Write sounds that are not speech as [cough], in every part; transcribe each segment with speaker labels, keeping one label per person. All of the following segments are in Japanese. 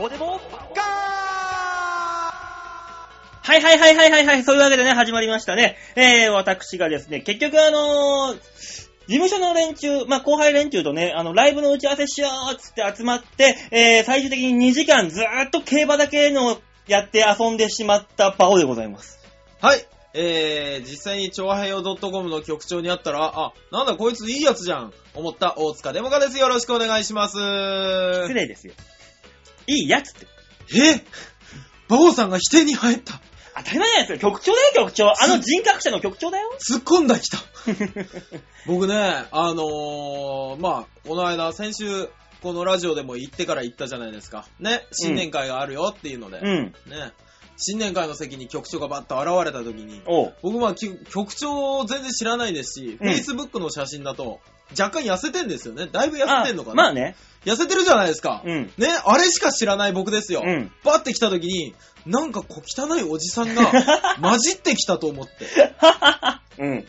Speaker 1: こでもガ
Speaker 2: はいはいはいはいはいはい、そういうわけでね、始まりましたね。えー、私がですね、結局あのー事務所の連中、まあ、後輩連中とね、あの、ライブの打ち合わせしようっつって集まって、えー、最終的に2時間ずーっと競馬だけのやって遊んでしまったパオでございます。
Speaker 3: はい。えー、実際に超平洋 .com の局長に会ったら、あ、なんだこいついいやつじゃん。思った大塚デモカです。よろしくお願いします。
Speaker 2: 失
Speaker 3: え
Speaker 2: 礼ですよ。いいやつって。
Speaker 3: 馬王さんが否定に入った。
Speaker 2: 当たり前じゃないですよ。局長だよ、局長。あの人格者の局長だよ。
Speaker 3: 突っ込ん
Speaker 2: [laughs]
Speaker 3: だきた。僕ね、あのー、まあ、この間、先週、このラジオでも行ってから行ったじゃないですか。ね、新年会があるよっていうので、
Speaker 2: うん。
Speaker 3: ね、新年会の席に局長がバッと現れた時に、
Speaker 2: おう。
Speaker 3: 僕まあき局長を全然知らないですし、
Speaker 2: うん
Speaker 3: Facebook の写真だと、若干痩せてんですよね。だいぶ痩
Speaker 2: あ
Speaker 3: せてんのかな
Speaker 2: まあね。
Speaker 3: 痩せてるじゃないですか。
Speaker 2: うん。
Speaker 3: ね、あれしか知らない僕ですよ。
Speaker 2: うん。
Speaker 3: バッて来た時に、なんか小汚いおじさんが
Speaker 2: [laughs]
Speaker 3: 混じってきたと思って。
Speaker 2: うん。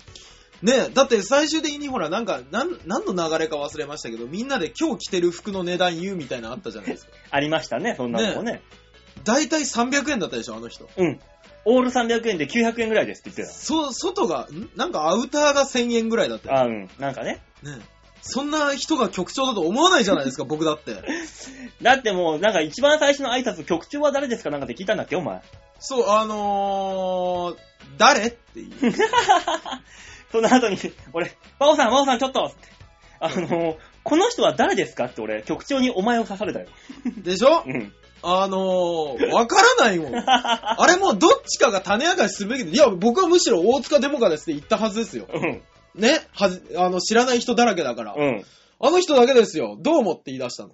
Speaker 3: ね、だって最終的にほら、なんか、なん、何の流れか忘れましたけど、みんなで今日着てる服の値段言うみたいなのあったじゃないですか。
Speaker 2: ありましたね、そんなのもね。
Speaker 3: だいたい300円だったでしょ、あの人。
Speaker 2: うん。オール300円で900円ぐらいですって言って
Speaker 3: そ、外が、んなんかアウターが1000円ぐらいだったよ
Speaker 2: た。あ、うん。なんかね。
Speaker 3: ねそんな人が局長だと思わないじゃな
Speaker 2: [laughs]
Speaker 3: いですか、僕だって。
Speaker 2: だってもう、なんか一番最初の挨拶、局長は誰ですかなんかって聞いたんだっけ、お前。
Speaker 3: そう、あのー、誰っていう。
Speaker 2: その後に、俺、バオさん、バオさん、ちょっとってあの、この人は誰ですかって俺、局長にお前を刺されたよ。
Speaker 3: でしょ
Speaker 2: うん。
Speaker 3: あのー、わからないもん。あれもうどっちかが種明かしするべきで、いや、僕はむしろ大塚デモカですって言ったはずですよ。
Speaker 2: うん。
Speaker 3: ねはず、あの、知らない人だらけだから。
Speaker 2: うん。
Speaker 3: あの人だけですよ。どうもって言い出した
Speaker 2: [laughs]
Speaker 3: の。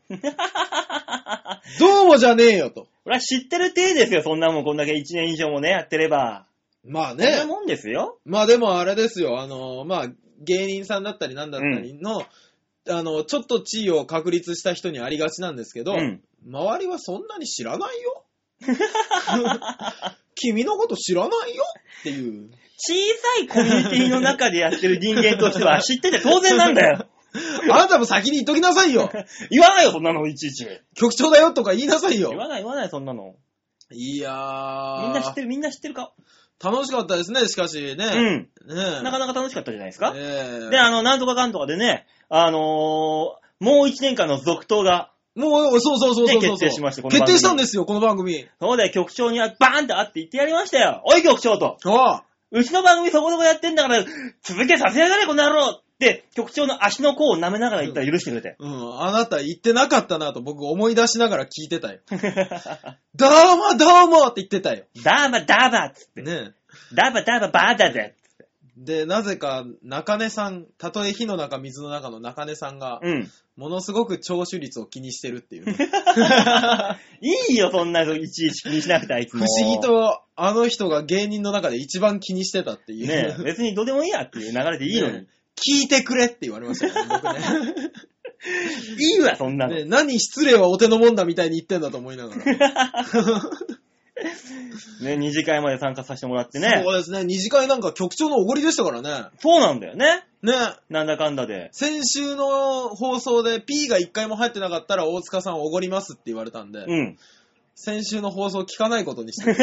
Speaker 3: どうもじゃねえよと。
Speaker 2: 俺は知ってる体ですよ、そんなもん、こんだけ1年以上もね、やってれば。
Speaker 3: まあ
Speaker 2: そんな
Speaker 3: ね。
Speaker 2: もんですよ。
Speaker 3: まあでもあれですよ。あの、まあ、芸人さんだったりなんだったりの、あの、ちょっと地位を確立した人にありがちなんですけど、
Speaker 2: うん。
Speaker 3: 周りはそんなに知らない
Speaker 2: [laughs]
Speaker 3: よ。君のこと知らないよっていう。
Speaker 2: 小さいコミュニティの中でやってる人間としては知ってて当然なんだよ。
Speaker 3: あなたも先に言っときなさ
Speaker 2: [laughs]
Speaker 3: いよ。
Speaker 2: 言わないよ、そんなの、いちいち。
Speaker 3: 局長だよとか言いなさい
Speaker 2: 言
Speaker 3: よ。
Speaker 2: わない、言わない、そんなの。
Speaker 3: いやー。
Speaker 2: みんな知ってる、みんな知ってるか。
Speaker 3: 楽しかったですね、しかし
Speaker 2: うん。
Speaker 3: ね。ねえ
Speaker 2: なかなか楽しかったじゃないですか。
Speaker 3: ええ
Speaker 2: で、あの、なんとかかんとかでね、あのー、もう一年間の続投が、
Speaker 3: もう、そうそうそうそうそ
Speaker 2: ね
Speaker 3: う
Speaker 2: 決定しましたこの番
Speaker 3: 決
Speaker 2: 組
Speaker 3: 定したんですよ、この番組。
Speaker 2: そうだよ、局長にあバーンって会って言ってやりましたよ。おい、局長と。
Speaker 3: ああ。
Speaker 2: うちの番組そこそこやってんだから、続けさせやがれ、この野郎って、局長の足の甲を舐めながら言ったら許してくれ
Speaker 3: [laughs]
Speaker 2: て。
Speaker 3: うん、あなた言ってなかったなと僕思い出しながら聞いてたよ。どうもどうもって言ってたよ。
Speaker 2: ダーバダーバっつって。
Speaker 3: ねえ
Speaker 2: ダーバダーババーダで。
Speaker 3: で、なぜか中根さん、たとえ火の中水の中の中根さんが、
Speaker 2: うん。
Speaker 3: ものすごく聴取率を気にしてるっていうね、
Speaker 2: [laughs] いいよ、そんなのいちいち気にしなくて、あいつ
Speaker 3: 不
Speaker 2: も。
Speaker 3: 思議。とあの人が芸人の中で一番気にしてたっていう。
Speaker 2: ねえ、別にどうでもいいやっていう流れでいいのに
Speaker 3: ね。聞いてくれって言われましたよね、僕ね。
Speaker 2: [laughs] いいわ、 [laughs] そんなの。
Speaker 3: [laughs] ね、何失礼はお手のもんだみたいに言ってんだと思いながら。
Speaker 2: ね、二次会まで参加させてもらってね。
Speaker 3: そうですね。二次会なんか局長のおごりでしたからね。
Speaker 2: そうなんだよね。
Speaker 3: ね。
Speaker 2: なんだかんだで。
Speaker 3: 先週の放送で P が一回も入ってなかったら大塚さんおごりますって言われたんで、
Speaker 2: うん。
Speaker 3: 先週の放送聞かないことにしてる、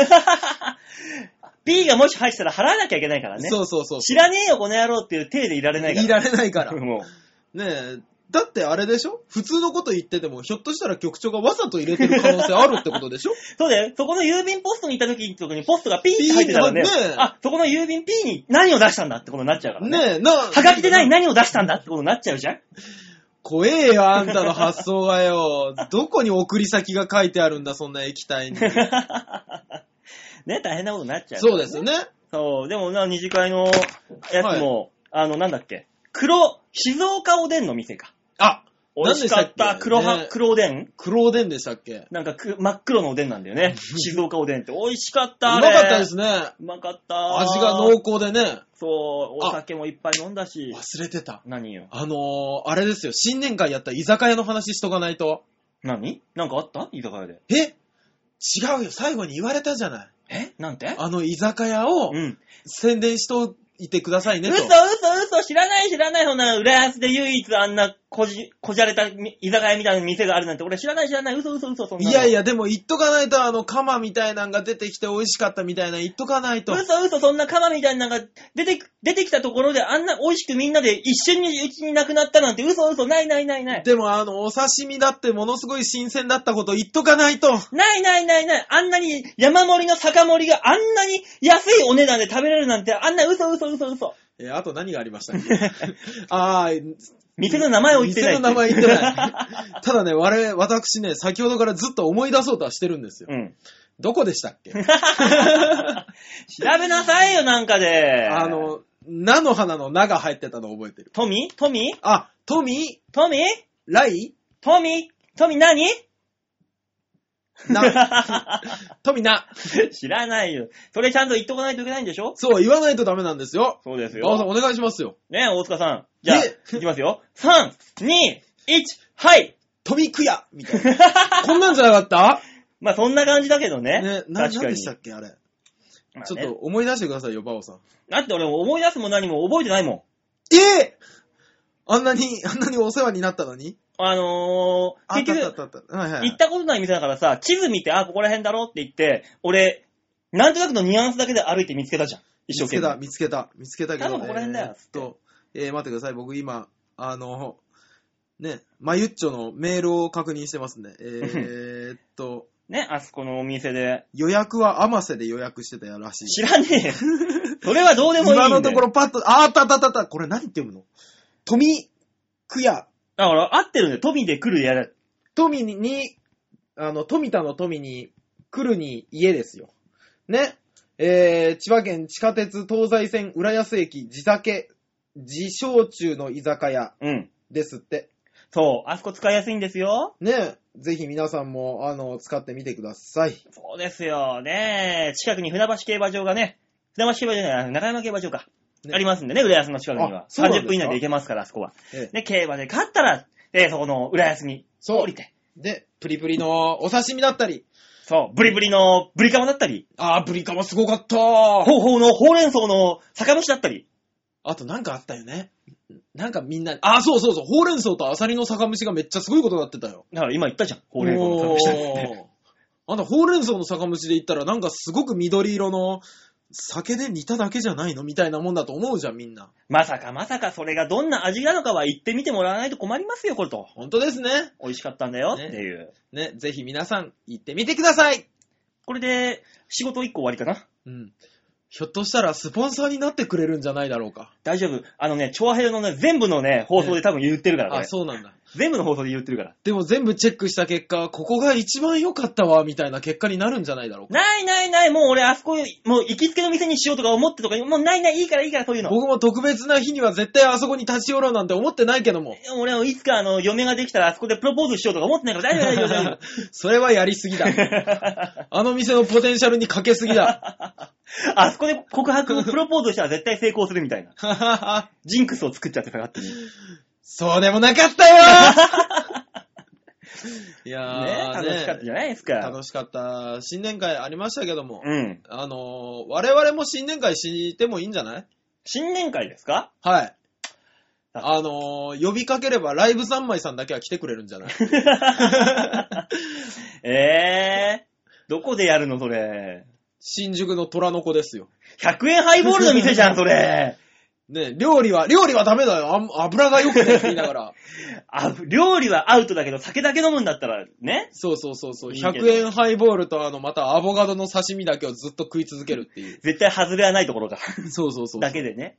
Speaker 2: B がもし入ってたら払わなきゃいけないからね。 [laughs]
Speaker 3: そうそうそう。
Speaker 2: 知らねえよ、この野郎っていう体でいられないから。
Speaker 3: いられない [laughs] から。ね
Speaker 2: も
Speaker 3: え。だってあれでしょ普通のこと言ってても、ひょっとしたら局長がわざと入れてる可能性あるってことでしょ
Speaker 2: う [laughs] そ。うだよ。そこの郵便ポストに行った時に、にポストがピーって入ってたらね
Speaker 3: ピーってね
Speaker 2: あ、そこの郵便ピーに何を出したんだってことになっちゃうからね。
Speaker 3: ねえ、な、
Speaker 2: はがきでない何を出したんだってことになっちゃうじゃん。
Speaker 3: 怖えよ、あんたの発想がよ。 [laughs] どこに送り先が書いてあるんだ、そんな液
Speaker 2: [laughs]
Speaker 3: 体に。
Speaker 2: ね、大変なことになっちゃう。
Speaker 3: そうですよね。
Speaker 2: そう、でもな、二次会のやつも、あの、なんだっけ。黒、静岡おでんの店か。
Speaker 3: あ、
Speaker 2: 美味しかっ
Speaker 3: 何でした
Speaker 2: た
Speaker 3: っけ
Speaker 2: 黒は、
Speaker 3: ね
Speaker 2: 黒おでん
Speaker 3: 黒おでんでしたっけ
Speaker 2: なんかく真っ黒のおでんなんだよね。静岡おでんって美味しかっ
Speaker 3: う
Speaker 2: た。
Speaker 3: ま
Speaker 2: あれ
Speaker 3: かったですね。
Speaker 2: うまかった。
Speaker 3: 味が濃厚でね。
Speaker 2: そう、お酒もいっぱい飲んだし。
Speaker 3: 忘れてた。
Speaker 2: 何よ。
Speaker 3: あのー、あれですよ。新年会やった居酒屋の話しとかないと。
Speaker 2: 何なんかあった居酒屋で。
Speaker 3: え違うよ。最後に言われたじゃない。
Speaker 2: えなんて
Speaker 3: あの居酒屋を
Speaker 2: うん。
Speaker 3: 宣伝しといてくださいね
Speaker 2: 嘘
Speaker 3: と。
Speaker 2: 嘘嘘知らない知らない。そんな、浦安で唯一あんなこじ、こじゃれたみ居酒屋みたいな店があるなんて、俺知らない知らない、嘘嘘嘘、そんなの。
Speaker 3: いやい
Speaker 2: や。
Speaker 3: や、でも言っとかないと、あの、カマみたいなんが出てきて美味しかったみたいな言っとかないと。
Speaker 2: 嘘嘘、そんなカマみたいなのが出てく、出てきたところで、あんな美味しくみんなで一瞬にうちになくなったなんて、嘘嘘、ないないないない。
Speaker 3: でもあの、お刺身だってものすごい新鮮だったこと言っとかないと。
Speaker 2: ないないないない。あんなに山盛りの酒盛りがあんなに安いお値段で食べれるなんて、あんな嘘嘘嘘嘘。
Speaker 3: えーあと何がありましたっけ
Speaker 2: [laughs]
Speaker 3: あー、
Speaker 2: 店の名前を言ってない。
Speaker 3: 店の名前言ってない。ただね、我々、私ね、先ほどからずっと思い出そうとはしてるんですよ。
Speaker 2: うん。 [laughs]
Speaker 3: どこでしたっけ
Speaker 2: 調べなさいよ、なんかで。
Speaker 3: あ、の、菜の花の菜が入ってたの覚えてる。
Speaker 2: トミトミ
Speaker 3: あ、トミ
Speaker 2: トミ
Speaker 3: ー、ライ、
Speaker 2: トミトミ何
Speaker 3: な、トミナ。
Speaker 2: [laughs] 知らないよ。それちゃんと言っとかないといけないんでしょ
Speaker 3: そう、言わないとダメなんですよ。
Speaker 2: そうです
Speaker 3: バオさんお願いしますよ。
Speaker 2: ねえ、大塚さん。じゃあ、
Speaker 3: ね
Speaker 2: いきますよ。3、2、1、はい
Speaker 3: トミクヤみ
Speaker 2: [laughs]
Speaker 3: たいな。こんなんじゃなかっ
Speaker 2: まあ、そんな感じだけど
Speaker 3: た
Speaker 2: ね。
Speaker 3: ね、
Speaker 2: 確
Speaker 3: な、なん
Speaker 2: かに。
Speaker 3: でしたっけあれ。
Speaker 2: まあね
Speaker 3: ちょっと思い出してくださいよ、バオさん。
Speaker 2: だって俺思い出すも何も覚えてないもん。
Speaker 3: えあんなに、あんなにお世話になったのに
Speaker 2: あのー、
Speaker 3: あった
Speaker 2: 結
Speaker 3: あ
Speaker 2: 局、
Speaker 3: ったあったあった。はいはい。
Speaker 2: 行ったことない店だからさ、地図見て、あ、ここら辺だろって言って、俺、なんとなくのニュアンスだけで歩いて見つけたじゃん。一生懸命。
Speaker 3: 見つけた、見つけた、見つけたけど。
Speaker 2: 多分ここら辺だよ
Speaker 3: えーっと、えー待ってください。僕今、あの、ね、マユッチョのメールを確認してますんで。えーっと、
Speaker 2: ね、あそこのお店で。
Speaker 3: 予約はアマセで予約してたやらしい。
Speaker 2: 知らねえ
Speaker 3: [laughs]
Speaker 2: よ。それはどうでもいいんだ
Speaker 3: 今
Speaker 2: よ。
Speaker 3: のところパッと、ああったあったあったあった。これ何って読むのトミクヤ。
Speaker 2: だから、合ってるんだよ。富で来るやる。
Speaker 3: トミに、あの、富田の富に、来るに家ですよ。ね。えー、千葉県地下鉄東西線浦安駅地酒、自焼酎の居酒屋
Speaker 2: うん。
Speaker 3: ですって。
Speaker 2: そう。あそこ使いやすいんですよ。
Speaker 3: ねぜひ皆さんも、あの、使ってみてください。
Speaker 2: そうですよね。近くに船橋競馬場がね、船橋競馬場じゃない、中山競馬場か。
Speaker 3: ね
Speaker 2: ありますんでね、浦安の近くには
Speaker 3: あ。そうなんで
Speaker 2: 30
Speaker 3: すか
Speaker 2: 分以内で行けますから、あそこは。
Speaker 3: ええ
Speaker 2: で、競馬で勝ったら、で、そこの浦安に
Speaker 3: そう
Speaker 2: 降りて。
Speaker 3: で、プリプリのお刺身だったり、
Speaker 2: そう、ブリブリのブリカマだったり、
Speaker 3: あー、ブリカマすごかったー
Speaker 2: 方法のほうれん草の酒蒸しだったり。
Speaker 3: あとなんかあったよね。なんかみんな、あー、そうそうそう、ほうれん草とアサリの酒蒸しがめっちゃすごいことになってたよ。
Speaker 2: だから今言ったじゃん、ほうれん草の酒蒸しだって。
Speaker 3: おーあんた、ほうれん草の酒蒸しで言ったら、なんかすごく緑色の、酒で煮ただけじゃないのみたいなもんだと思うじゃん、みんな。
Speaker 2: まさかまさかそれがどんな味なのかは言ってみてもらわないと困りますよ、これと。
Speaker 3: 本当ですね。
Speaker 2: 美味しかったんだよっていう。
Speaker 3: ね、ぜひ皆さん、行ってみてください
Speaker 2: これで、仕事1個終わりかな
Speaker 3: うん。ひょっとしたら、スポンサーになってくれるんじゃないだろうか。
Speaker 2: 大丈夫。あのね、長平のね、全部のね、放送で多分言ってるから、こ
Speaker 3: あ、
Speaker 2: れ。
Speaker 3: そうなんだ。
Speaker 2: 全部の放送で言ってるから。
Speaker 3: でも全部チェックした結果、ここが一番良かったわ、みたいな結果になるんじゃないだろうか。
Speaker 2: ないないない、もう俺あそこ、もう行きつけの店にしようとか思ってとか、もうないない、いいからいいからそういうの。
Speaker 3: [laughs] 僕も特別な日には絶対あそこに立ち寄ろうなんて思ってないけ
Speaker 2: [laughs]
Speaker 3: ども。
Speaker 2: 俺はいつかあの、嫁ができたらあそこでプロポーズしようとか思ってないから大
Speaker 3: [laughs]
Speaker 2: 丈夫大丈夫
Speaker 3: それはやりすぎだ。あの店のポテンシャルにかけすぎだ。
Speaker 2: [laughs] あそこで告白、プロポーズしたら絶対成功するみたいな。ジンクスを作っちゃってかかってる。
Speaker 3: そうでもなかったよ
Speaker 2: [laughs]
Speaker 3: い
Speaker 2: ね
Speaker 3: やー、
Speaker 2: 楽しかったじゃないですか。
Speaker 3: ね楽しかった新年会ありましたけども、
Speaker 2: うん。
Speaker 3: あのー我々も新年会してもいいんじゃない
Speaker 2: 新年会ですか [laughs]
Speaker 3: はい。
Speaker 2: だ
Speaker 3: あのー呼びかければライブ三昧さんだけは来てくれるんじ
Speaker 2: [laughs]
Speaker 3: ゃない
Speaker 2: えー。どこでやるのそれ。
Speaker 3: 新宿の虎の子ですよ。
Speaker 2: 100円ハイボールの店じゃん、それ。
Speaker 3: ね料理は、料理はダメだよ。あん油が良くないって言いなが
Speaker 2: [laughs]
Speaker 3: ら。
Speaker 2: あ、料理はアウトだけど、酒だけ飲むんだったら、ね。
Speaker 3: そうそうそうそう。
Speaker 2: いいけど
Speaker 3: 100円ハイボールとあの、またアボカドの刺身だけをずっと食い続けるっていう
Speaker 2: [laughs] 。絶対外れはないところが。
Speaker 3: そうそうそう。
Speaker 2: だけでね。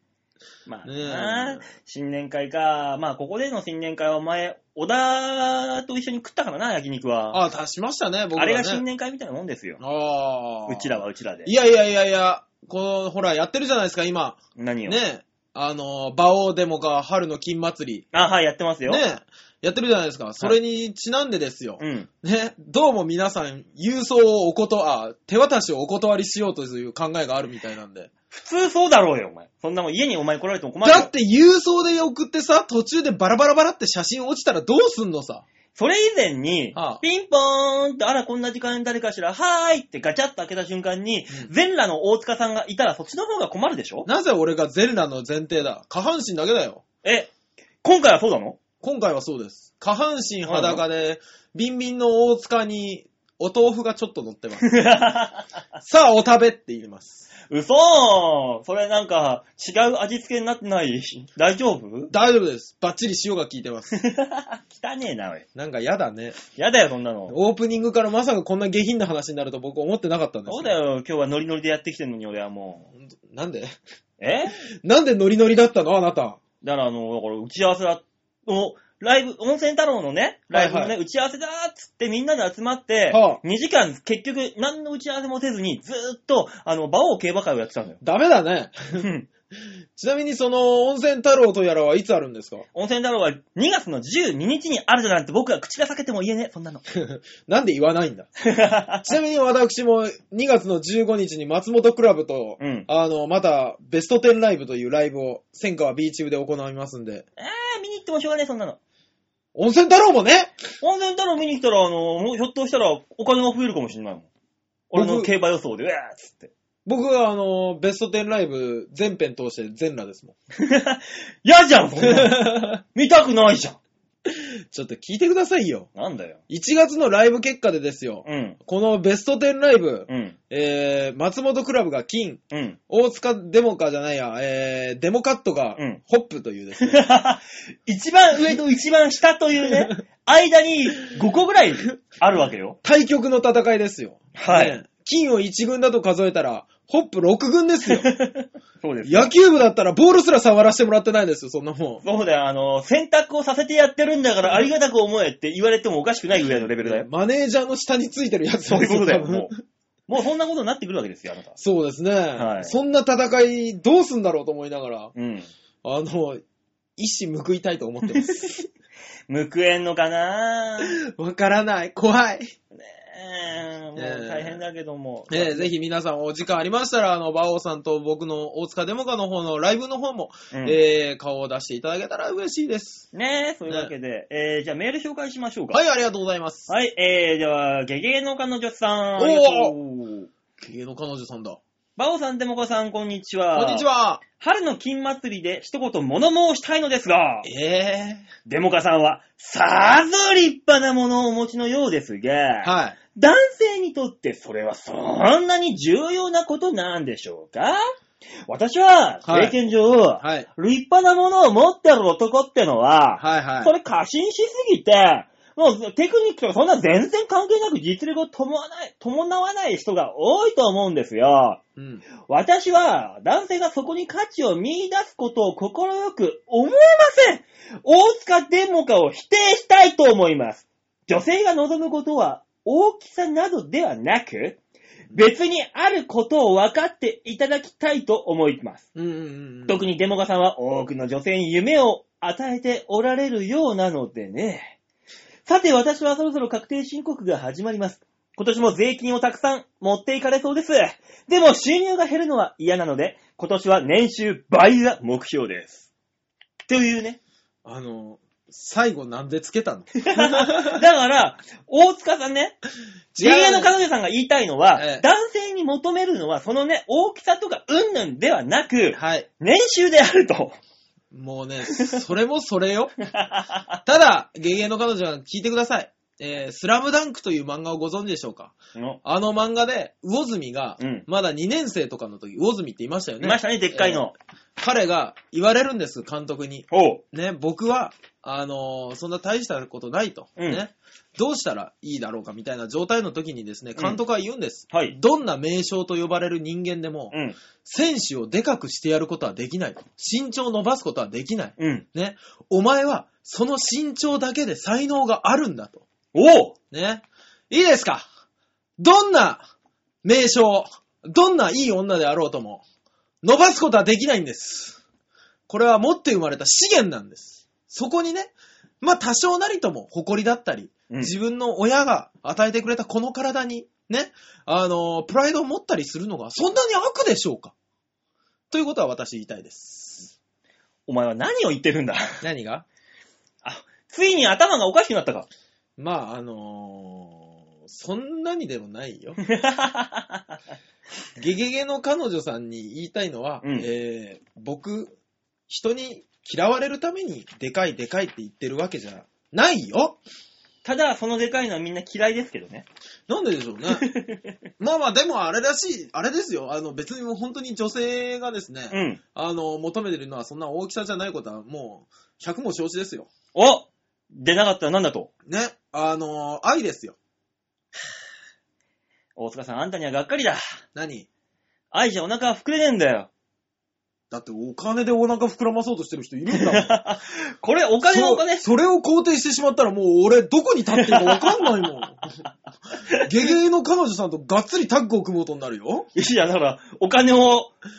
Speaker 2: まあ
Speaker 3: ねえ
Speaker 2: なあ、新年会か。まあ、ここでの新年会はお前、小田と一緒に食ったからな、焼肉は。あ,、
Speaker 3: ああ、足しましたね、僕ら、
Speaker 2: れ
Speaker 3: ね。
Speaker 2: が新年会みたいなもんですよ。
Speaker 3: ああ。
Speaker 2: うちらはうちらで
Speaker 3: い。やいやいやいや、この、ほら、やってるじゃないですか、今。
Speaker 2: 何を、
Speaker 3: ねあの、馬王デモか春の金祭
Speaker 2: あ、はい、やってます
Speaker 3: り。
Speaker 2: よ。
Speaker 3: ねやってるじゃないですか。それにちなんでですよ。
Speaker 2: うん。
Speaker 3: ね、どうも皆さん、郵送をおこと、あ、手渡しをお断りしようという考えがあるみたいなんで。
Speaker 2: 普通そうだろうよ、お前。そんなもん家にお前来られても困るよ
Speaker 3: だって郵送で送ってさ、途中でバラバラバラって写真落ちたらどうすんのさ。
Speaker 2: それ以前に
Speaker 3: ああ、
Speaker 2: ピンポーンって、あら、こんな時間誰かしら、はーいってガチャッと開けた瞬間に、
Speaker 3: うん
Speaker 2: 全裸の大塚さんがいたらそっちの方が困るでしょ
Speaker 3: なぜ俺がゼルダの前提だ下半身だけだよ。
Speaker 2: え、今回はそうなの
Speaker 3: 今回はそうです。下半身裸で、ビンビンの大塚に、お豆腐がちょっと乗っ
Speaker 2: [laughs]
Speaker 3: てます。さあ、お食べって言います。
Speaker 2: 嘘それなんか、違う味付けになってない [laughs] 大丈夫
Speaker 3: 大丈夫です。バッチリ塩が効いてます。
Speaker 2: 汚ねえな、おい。
Speaker 3: なんかやだね。
Speaker 2: やだよ、そんなの。
Speaker 3: オープニングからまさかこんな下品な話になると僕思ってなかったんです
Speaker 2: そうだ
Speaker 3: よ。
Speaker 2: よ、今日はノリノリでやってきてんのに、俺はも
Speaker 3: なんで
Speaker 2: う。え
Speaker 3: なんでノリノリだったのあなた。
Speaker 2: だから、あの、だから、打ち合わせだ、お、ライブ、温泉太郎のね、ライブのね、
Speaker 3: はいは
Speaker 2: 打ち合わせだーっつってみんなで集まって、
Speaker 3: は。
Speaker 2: 2時間、結局、何の打ち合わせもせずに、ずーっと、あの、馬王競馬会をやってたんだよ
Speaker 3: ダメだね。
Speaker 2: うん
Speaker 3: ちなみにその温泉太郎とやらはいつあるんですか
Speaker 2: 温泉太郎は2月の12日にあるだなんて僕は口が裂けても言えねえ、そんなの。
Speaker 3: なんで言
Speaker 2: [laughs]
Speaker 3: わないんだ。ちなみに私も2月の15日に松本クラブと、
Speaker 2: うん。
Speaker 3: あの、またベスト10ライブというライブを千川 B チームで行いますんで。
Speaker 2: あー見に行ってもしょうがねえ、そんなの。
Speaker 3: 温泉太郎もね
Speaker 2: 温泉太郎見に来たら、あの、もうひょっとしたらお金が増えるかもしれないもん。俺の
Speaker 3: 僕
Speaker 2: 競馬予想で、うわーっつって。
Speaker 3: 僕はあの、ベスト10ライブ全編通して全裸ですもん。
Speaker 2: 嫌じゃん、そんなの見たくないじゃん。
Speaker 3: ちょっと聞いてくださいよ。
Speaker 2: なんだよ。
Speaker 3: 1月のライブ結果でですよ。
Speaker 2: うん、
Speaker 3: このベスト10ライブ、
Speaker 2: うん、
Speaker 3: えー、松本クラブが金、
Speaker 2: うん。 [laughs]
Speaker 3: 大塚デモカじゃないや、えー、デモカットが
Speaker 2: うん
Speaker 3: ホップというですね、
Speaker 2: 一番上と一番下というね、間に5個ぐらいあるわけよ。
Speaker 3: 対局の戦いですよ。
Speaker 2: はい
Speaker 3: ね金を1軍だと数えたら、ホップ6軍ですよ。
Speaker 2: [laughs]
Speaker 3: [laughs]
Speaker 2: そうで。
Speaker 3: 野球部だったらボールすら触らせてもらってないですよ、そんなもん。
Speaker 2: そうだよ、あの、選択をさせてやってるんだからありがたく思えって言われてもおかしくないぐらいのレベルだよ。
Speaker 3: マネージャーの下についてるやつ
Speaker 2: そういうことだよ、
Speaker 3: 多分
Speaker 2: もう。もうそんなことになってくるわけですよ、あなた。
Speaker 3: そうですね、
Speaker 2: はい
Speaker 3: そんな戦いどうすんだろうと思いながら、
Speaker 2: うん。
Speaker 3: あの、一矢報いたいと思っ
Speaker 2: [laughs]
Speaker 3: てます。
Speaker 2: 報えんのかな
Speaker 3: わからない。怖い。
Speaker 2: えーもう大変だけども。
Speaker 3: えーぜひ皆さんお時間ありましたら、あの、馬王さんと僕の大塚デモカの方のライブの方も、
Speaker 2: うん
Speaker 3: えー顔を出していただけたら嬉しいです。
Speaker 2: ねえ、そういうわけで、えー、じゃあメール紹介しましょうか。
Speaker 3: はい、ありがとうございます。
Speaker 2: はい、えー、では、ゲゲゲの彼女さん。
Speaker 3: おー
Speaker 2: ありがとう
Speaker 3: 芸の彼女さんだ。
Speaker 2: バオさん、デモコさん、こんにちは。
Speaker 3: こんにち。は。
Speaker 2: 春の金祭りで一言物申したいのですが、
Speaker 3: え
Speaker 2: デモカさんは、さぞ立派なものをお持ちのようです
Speaker 3: ー、
Speaker 2: が、
Speaker 3: はい。
Speaker 2: 男性にとってそれはそんなに重要なことなんでしょうか私は、
Speaker 3: はい
Speaker 2: 経験上、
Speaker 3: はい。
Speaker 2: 立派なものを持ってる男ってのは、
Speaker 3: はいは
Speaker 2: そ
Speaker 3: い。
Speaker 2: れ過信しすぎて、もうテクニックとかそんな全然関係なく実力を伴わない、伴わない人が多いと思うんですよ。
Speaker 3: うん。
Speaker 2: 私は男性がそこに価値を見出すことを心よく思えません大塚デモカを否定したいと思います女性が望むことは大きさなどではなく、別にあることを分かっていただきたいと思います。
Speaker 3: うんうんうん。
Speaker 2: 特にデモカさんは多くの女性に夢を与えておられるようなのでね。さて私はそろそろ確定申告が始まります。今年も税金をたくさん持っていかれそうです。でも収入が減るのは嫌なので、今年は年収倍が目標です。というね。
Speaker 3: あの、最後なんでつけたの
Speaker 2: だから、大塚さんね、
Speaker 3: 違う
Speaker 2: GA の彼女さんが言いたいのは、
Speaker 3: ええ
Speaker 2: 男性に求めるのはそのね、大きさとかうんぬんではなく、
Speaker 3: はい。
Speaker 2: 年収であると。
Speaker 3: もうね、それもそれよ。 [laughs] ただ、ゲゲの彼女は聞いてください。えー、スラムダンクという漫画をご存知でしょうかあの漫画で、魚住が
Speaker 2: うん、
Speaker 3: まだ2年生とかの時、魚住っていましたよ
Speaker 2: い
Speaker 3: ね。
Speaker 2: ましたね、でっかいの。
Speaker 3: 彼が言われるんです、監督に。
Speaker 2: おう。
Speaker 3: ね、僕は、あのーそんな大したことないと、
Speaker 2: うん
Speaker 3: ね。どうしたらいいだろうかみたいな状態の時にですね、監督は言うんです。
Speaker 2: うんはい
Speaker 3: どんな名称と呼ばれる人間でも、
Speaker 2: うん。
Speaker 3: 選手をでかくしてやることはできない。身長を伸ばすことはできない。
Speaker 2: うん。
Speaker 3: ね。お前は、その身長だけで才能があるんだと。
Speaker 2: おう
Speaker 3: ね。いいですかどんな名称、どんないい女であろうとも、伸ばすことはできないんです。これは持って生まれた資源なんです。そこにね、まあ多少なりとも誇りだったり、
Speaker 2: うん
Speaker 3: 自分の親が与えてくれたこの体に、ね、あのープライドを持ったりするのがそんなに悪でしょうかということは私言いたいです。
Speaker 2: お前は何を言ってるんだ [laughs]
Speaker 3: 何が
Speaker 2: ついに頭がおかしくなったか。
Speaker 3: まあ、あのーそんなにでもな
Speaker 2: [laughs]
Speaker 3: いよ。ゲゲゲの彼女さんに言いたいのは、
Speaker 2: うん
Speaker 3: えー僕、人に嫌われるために、でかいでかいって言ってるわけじゃないよ
Speaker 2: ただ、そのでかいのはみんな嫌いですけどね。
Speaker 3: なんででしょうね。
Speaker 2: [laughs]
Speaker 3: まあまあ、でもあれらしい、あれですよ。あの、別にもう本当に女性がですね、
Speaker 2: うん。
Speaker 3: あの、求めてるのはそんな大きさじゃないことは、もう、100も承知ですよ。
Speaker 2: お出なかったらなんだと。
Speaker 3: ね。あの、愛ですよ。
Speaker 2: 大塚さん、あんたにはがっかりだ。
Speaker 3: 何
Speaker 2: 愛じゃお腹は膨れねえんだよ。
Speaker 3: だってお金でお腹膨らまそうとしてる人いるん
Speaker 2: [laughs]
Speaker 3: だもん。
Speaker 2: これ、お金のお金
Speaker 3: そそれを肯定してしまったらもう俺どこに立っていいかわかんない
Speaker 2: [laughs]
Speaker 3: もん。ゲゲの彼女さんとがっつりタッグを組もうとになるよ。
Speaker 2: [laughs] いや、だから、お金を、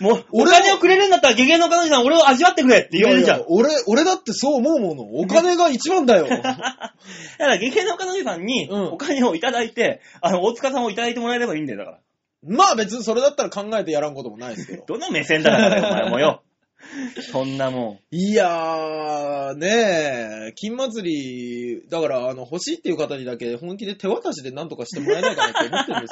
Speaker 2: もう、お
Speaker 3: 俺も
Speaker 2: 金をくれるんだったら、ゲゲの彼女さん、俺を味わってくれって言われるじゃん。
Speaker 3: いやいや俺、俺だってそう思うもの。お金が一番だよ。 [laughs]
Speaker 2: だから、ゲゲの彼女さんに、
Speaker 3: うん
Speaker 2: お金をいただいて、あの、大塚さんをいただいてもらえればいいんだよ、だから。
Speaker 3: まあ別にそれだったら考えてやらんこともないですけど。
Speaker 2: どの目線だからだよ、お前も [laughs] よ。そんなも
Speaker 3: いやー、ねえ、金祭り、だからあの、欲しいっていう方にだけ本気で手渡しで何とかしてもらえないかなって思ってるん
Speaker 2: [laughs]
Speaker 3: で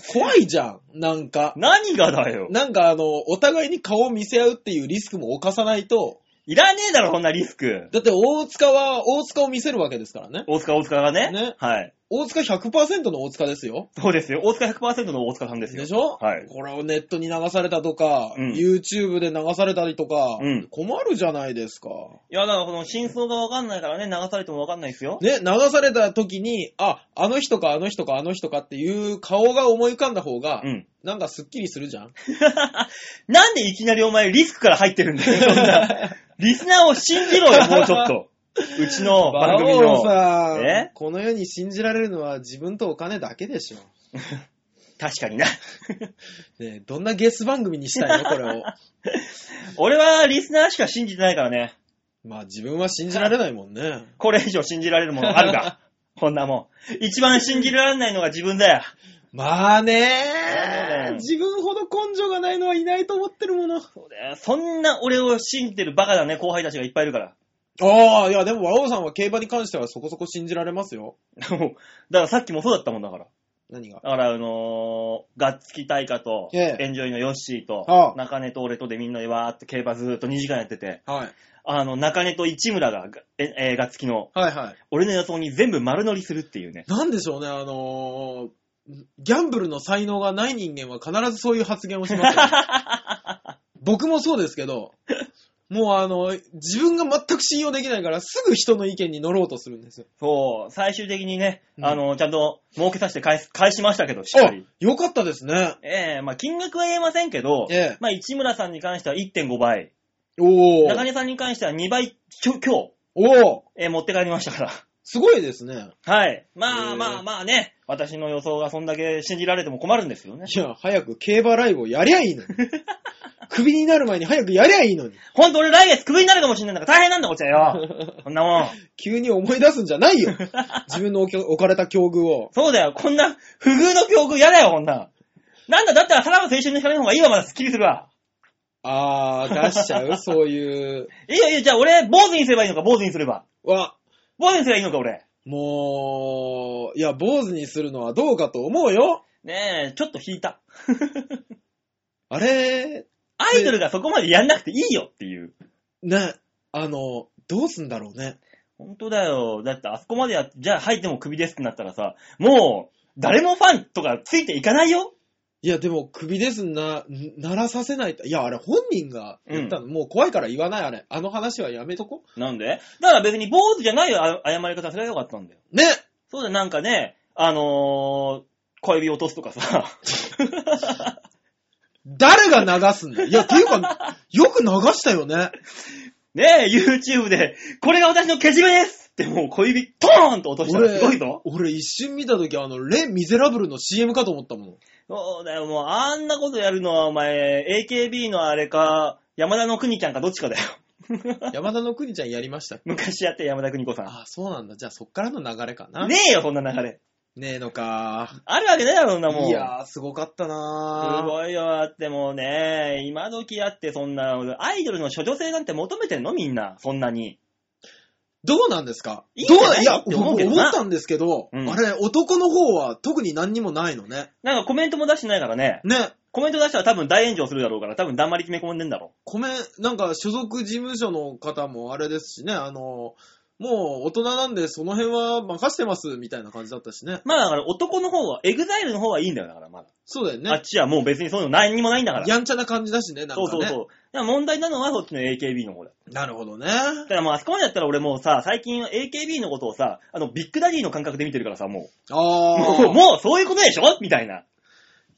Speaker 3: すよ。怖いじゃん、なんか
Speaker 2: ん。。何がだよ。
Speaker 3: なんかあの、お互いに顔を見せ合うっていうリスクも犯さないと、
Speaker 2: いらねえだろ、そんなリスク。
Speaker 3: だって大塚は、大塚を見せるわけですからね。
Speaker 2: 大塚、大塚がね。
Speaker 3: ね
Speaker 2: はい。
Speaker 3: 大塚100%の大塚ですよ。
Speaker 2: そうですよ。大塚100%の大塚さんですよ。
Speaker 3: でしょ
Speaker 2: はい
Speaker 3: これをネットに流されたとか、
Speaker 2: うん
Speaker 3: YouTube で流されたりとか、
Speaker 2: うん
Speaker 3: 困るじゃないですか。
Speaker 2: いや、だから、この真相がわかんないからね、流されてもわかんないですよ。
Speaker 3: ね、流された時に、あ、あの人かあの人かあの人かっていう顔が思い浮かんだ方が、
Speaker 2: うん。
Speaker 3: なんかスッキリするじゃん。
Speaker 2: なんでいきなりお前リスクから入ってるんだよ、そん [laughs] な。リスナーを信じろよ、もうちょっと。うちの [laughs] 番組
Speaker 3: 馬王
Speaker 2: の。
Speaker 3: さん
Speaker 2: え、
Speaker 3: この世に信じられるのは自分とお金だけでしょ。
Speaker 2: 確かにな。
Speaker 3: ね、どんなゲス番組にしたいのこ
Speaker 2: [laughs]
Speaker 3: れを。
Speaker 2: 俺はリスナーしか信じてないからね。
Speaker 3: まあ自分は信じられないもんね。
Speaker 2: これ以上信じられるものある [laughs] か。こんなもん。一番信じられないのが自分だよ。
Speaker 3: まあ
Speaker 2: あの
Speaker 3: ね
Speaker 2: ね
Speaker 3: 自分ほど根性がないのはいないと思ってるもの。
Speaker 2: そうだよそんな俺を信じてるバカだね、後輩たちがいっぱいいるから。
Speaker 3: ああ、いやでも和王さんは競馬に関してはそこそこ信じられますよ。
Speaker 2: もうだからさっきもそうだったもんだから。
Speaker 3: 何が
Speaker 2: だから、あのー、ガッツキ大家と、
Speaker 3: ええ
Speaker 2: エンジョイのヨッシーと、
Speaker 3: ああ
Speaker 2: 中根と俺とでみんなでわーって競馬ずーっと2時間やってて、
Speaker 3: はい。
Speaker 2: あの、中根と市村が、え、えーガッツキの、
Speaker 3: はいはい。
Speaker 2: 俺の予想に全部丸乗りするっていうね。
Speaker 3: なんでしょうね、あのーギャンブルの才能がない人間は必ずそういう発言をしますよ。 [laughs] 僕もそうですけど、もうあの、自分が全く信用できないからすぐ人の意見に乗ろうとするんですよ。
Speaker 2: そう、最終的にね、
Speaker 3: うん
Speaker 2: あの、ちゃんと儲けさせて返す、返しましたけど、しっかり。
Speaker 3: よかったですね。
Speaker 2: ええまあ金額は言えませんけど、
Speaker 3: ええ。
Speaker 2: まあ市村さんに関しては1.5倍、
Speaker 3: お
Speaker 2: 中
Speaker 3: ー。
Speaker 2: 根さんに関しては2倍、きょ今日、
Speaker 3: おー。
Speaker 2: えー持って帰りましたから。
Speaker 3: すごいですね。
Speaker 2: はい。ま
Speaker 3: へえ
Speaker 2: あまあまあね、私の予想がそんだけ信じられても困るんですよね。
Speaker 3: いや、早く競馬ライブをやりゃいいのに。クビになる前に早くやりゃいいのに。
Speaker 2: ほんと俺来月クビになるかもしれないんだから大変なんだこっちはよ。こんなもん。
Speaker 3: 急に思い出すんじゃないよ。自分の置き置かれた境遇を。
Speaker 2: そうだよ。こんな不遇の境遇嫌だよ、こんなん。なんだ、だったらさらば青春の光の方がいいわ、まだスッキリするわ。
Speaker 3: あー、出しちゃうそういう。
Speaker 2: いいよ、いいよ、じゃあ俺、坊主にすればいいのか、坊主にすれば。
Speaker 3: わ、
Speaker 2: 坊主にすればいいのか、俺。
Speaker 3: もう、いや、坊主にするのはどうかと思うよ。
Speaker 2: ねえ、ちょっと引いた。
Speaker 3: あれ、
Speaker 2: アイドルがそこまでやんなくていいよっていう。
Speaker 3: ね、あの、どうすんだろうね。
Speaker 2: 本当だよ。だってあそこまでやっじゃあ入ってもクビですってなったらさ、もう、誰もファンとかついていかないよ。
Speaker 3: いや、でも、クビですんな、んならさせないと。いや、あれ、本人が言ったの、もう怖いから言わない、あれ。あの話はやめとこ。
Speaker 2: なんでだから別に坊主じゃないよ、あ謝り方すればよかったんだよ。
Speaker 3: ね
Speaker 2: そうだよ、なんかね、あのー、小指落とすとかさ。 [laughs]
Speaker 3: 誰が流すんだいや、っていうか、よく流したよね。
Speaker 2: ねえ、YouTube で、これが私のけじめですってもう小指トーンと落としたらすごいぞ。
Speaker 3: 俺一瞬見たとき、あの、レ・ミゼラブルの CM かと思ったもん。
Speaker 2: そうだよ、もうあんなことやるのはお前、AKB のあれか、山田の国ちゃんかどっちかだよ。 [laughs]
Speaker 3: 山田の国ちゃんやりましたっけ
Speaker 2: 昔やって山田邦子さん。
Speaker 3: ああ、そうなんだ。じゃあそっからの流れかな。
Speaker 2: ねえよ、そんな流れ。
Speaker 3: ねえのか。
Speaker 2: あるわけないだろ、そんなもん。
Speaker 3: いやー、すごかった
Speaker 2: す
Speaker 3: なー。
Speaker 2: ごいよ、だってもうね、今時やってそんな、アイドルの処女性なんて求めてんのみんな、そんなに。
Speaker 3: どうなんですか
Speaker 2: いいんじゃない
Speaker 3: どういや、
Speaker 2: って
Speaker 3: 僕
Speaker 2: 思うけどな
Speaker 3: 思ったんですけど、
Speaker 2: うん
Speaker 3: あれ、男の方は特に何にもないのね。
Speaker 2: なんかコメントも出してないからね、
Speaker 3: ね。
Speaker 2: コメント出したら多分大炎上するだろうから、多分だんまり決め込んでんだろ
Speaker 3: コメ、なんか所属事務所の方もあれですしね、あの、もう大人なんでその辺は任してますみたいな感じだったしね。
Speaker 2: う。まあだから男の方は、エグザイルの方はいいんだよ、だからまだ。
Speaker 3: そうだよ
Speaker 2: あ
Speaker 3: ね
Speaker 2: っ。ちはもう別にそういうの何にもないんだから。
Speaker 3: やんちゃな感じだしね、なんか
Speaker 2: そ
Speaker 3: ね。
Speaker 2: うそうそう。だから問題なのはそっちの AKB の方だ。
Speaker 3: なるほどね。
Speaker 2: だからもうあそこまでやったら俺もうさ、最近 AKB のことをさ、あの、ビッグダディの感覚で見てるからさ、 [laughs] もう。
Speaker 3: あー。
Speaker 2: もう、もうそういうことでしょみたいな。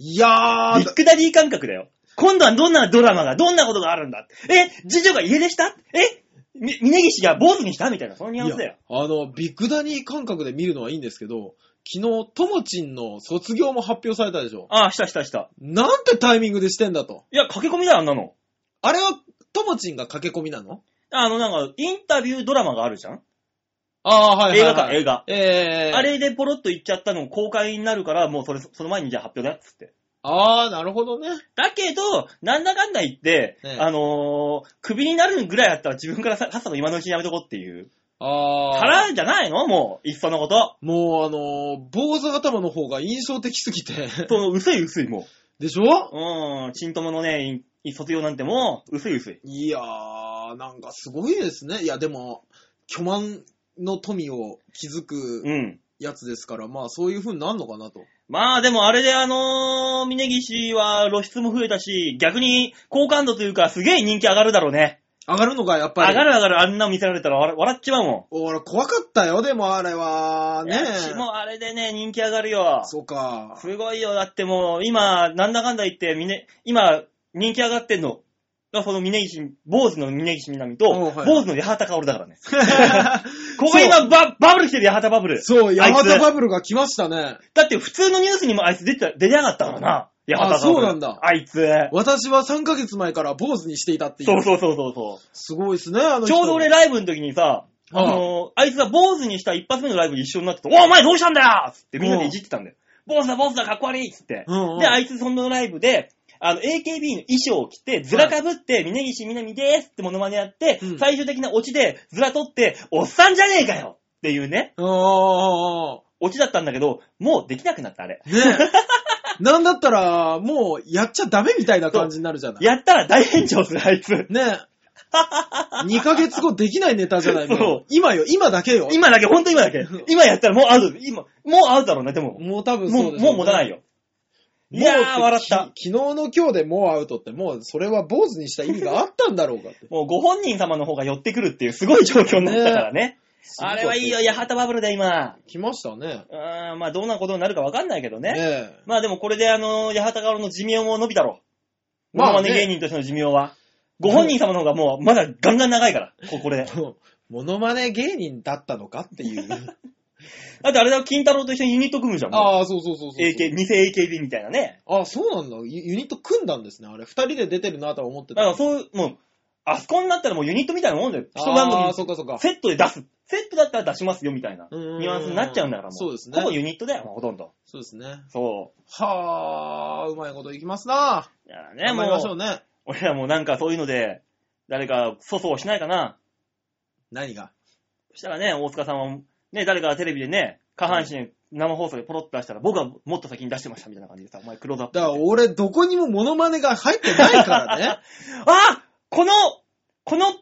Speaker 3: いや
Speaker 2: ビ
Speaker 3: ー
Speaker 2: ッ、グダディ感覚だよ。今度はどんなドラマが、どんなことがあるんだえ、次女が家出したえ、み、峯岸が坊主にしたみたいな、そのニュアンスだよ。
Speaker 3: あの、ビッグダニー感覚で見るのはいいんですけど、昨日、ともちんの卒業も発表されたでしょ。
Speaker 2: ああ、したしたした。
Speaker 3: なんてタイミングでしてんだと。
Speaker 2: いや、駆け込みだよ、あんなの。
Speaker 3: あれは、ともちんが駆け込みなの
Speaker 2: あの、なんか、インタビュードラマがあるじゃん
Speaker 3: ああ、は
Speaker 2: 映画か、映画。
Speaker 3: えー、
Speaker 2: あれでポロッと言っちゃったの公開になるから、もうそれ、その前にじゃあ発表だっつって。
Speaker 3: ああ、なるほどね。
Speaker 2: だけど、なんだかんだ言って、
Speaker 3: ええ
Speaker 2: あのー、クビになるぐらいだったら自分からさ、さっさと今のうちにやめとこうっていう。
Speaker 3: ああ。
Speaker 2: からじゃないのもう、いっそのこと。
Speaker 3: もうあのー坊主頭の方が印象的すぎて。 [laughs]
Speaker 2: その、薄い薄い、も
Speaker 3: でしょ
Speaker 2: う。うん、ちんとものね、い卒業なんてもう、薄い薄い。
Speaker 3: いやー、なんかすごいですね。いや、でも、巨万の富を築く
Speaker 2: うん。
Speaker 3: やつですから、まあそういう風になるのかなと。
Speaker 2: まあでもあれであのー、峯岸は露出も増えたし、逆に好感度というかすげえ人気上がるだろうね。
Speaker 3: 上がるのか、やっぱ
Speaker 2: 上
Speaker 3: り。
Speaker 2: がる上がる、あんなの見せられたら笑笑っちまうも
Speaker 3: 俺、怖かったよ、でもあれは。
Speaker 2: ん。
Speaker 3: ね
Speaker 2: 私もあれでね、人気上がるよ。
Speaker 3: そ
Speaker 2: [laughs]
Speaker 3: うか。
Speaker 2: すごいよ。だってもう、今、なんだかんだ言って、みね、今、人気上がってんの。がその峯岸、坊主の峯岸みなみと、
Speaker 3: うんはい
Speaker 2: 坊主の八幡薫だからね。ここ今バ、バブル来てる八幡バブル。
Speaker 3: そう、
Speaker 2: あ
Speaker 3: ヤ
Speaker 2: いつ
Speaker 3: マトバブルが来ましたね。
Speaker 2: だって普通のニュースにもあいつ出てた、出てなかったからな。八幡バブル。
Speaker 3: そうなんだ
Speaker 2: あいつ。
Speaker 3: 私は3ヶ月前から坊主にしていたってい
Speaker 2: そう
Speaker 3: う。
Speaker 2: そうそうそうそ
Speaker 3: すごいですね、あの
Speaker 2: う。
Speaker 3: 人
Speaker 2: ちょうど俺ライブの時にさ、あのあいつが坊主にした一発目のライブに一緒になってて、おいお前どうしたんだよつってみんなでいじってたんだよ。坊主だ坊主だかっこ悪いっつって。
Speaker 3: うんうん
Speaker 2: で、あいつそのライブで、あの、AKB の衣装を着て、ズラかぶって、峯岸みなみでーすってモノマネやって、
Speaker 3: うん
Speaker 2: 最終的なオチで、ズラ取って、おっさんじゃねえかよっていうね、
Speaker 3: ああ。
Speaker 2: オチだったんだけど、もうできなくなった、あれ。
Speaker 3: ね
Speaker 2: [laughs]
Speaker 3: え。なんだったら、もう、やっちゃダメみたいな感じになるじゃない。
Speaker 2: やったら大炎上する、あいつ。
Speaker 3: ねえ。2ヶ月後できないネタじゃない、
Speaker 2: そ
Speaker 3: も
Speaker 2: う
Speaker 3: う。今よ、今だけよ。
Speaker 2: 今だけ、ほんと今だけ。今やったらもうアウト。今、もうアウトだろうね、でも。
Speaker 3: もう多分そう
Speaker 2: も
Speaker 3: で
Speaker 2: う、
Speaker 3: しょ
Speaker 2: もう持たないよ。いやー、
Speaker 3: もう
Speaker 2: 笑った。
Speaker 3: き昨日の今日でもうアウトって、もうそれは坊主にした意味があったんだろうかって。
Speaker 2: もうご本人様の方が寄ってくるっていうすごい状況になったからね。 [laughs] あれはいいよ、八幡バブルで今。
Speaker 3: 来ましたね。
Speaker 2: うーん、まあどんなことになるかわかんないけどね。
Speaker 3: ね [laughs] え。
Speaker 2: まあでもこれであの、八幡顔の寿命も伸びたろ。モ
Speaker 3: ま
Speaker 2: ノマ
Speaker 3: あね
Speaker 2: ネ芸人としての寿命は。ご本人様の方がもうまだガンガン長いから、ここれで。
Speaker 3: もうモノマネ芸人だったのかってい
Speaker 2: [laughs]
Speaker 3: う。
Speaker 2: だってあれだ、金太郎と一緒にユニット組むじゃん。もう
Speaker 3: ああ、そうそうそうそうそう。
Speaker 2: AK、偽 AKB みたいなね。
Speaker 3: ああ、そうなんだ。ユユニット組んだんですね。あれ、二人で出てるなとは思って
Speaker 2: だから
Speaker 3: た。
Speaker 2: そういう、もう、あそこになったらもうユニットみたいなもんだよ。一番
Speaker 3: ああ、
Speaker 2: 組
Speaker 3: そっかそっか。
Speaker 2: セットで出す。セットだったら出しますよみたいな
Speaker 3: うーん
Speaker 2: ニュアンスになっちゃうんだからもう。
Speaker 3: そうですね
Speaker 2: ほぼユニットだよ、ほとんど。
Speaker 3: そうですね。
Speaker 2: そ
Speaker 3: はあ、うまいこといきますな。
Speaker 2: う。だからね、
Speaker 3: 頑張りましょ
Speaker 2: も
Speaker 3: う
Speaker 2: う、
Speaker 3: ね。
Speaker 2: 俺らもなんかそういうので、誰か粗相しないかな。
Speaker 3: 何が
Speaker 2: そしたらね、大塚さんは、ね、誰かがテレビでね、下半身生放送でポロッと出したら、僕はもっと先に出してましたみたいな感じでさ、お前クローズアップ。
Speaker 3: だから
Speaker 2: あ
Speaker 3: 俺、どこにもモノマネが入ってないか
Speaker 2: [laughs]
Speaker 3: らね。
Speaker 2: あこの、この、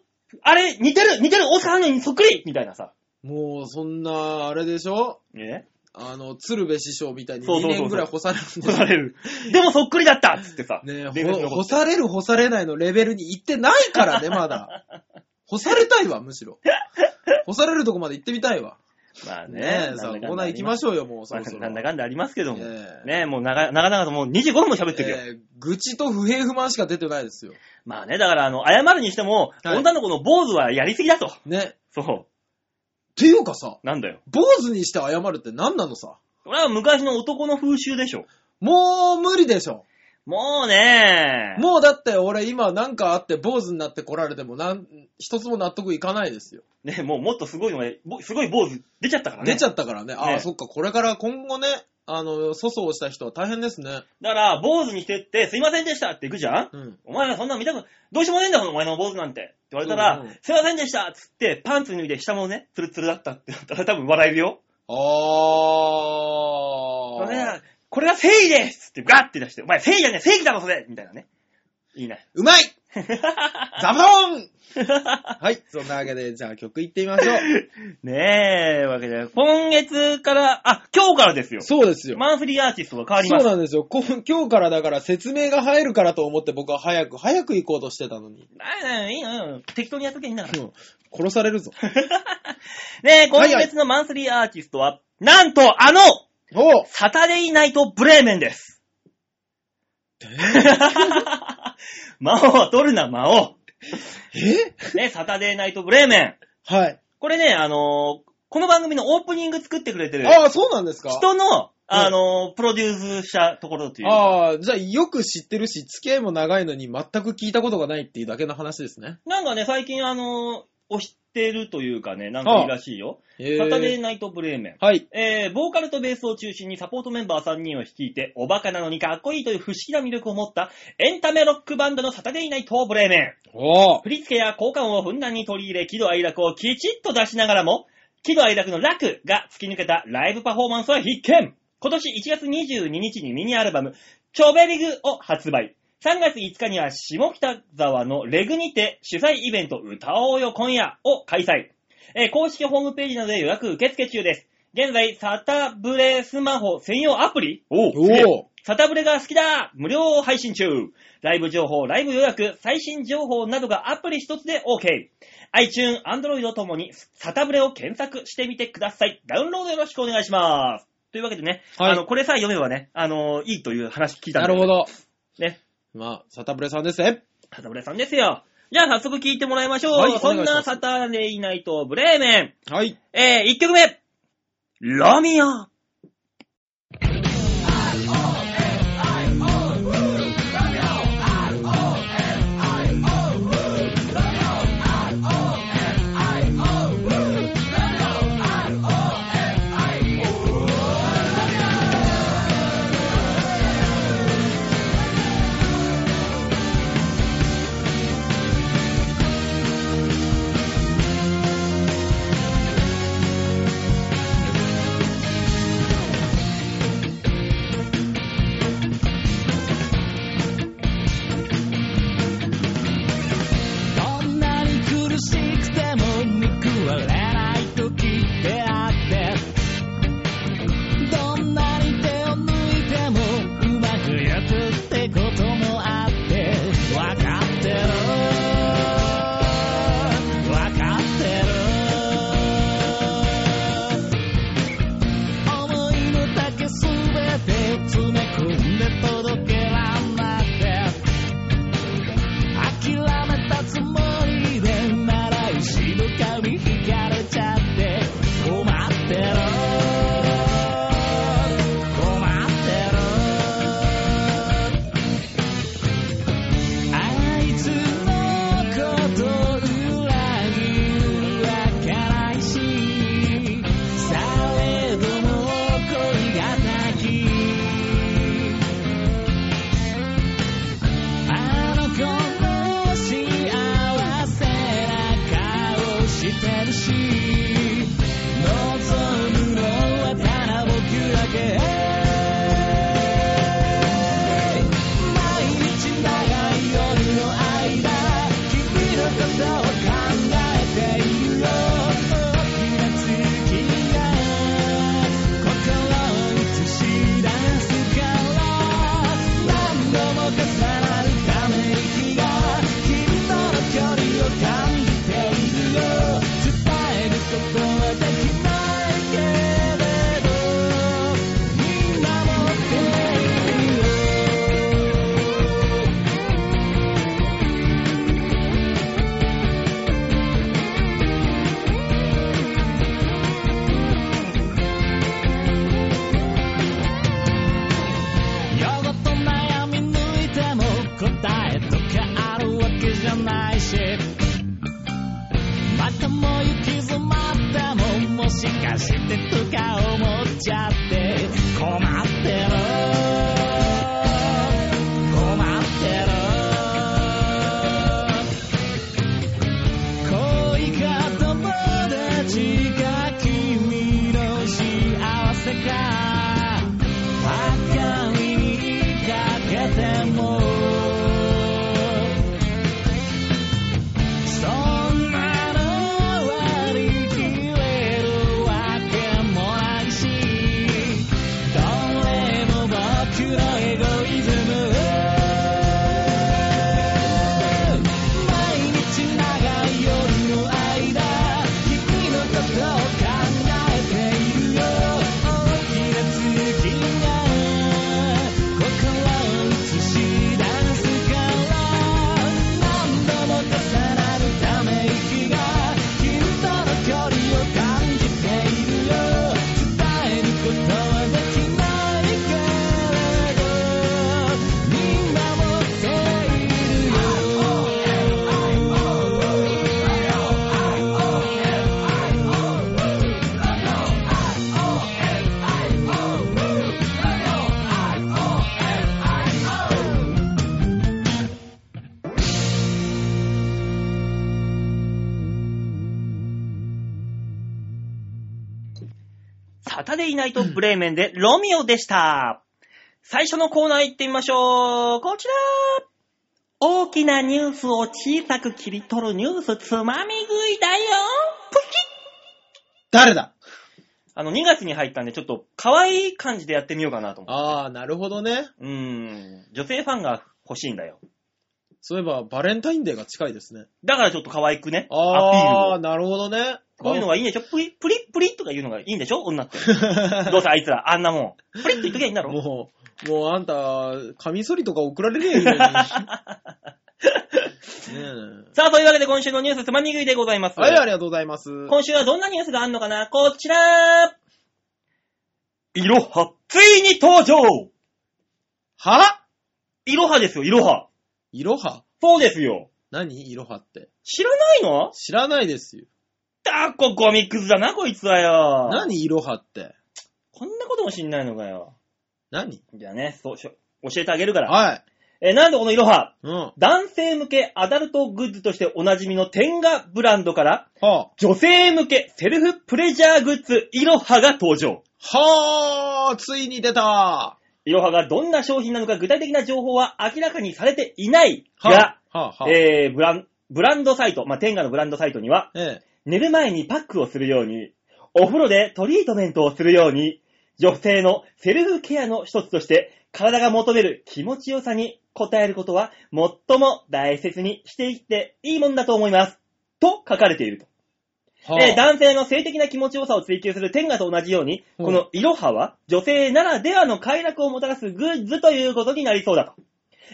Speaker 2: あれ、似てる似てる大塚さんのにそっくりみたいなさ。
Speaker 3: もう、そんな、あれでしょ
Speaker 2: ね
Speaker 3: あの、鶴瓶師匠みたいに
Speaker 2: そう
Speaker 3: 2
Speaker 2: そうそうそう
Speaker 3: 年ぐらい干されるん
Speaker 2: 干
Speaker 3: で
Speaker 2: [laughs] される。でもそっくりだったっつってさ。
Speaker 3: ね
Speaker 2: 伝説
Speaker 3: ほ
Speaker 2: の
Speaker 3: 干
Speaker 2: こと
Speaker 3: される干されないのレベルに行ってないか
Speaker 2: [laughs]
Speaker 3: らね、まだ。干されたいわ、むしろ。干されるとこまで行ってみたいわ。
Speaker 2: まあ
Speaker 3: ね
Speaker 2: ね。
Speaker 3: え、さあ、コーナー行きま
Speaker 2: し
Speaker 3: しょうよ、もう、そ
Speaker 2: ま
Speaker 3: ろ
Speaker 2: あ、
Speaker 3: そろ。
Speaker 2: なんだかんだありますけども。ね
Speaker 3: ええ
Speaker 2: え、もう長長々ともう25分も喋ってるよ。
Speaker 3: ええ愚痴と不平不満しか出てないですよ。
Speaker 2: まあね、だからあの、謝るにしても、
Speaker 3: はい
Speaker 2: 女の子の坊主はやりすぎだと。
Speaker 3: ね。
Speaker 2: そ
Speaker 3: ていうかさ、
Speaker 2: う。なんだよ。
Speaker 3: 坊主にして謝るって何なのさ。
Speaker 2: これは昔の男の風習でしょ。
Speaker 3: もう無理でしょ。
Speaker 2: もうね
Speaker 3: もうだって俺今なんかあって坊主になって来られてもなん、一つも納得いかないですよ。
Speaker 2: ね、もうもっとすごいのが、ぼすごい坊主出ちゃったからね。
Speaker 3: 出ちゃったからね。ああ、
Speaker 2: ね
Speaker 3: そっか、これから今後ね、あの、粗相した人は大変ですね。
Speaker 2: だから、坊主にしてって、すいませんでしたって行くじゃん
Speaker 3: うん。
Speaker 2: お前らそんなの見たく、どうしようもねえんだもん、お前の坊主なんて。って言われたら、
Speaker 3: うんうん
Speaker 2: すいませんでしたっつって、パンツ脱いで下もね、ツルツルだったってなったら多分笑えるよ。
Speaker 3: あ
Speaker 2: それ
Speaker 3: あ。
Speaker 2: なこれは正義ですってガッて出して、お前正義じゃねえ正義だろそれみたいなね。いいね。[laughs]
Speaker 3: うまいザブーンはい、そんなわけで、じゃあ曲いってみま
Speaker 2: [laughs]
Speaker 3: しょう。
Speaker 2: ねえ、わけで、今月から、あ、今日からですよ。
Speaker 3: そうですよ。
Speaker 2: マンスリーアーティストが変わり
Speaker 3: そ
Speaker 2: ま
Speaker 3: う
Speaker 2: す。
Speaker 3: なんですよ。こ今日からだから説明が入るからと思って僕は早く、早く行こうとしてたのに。
Speaker 2: ああいいのよ。適当にやっとけばいいんだから
Speaker 3: う。ん殺され
Speaker 2: [laughs]
Speaker 3: るぞ。
Speaker 2: ねえ、今
Speaker 3: はいはい
Speaker 2: 月のマンスリーアーティストは、なんと、あの、
Speaker 3: おう
Speaker 2: サタデーナイトブレーメンです。 [laughs] 魔王は取るな、魔王。
Speaker 3: え
Speaker 2: ね、サタデーナイトブレーメン。
Speaker 3: はい。
Speaker 2: これね、あのーこの番組のオープニング作ってくれてる
Speaker 3: ああ、そうなんですか
Speaker 2: 人の、あのープロデュースしたところというか、
Speaker 3: ああ、じゃあよく知ってるし、付き合いも長いのに全く聞いたことがないっていうだけの話ですね。
Speaker 2: なんかね、最近あのー推してるというかね、なんかいいらしいよ。
Speaker 3: え
Speaker 2: サタデーナイトブレーメン。
Speaker 3: はい。
Speaker 2: えー、ボーカルとベースを中心にサポートメンバー3人を率いて、おバカなのにかっこいいという不思議な魅力を持ったエンタメロックバンドのサタデーナイトブレーメン。
Speaker 3: おー
Speaker 2: 振り付けや交換をふんだんに取り入れ、喜怒哀楽をきちっと出しながらも、喜怒哀楽の楽が突き抜けたライブパフォーマンスは必見今年1月22日にミニアルバム、チョベリグを発売。3月5日には下北沢のレグにて主催イベント歌おうよ今夜を開催。えー公式ホームページなどで予約受付中です。現在、サタブレスマホ専用アプリお
Speaker 3: おー
Speaker 2: サタブレが好きだ無料配信中ライブ情報、ライブ予約、最新情報などがアプリ一つで OK iTune、Android ともにサタブレを検索してみてください。ダウンロードよろしくお願いします。というわけでね、
Speaker 3: はい
Speaker 2: あの、これさえ読めばね、あの、いいという話聞いたん
Speaker 3: な
Speaker 2: で
Speaker 3: るほど。
Speaker 2: ね。
Speaker 3: まあ、サタブレさんですね。
Speaker 2: サタブレさんですよ。じゃあ早速聞いてもらいましょう。
Speaker 3: はい
Speaker 2: そん
Speaker 3: お願いし
Speaker 2: な
Speaker 3: ます
Speaker 2: サタデイナイトブレーメン。
Speaker 3: はい。
Speaker 2: えー、1曲目。ロミオ。
Speaker 1: どんなに苦しくても報われない時ってあってどんなに手を抜いてもうまくやるってこともあってわかってるわかってる思いの丈すべて詰め込んで届けらんなって諦めたつもりでなら後ろ髪引かれちゃって困ってる困ってるあいつのこと裏切るわけないしされども恋がなきあの子も幸せな顔してるし望むのはただ僕だけ毎日長い夜の間君のことを考えているよ大きな月が心を映し出すから何度も重ねてるため息が君との距離を感じているよ伝えることはできないけれど見守っているよ夜ごと悩み抜いても答えとかあるわけじゃないしまたもう行き詰まってももしかしてとか思っちゃって困ってる困ってる恋が友達が君の幸せかわか
Speaker 2: 旗でいないとブレーメンでロミオでした。最初のコーナー行ってみましょう。こちら大きなニュースを小さく切り取るニュースつまみ食いだよプキッ
Speaker 3: 誰だ
Speaker 2: あの、2月に入ったんで、ちょっと可愛い感じでやってみようかなと思って。
Speaker 3: ああ、なるほどね。
Speaker 2: うーん。女性ファンが欲しいんだよ。
Speaker 3: そういえば、バレンタインデーが近いですね。
Speaker 2: だからちょっと可愛くね、アピール
Speaker 3: ああ、
Speaker 2: を。
Speaker 3: なるほどね。
Speaker 2: こういうのがいいんでしょプリ、プリップリッとか言うのがいいんでしょ女
Speaker 3: [laughs]
Speaker 2: って。どうせあいつら、あんなもん。プリッと言っときゃいいんだろ
Speaker 3: もう、もうあんた、カミソリとか送られね
Speaker 2: [laughs]
Speaker 3: えよ、ねえ。
Speaker 2: さあ、というわけで今週のニュースつまみ食いでございます。
Speaker 3: はい、ありがとうございます。
Speaker 2: 今週はどんなニュースがあんのかなこちらいろは、ついに登場はいろはですよ、いろは。
Speaker 3: いろは
Speaker 2: そうですよ。
Speaker 3: 何いろはって。
Speaker 2: 知らないの
Speaker 3: 知らないですよ。
Speaker 2: たっこゴミクズだな、こいつはよ。
Speaker 3: 何いろはって。
Speaker 2: こんなことも知んないのかよ。
Speaker 3: 何
Speaker 2: じゃあね、そうしょ教えてあげるから。
Speaker 3: はい。
Speaker 2: えーなんとこのいろは、
Speaker 3: うん。は
Speaker 2: 男性向けアダルトグッズとしておなじみの天ガブランドから、
Speaker 3: あ。
Speaker 2: 女性向けセルフプレジャーグッズ、いろはが登場。
Speaker 3: はあ、ついに出た
Speaker 2: いろはがどんな商品なのか具体的な情報は明らかにされていない
Speaker 3: は
Speaker 2: が、
Speaker 3: あ、はあ、はあ。
Speaker 2: えーブラン、ブランドサイト、まあ、天下のブランドサイトには、
Speaker 3: ええ。
Speaker 2: 寝る前にパックをするように、お風呂でトリートメントをするように、女性のセルフケアの一つとして、体が求める気持ちよさに応えることは、最も大切にしていっていいもんだと思います。と書かれていると。
Speaker 3: はあ。
Speaker 2: えー男性の性的な気持ちよさを追求する天下と同じように、
Speaker 3: うん
Speaker 2: このイロハは女性ならではの快楽をもたらすグッズということになりそうだと。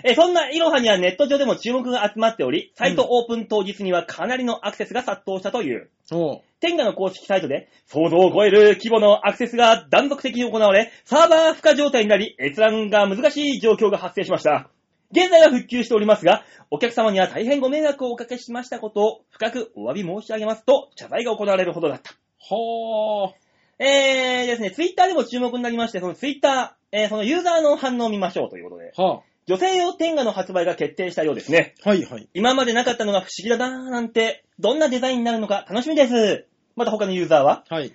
Speaker 2: えーそんなイロハにはネット上でも注目が集まっており、サイトオープン当日にはかなりのアクセスが殺到したという。
Speaker 3: おう
Speaker 2: 天下の公式サイトで、想像を超える規模のアクセスが断続的に行われ、サーバー負荷状態になり、閲覧が難しい状況が発生しました。現在は復旧しておりますが、お客様には大変ご迷惑をおかけしましたことを深くお詫び申し上げますと、謝罪が行われるほどだった。
Speaker 3: は
Speaker 2: えーですね、ツイッターでも注目になりまして、そのツイッター、えーそのユーザーの反応を見ましょうということで、
Speaker 3: あ。は
Speaker 2: 女性用天下の発売が決定したようですね。
Speaker 3: あ。はいはい。
Speaker 2: 今までなかったのが不思議だなーなんて、どんなデザインになるのか楽しみです。また他のユーザーは、
Speaker 3: はい。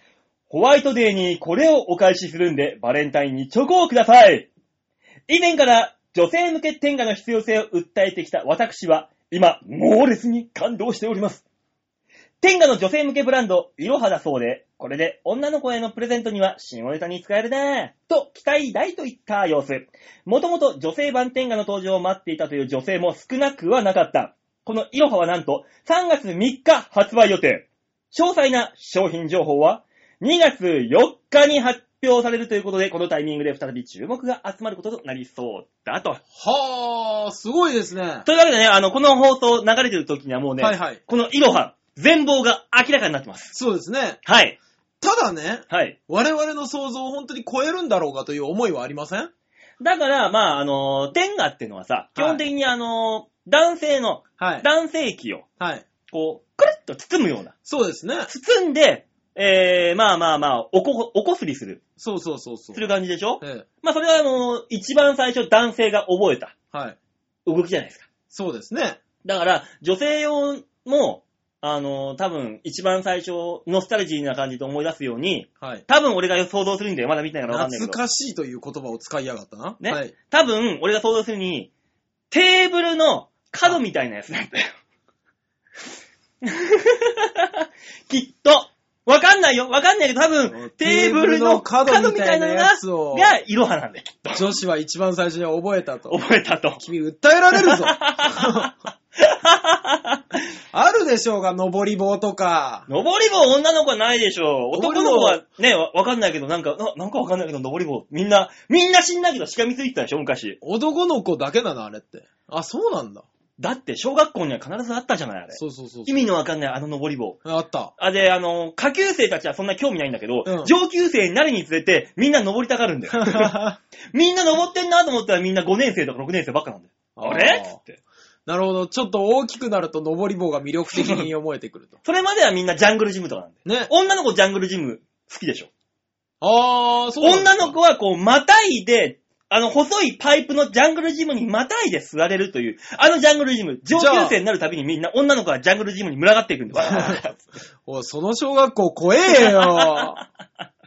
Speaker 2: ホワイトデーにこれをお返しするんで、バレンタインにチョコをください。以前から女性向け天下の必要性を訴えてきた私は、今、猛烈に感動しております。天下の女性向けブランド、いろはだそうで、これで女の子へのプレゼントには新ネタに使えるなぁ、と期待大といった様子。もともと女性版天下の登場を待っていたという女性も少なくはなかった。このいろははなんと3月3日発売予定。詳細な商品情報は2月4日に発表されるということで、このタイミングで再び注目が集まることとなりそうだと。
Speaker 3: はあ、すごいですね。
Speaker 2: というわけでね、あの、この放送流れてる時にはもうね、
Speaker 3: はいはい。
Speaker 2: このいろは、全貌が明らかになってます。
Speaker 3: そうですね。
Speaker 2: はい。
Speaker 3: ただね、
Speaker 2: はい。
Speaker 3: 我々の想像を本当に超えるんだろうかという思いはありません
Speaker 2: だから、まあ、あの、天下っていうのはさ、基本的にあの、男性の、
Speaker 3: はい。
Speaker 2: 男性器を、
Speaker 3: はい。
Speaker 2: こう、くるっと包むような。
Speaker 3: そうですね。
Speaker 2: 包んで、えー、まあまあまあ、おこ、おこすりする、
Speaker 3: そうそうそうそう
Speaker 2: す。る感じでしょ
Speaker 3: ええ。
Speaker 2: まあ、それはもう、一番最初男性が覚えた
Speaker 3: はい。
Speaker 2: 動きじゃないですか。
Speaker 3: そうですね。
Speaker 2: だから、女性用も、あの、多分、一番最初、ノスタルジーな感じと思い出すように、
Speaker 3: はい。
Speaker 2: 多分俺が想像するんだよ。まだ見てないからわかんないけ
Speaker 3: 懐
Speaker 2: ど。
Speaker 3: かしいという言葉を使いやがったな。
Speaker 2: ね
Speaker 3: はい。
Speaker 2: 多分、俺が想像するに、テーブルの角みたいなやつなんだよ。 [laughs] きっと、わかんないよ。わかんないけど、多
Speaker 3: [laughs]
Speaker 2: 分、テーブルの角みたいなのが、
Speaker 3: つを
Speaker 2: が、いろはなんだよ。きっと
Speaker 3: [laughs] 女子は一番最初に覚えたと。
Speaker 2: 覚えたと。
Speaker 3: 君、訴えられる [laughs] ぞあるでしょうが、登り棒とか。
Speaker 2: 登り棒女の子はないでしょう。
Speaker 3: 登り
Speaker 2: 男
Speaker 3: 棒
Speaker 2: の子はね、わわかんないけど、なんか、ななんかわかんないけど、登り棒。みんな、みんな死んだけどしがみついてたでしょ、昔。
Speaker 3: 男の子だけなの、あれって。あ、そうなんだ。
Speaker 2: だって、小学校には必ずあったじゃない、あれ。
Speaker 3: そうそうそう
Speaker 2: 意味のわかんない、あの登り棒。
Speaker 3: あった。
Speaker 2: あ、で、あの、下級生たちはそんな興味ないんだけど、
Speaker 3: うん
Speaker 2: 上級生になるにつれて、みんな登りたがるんだよ。
Speaker 3: [laughs]
Speaker 2: みんな登ってんなと思ったらみんな5年生とか6年生ばっかなんだよ。あれ
Speaker 3: あー
Speaker 2: つって。
Speaker 3: なるほど。ちょっと大きくなると、登り棒が魅力的 [laughs] に思えてくると。
Speaker 2: それまではみんなジャングルジムとかなんだよ。
Speaker 3: ね。
Speaker 2: 女の子ジャングルジム好きでしょ。
Speaker 3: あー、そうなんだ
Speaker 2: 女の子はこう、またいで、あの、細いパイプのジャングルジムにまたいで座れるという、あのジャングルジム、上級生になるたびにみんな女の子はジャングルジムに群がっていくんだよ。わーっつって
Speaker 3: おいその小学校怖えよ。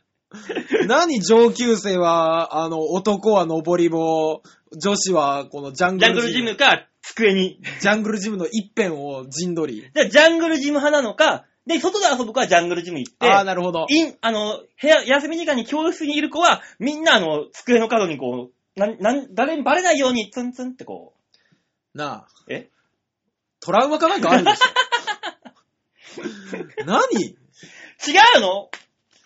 Speaker 3: [laughs] 何上級生は、あの、男は登り棒、女子はこのジャン
Speaker 2: ジ
Speaker 3: グ
Speaker 2: ャング
Speaker 3: ル
Speaker 2: ル
Speaker 3: ジ
Speaker 2: ジム
Speaker 3: ム。
Speaker 2: か、机に。
Speaker 3: ジャングルジムの一辺を陣取り。
Speaker 2: じゃあ、ジャングルジム派なのか、で、外で遊ぶ子はジャングルジム行って、
Speaker 3: ああ、なるほど。
Speaker 2: イン、あの、部屋、休み時間に教室にいる子は、みんなあの、机の角にこう、なん、なん、誰にバレないようにツンツンってこ
Speaker 3: なあ。
Speaker 2: え
Speaker 3: トラウマかなんかあるでし [laughs] ょ何
Speaker 2: う。違うの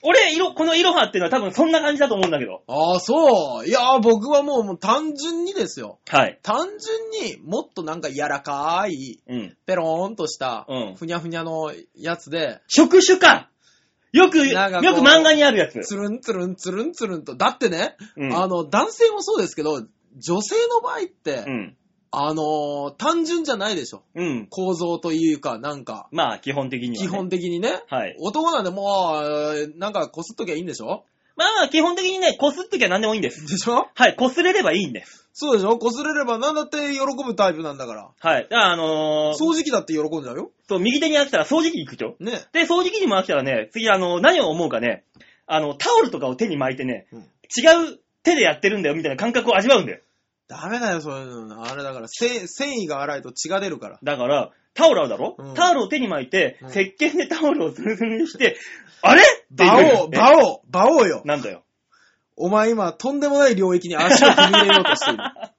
Speaker 2: 俺、色、このイロハっていうのは多分そんな感じだと思うんだけど。
Speaker 3: ああ、そう。いやー、僕はもうもう単純にですよ。
Speaker 2: はい。
Speaker 3: 単純にもっとなんか柔らかい、
Speaker 2: うん。
Speaker 3: ペローンとした
Speaker 2: うん、
Speaker 3: ふにゃふにゃのやつで、
Speaker 2: 触手かよく、よく
Speaker 3: なんかこう
Speaker 2: 漫画にある
Speaker 3: [laughs]
Speaker 2: やつ。
Speaker 3: つるんつるんつるんつるんと。だってね、
Speaker 2: うん。
Speaker 3: あの、男性もそうですけど、女性の場合って、
Speaker 2: うん。
Speaker 3: あのー単純じゃないでしょ。
Speaker 2: うん。
Speaker 3: 構造というか、なんか、
Speaker 2: まあ、基本的には、ね。
Speaker 3: 基本的にね。
Speaker 2: はい。
Speaker 3: 男なんでもう、えーなんかこすっときゃいいんでしょ
Speaker 2: まあまあ、基本的にね、こすっときゃ何でもいいんです。
Speaker 3: でしょ
Speaker 2: はい、こすれればいいんです。
Speaker 3: そうでしょこすれれば何だって喜ぶタイプなんだから。
Speaker 2: はい。だから、あのー、
Speaker 3: 掃除機だって喜んじゃうよ。
Speaker 2: そう、右手に飽きたら掃除機行くでしょ
Speaker 3: ね。
Speaker 2: で、掃除機にも飽きたらね、次、あの、何を思うかね、あの、タオルとかを手に巻いてね、
Speaker 3: うん
Speaker 2: 違う手でやってるんだよ、みたいな感覚を味わうんだよ。
Speaker 3: ダメだよ、そういうの。あれだから、せ繊維が粗いと血が出るから。
Speaker 2: だから、タオルあるだろ、
Speaker 3: うん
Speaker 2: タオルを手に巻いて、
Speaker 3: うん
Speaker 2: 石鹸でタオルをスルスルにして、あれって
Speaker 3: バ
Speaker 2: いう
Speaker 3: オ、バオ、バオよ。
Speaker 2: なんだよ。
Speaker 3: お前今、とんでもない領域に足を踏み入れようとしている。
Speaker 2: [laughs]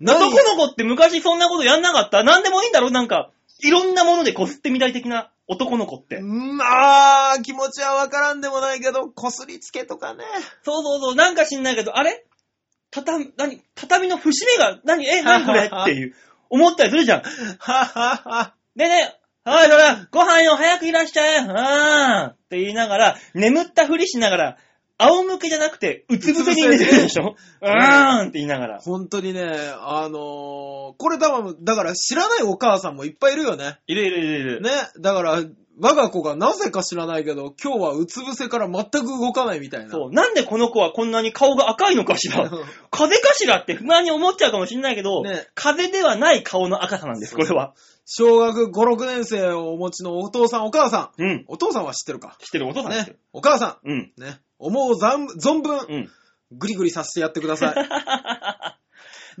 Speaker 2: 男
Speaker 3: や
Speaker 2: の子って昔そんなことやんなかったなんでもいいんだろなんか、いろんなものでこすってみたい的な男の子って。
Speaker 3: まあ、気持ちはわからんでもないけど、こすりつけとか
Speaker 2: [laughs]
Speaker 3: ね。
Speaker 2: そうそうそう、なんか知んないけど、あれ畳、何畳の節目が、何え、何 [laughs] これっていう、思ったりするじゃん。
Speaker 3: ははは。
Speaker 2: でね、はい、それ、ご飯よ、早くいらっしゃい、あーんって言いながら、眠ったふりしながら、仰向けじゃなくて、うつ伏せに寝てるでしょう
Speaker 3: せに
Speaker 2: ーんって言いながら。
Speaker 3: 本当にね、あのーこれ多分、だから知らないお母さんもいっぱいいるよね。
Speaker 2: いるいるいるいる。
Speaker 3: ね。だから、我が子がなぜか知らないけど、今日はうつ伏せから全く動かないみたいな。
Speaker 2: そう。なんでこの子はこんなに顔が赤いのかしら風邪かしらって不安に思っちゃうかもしれないけど、
Speaker 3: [laughs] ね
Speaker 2: 風邪ではない顔の赤さなんです、これは。
Speaker 3: 小学5、6年生をお持ちのお父さん、お母さん。
Speaker 2: うん。
Speaker 3: お父さんは知ってるか。
Speaker 2: 知ってるお父さんですよ
Speaker 3: ね。。お母さ
Speaker 2: うん。
Speaker 3: ん。ね。思うざん存分、
Speaker 2: うん。
Speaker 3: グリグリさせてやってくださ い。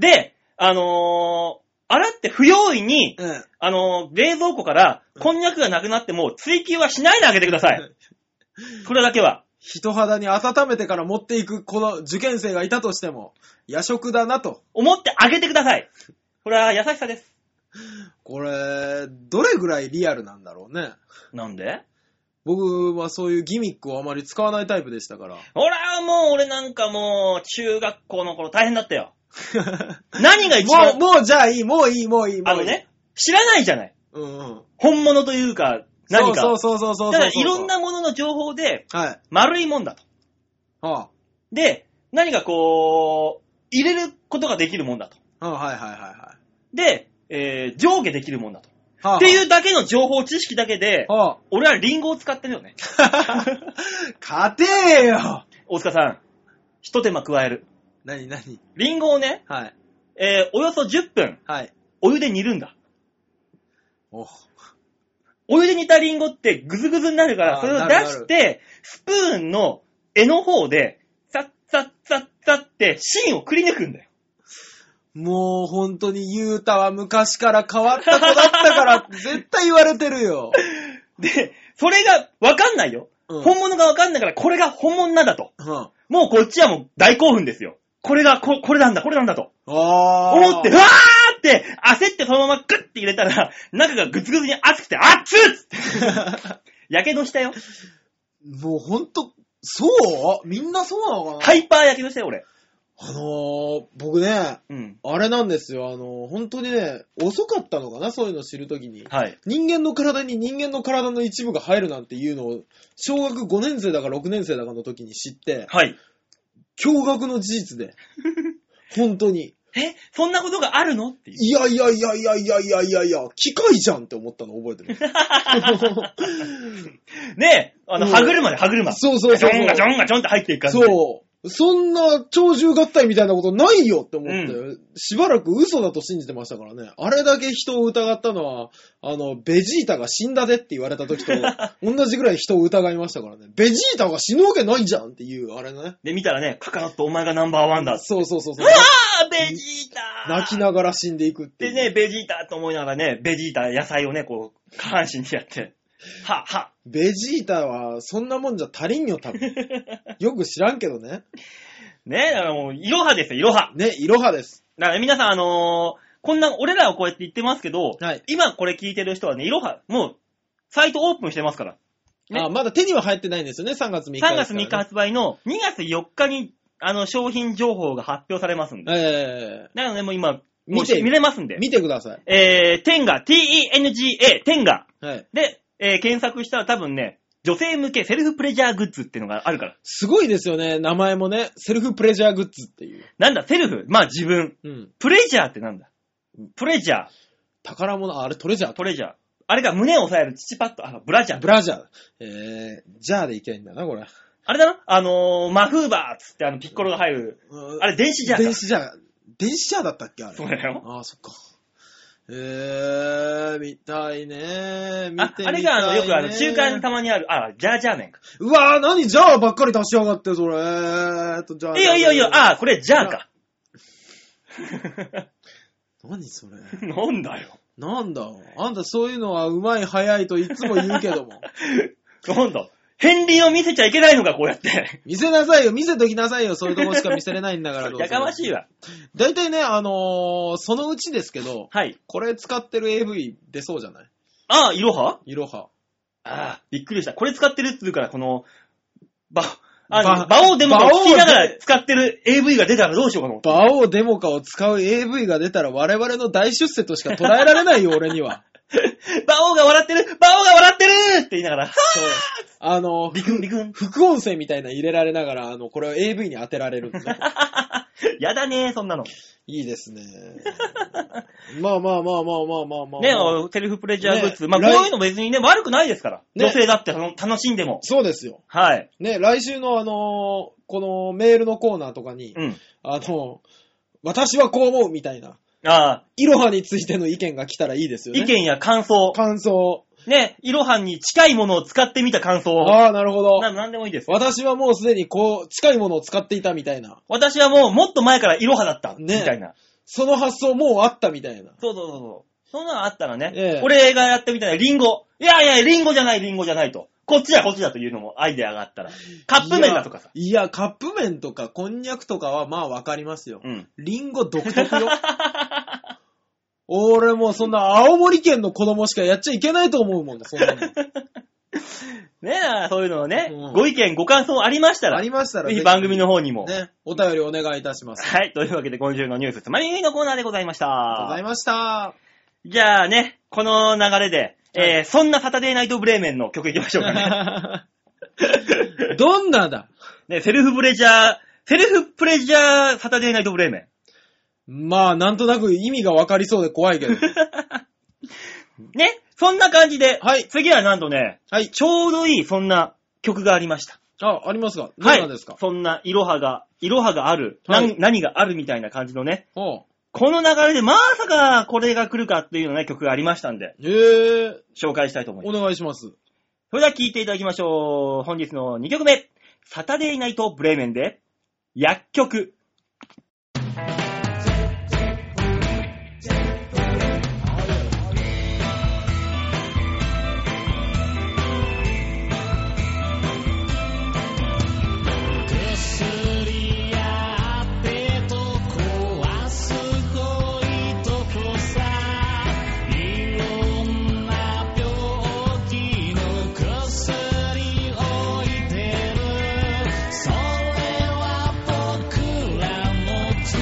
Speaker 2: [laughs] で、あのー、あれって不用意に、
Speaker 3: うん
Speaker 2: あのー、冷蔵庫から、こんにゃくがなくなっても、追求はしないであげてくださ
Speaker 3: [laughs]
Speaker 2: い。これだけは。
Speaker 3: 人肌に温めてから持っていくこの受験生がいたとしても、夜食だなと。
Speaker 2: 思ってあげてください。これは優しさです。
Speaker 3: これ、どれぐらいリアルなんだろうね。
Speaker 2: なんで
Speaker 3: 僕はそういうギミックをあまり使わないタイプでしたから。
Speaker 2: ほら、もう俺なんかもう、中学校の頃大変だったよ。何 [laughs] が一
Speaker 3: もう、
Speaker 2: 番、
Speaker 3: もうじゃあいい、もういい、もういい、も
Speaker 2: あ
Speaker 3: うい
Speaker 2: の
Speaker 3: い。
Speaker 2: ね、知らないじゃない。
Speaker 3: うんうん。
Speaker 2: 本物というか、何か。
Speaker 3: そうそうそうそうそうそう。
Speaker 2: だからいろん。なものの情報で、
Speaker 3: はい。
Speaker 2: 丸いもんだと。
Speaker 3: は
Speaker 2: で、何かこう、入れることができるもんだと。
Speaker 3: あ、はあ、はいはいはいは
Speaker 2: で、えー上下できるもんだと。
Speaker 3: い。はあ、
Speaker 2: っていうだけの情報知識だけで、 [laughs]
Speaker 3: はあ。
Speaker 2: 俺はリンゴを使ってるよね。
Speaker 3: 勝てーよ
Speaker 2: 大塚さん、一手間加える。
Speaker 3: なになに
Speaker 2: リンゴをね、
Speaker 3: はい。
Speaker 2: えーおよそ10分、
Speaker 3: はい。
Speaker 2: お湯で煮るんだ。
Speaker 3: お
Speaker 2: お湯で煮たリンゴってグズグズになるから、
Speaker 3: あー
Speaker 2: それを
Speaker 3: な
Speaker 2: 出
Speaker 3: るなる
Speaker 2: して、スプーンの柄の方で、ザッザッザッザッって芯をくり抜くんだよ。
Speaker 3: もう本当にユータは昔から変わった子だった
Speaker 2: [laughs]
Speaker 3: から、絶対言われてるよ。
Speaker 2: で、それがわかんないよ。
Speaker 3: うん
Speaker 2: 本物がわかんないから、これが本物なんだと。
Speaker 3: うん。
Speaker 2: もうこっちはもう大興奮ですよ。これが、こ、これなんだ、これなんだと。
Speaker 3: あー
Speaker 2: 思って、うわーって、焦ってそのままグッて入れたら、中がグツグツに熱くて、熱っつ [laughs] って。やけどしたよ。
Speaker 3: もう本当、そうみんなそうなのかな
Speaker 2: ハイパーやけどしたよ、俺。
Speaker 3: あのー、僕ね、
Speaker 2: うん。
Speaker 3: あれなんですよ。あのー、本当にね、遅かったのかなそういうの知るときに。
Speaker 2: はい。
Speaker 3: 人間の体に人間の体の一部が入るなんていうのを、小学5年生だか6年生だかの時に知って、
Speaker 2: はい。
Speaker 3: 驚愕の事実
Speaker 2: [laughs]
Speaker 3: で。本当に。
Speaker 2: え、そんなことがあるのっていう。
Speaker 3: いやいやいやいやいやいやいやいや、機械じゃんって思ったの覚えてる。
Speaker 2: ねえ、あの、 [laughs]
Speaker 3: うん
Speaker 2: 歯車で歯車。
Speaker 3: そうそうそうそう
Speaker 2: ジョンガジョンガジョンって入っていく感じ。
Speaker 3: そう。そんな鳥獣合体みたいなことないよって思って、しばらく嘘だと信じてましたからね。あれだけ人を疑ったのは、あの、ベジータが死んだぜって言われた時
Speaker 2: [laughs]
Speaker 3: と同じぐらい人を疑いましたからね。ベジータが死ぬわけないじゃんっていう、あれね。
Speaker 2: で、見たらね、カカロットお前がナンバーワンだ。
Speaker 3: そうそ
Speaker 2: [laughs]
Speaker 3: うそうそう。
Speaker 2: ああベジータ
Speaker 3: 泣きながら死んでいくってい
Speaker 2: で
Speaker 3: う。
Speaker 2: ね、ベジータと思いながらね、ベジータ野菜をね、こう、下半身にやって、は、は、
Speaker 3: ベジータはそんなもんじゃ足りんよ、
Speaker 2: [laughs]
Speaker 3: 多分。よく知らんけどね。
Speaker 2: ねだからもう、いろはですよ、いろは。
Speaker 3: ね、いろはです。
Speaker 2: だから皆さん、あのーこんな、俺らはこうやって言ってますけど、
Speaker 3: はい
Speaker 2: 今これ聞いてる人はね、いろは、もう、サイトオープンしてますから。ね
Speaker 3: あまだ手には入ってないんですよね、3月3日、
Speaker 2: 3月3日。発売の2月4日に、あの、商品情報が発表されますんで。
Speaker 3: え
Speaker 2: なので、もう今、
Speaker 3: 見て
Speaker 2: もう見れますん
Speaker 3: え
Speaker 2: で。
Speaker 3: 見てください。
Speaker 2: えー、テンガ、T-E-N-G-A、テンガ。
Speaker 3: はい。
Speaker 2: で、えー検索したら多分ね、女性向けセルフプレジャーグッズっていうのがあるから。
Speaker 3: すごいですよね、名前もね。セルフプレジャーグッズっていう。
Speaker 2: なんだ、セルフまあ自分。
Speaker 3: うん。
Speaker 2: プレジャーってなんだプレジャ
Speaker 3: 宝物、ああれトレジャ
Speaker 2: ー、
Speaker 3: ー
Speaker 2: トレジャー。あれが胸を押さえる父パッド、あの、ブラジャ
Speaker 3: ブ
Speaker 2: ー。
Speaker 3: ラジャー。えー、ジャーでいけばいいんだな、これ。
Speaker 2: あれだろあのー、マフーバーっつってあの、ピッコロが入る。あれ、電子ジャー
Speaker 3: 電
Speaker 2: だ。
Speaker 3: 子ジャー。電子ジャーだったっけあれ。
Speaker 2: そうだよ。
Speaker 3: ああ、そっか。えー、見たいねー。見てみ
Speaker 2: あ
Speaker 3: たいねー
Speaker 2: あれが、あの、よくあの、中間にたまにある、あ、ジャージャー麺か。
Speaker 3: うわー、何ジャーばっかり出しやがって、それ。えーっと、ジャー。
Speaker 2: いいよいいよいいよ、あー、これジャーか。
Speaker 3: 何それ。
Speaker 2: なんだよ。
Speaker 3: なんだあんたそういうのはうまい早いといつも言うけ
Speaker 2: [laughs]
Speaker 3: ども。
Speaker 2: なんだ。片鱗を見せちゃいけないのか、こうやって。
Speaker 3: 見せなさいよ、見せときなさいよ、そういうとこしか見せれないんだから。どう
Speaker 2: [laughs]
Speaker 3: せ
Speaker 2: やかましいわ。
Speaker 3: 大体ね、あのーそのうちですけど、
Speaker 2: はい。
Speaker 3: これ使ってる AV 出そうじゃない
Speaker 2: あー、いろはい
Speaker 3: ろは。
Speaker 2: ああ、びっくりした。これ使ってるっつうから、この、ば、あの、
Speaker 3: ば
Speaker 2: バオでも
Speaker 3: バオ
Speaker 2: 聞きながら
Speaker 3: で
Speaker 2: 使ってる AV が出たらどうしようかと
Speaker 3: バオデモカを使う AV が出たら我々の大出世としか捉えら
Speaker 2: [laughs]
Speaker 3: れないよ、俺には。
Speaker 2: バオが笑ってるバオが笑ってるって言いながら、は
Speaker 3: そう。あの
Speaker 2: ぁビクンビクン。
Speaker 3: 副音声みたいなの入れられながら、あの、これを AV に当てられるんで。
Speaker 2: [laughs]
Speaker 3: [laughs]
Speaker 2: やだねそんなの。
Speaker 3: いいですね。まあまあまあまあまあまあまあ、
Speaker 2: ね、セルフプレジャーグッズ。
Speaker 3: ね
Speaker 2: まあ、こう
Speaker 3: 来
Speaker 2: いうの別にね、悪くないですから。
Speaker 3: ね
Speaker 2: 女性だって楽楽しんでも。
Speaker 3: そうですよ。
Speaker 2: はい。
Speaker 3: ね、来週のあのーこのメールのコーナーとかに、
Speaker 2: うん。
Speaker 3: あの、私はこう思うみたいな、
Speaker 2: ああ、
Speaker 3: いろはについての意見が来たらいいですよね。
Speaker 2: 意見や感想。
Speaker 3: 感想。
Speaker 2: ね、いろはに近いものを使ってみた感想。
Speaker 3: ああ、なるほど。
Speaker 2: ななんでもいいです。
Speaker 3: 私はもうすでにこう、近いものを使っていたみたいな。
Speaker 2: 私はもう、もっと前からいろはだった。み
Speaker 3: ね
Speaker 2: たいな。
Speaker 3: その発想もうあったみたいな。
Speaker 2: そうそうそうそう。そんなのあったらね、
Speaker 3: ええ
Speaker 2: 俺がやってみたらリンゴ。いやいや、リンゴじゃない、リンゴじゃないと。こっちだ、こっちだというのもアイデアがあったら。カップ麺だとかさ。
Speaker 3: いや。いや、カップ麺とかこんにゃくとかはまあわかりますよ。
Speaker 2: うん。
Speaker 3: リンゴ独特
Speaker 2: [laughs]
Speaker 3: よ。俺もうそんな青森県の子供しかやっちゃいけないと思うもんね、そんな
Speaker 2: [laughs]
Speaker 3: の。
Speaker 2: ねえ、そういうのをね、
Speaker 3: うん
Speaker 2: ご意見、ご感想ありましたら、
Speaker 3: ありましたら
Speaker 2: ぜひ番組の方にも。
Speaker 3: ね、お便りお願いいたします。
Speaker 2: はい、というわけで今週のニュースつまみ食いのコーナーでございまし
Speaker 3: ありがとうござい
Speaker 2: た。
Speaker 3: ました。
Speaker 2: じゃあね、この流れで、えー
Speaker 3: は
Speaker 2: そんなサタデーナイトブレーメンの曲いきましょうか
Speaker 3: [laughs]
Speaker 2: ね。
Speaker 3: どんなだ
Speaker 2: ね、セルフプレジャー、セルフプレジャーサタデーナイトブレーメン。
Speaker 3: まあ、なんとなく意味がわかりそうで怖い [laughs] けど。
Speaker 2: ね、そんな感じで、
Speaker 3: はい
Speaker 2: 次はなんとね、
Speaker 3: はい。
Speaker 2: ちょうどいい、そんな曲がありました。
Speaker 3: あ、ありますかどんなですか、
Speaker 2: そんな、いろはが、いろはがある、
Speaker 3: はい
Speaker 2: なん何があるみたいな感じのね、
Speaker 3: は
Speaker 2: この流れでまさかこれが来るかっていうのね、曲がありましたんで、
Speaker 3: えー、
Speaker 2: 紹介したいと思います。
Speaker 3: お願いします。
Speaker 2: それでは聴いていただきましょう。本日の2曲目、サタデーナイトブレーメンで、薬局。
Speaker 1: 薬屋ってとこはすごいとこさいろんな病気の薬置いてるそれは僕ら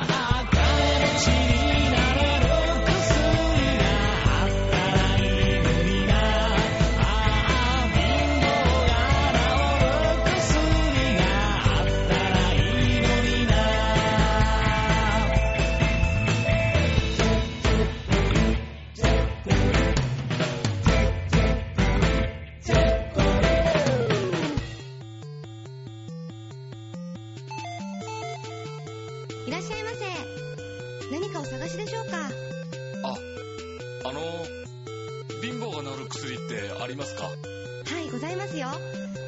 Speaker 1: ちになれる薬があったらいいのになああ貧乏が治る薬があったらいいのにな
Speaker 4: ういらっしゃいませ何かお探しでしょうか
Speaker 5: あの、貧乏が治る薬ってありますか
Speaker 4: はいございますよ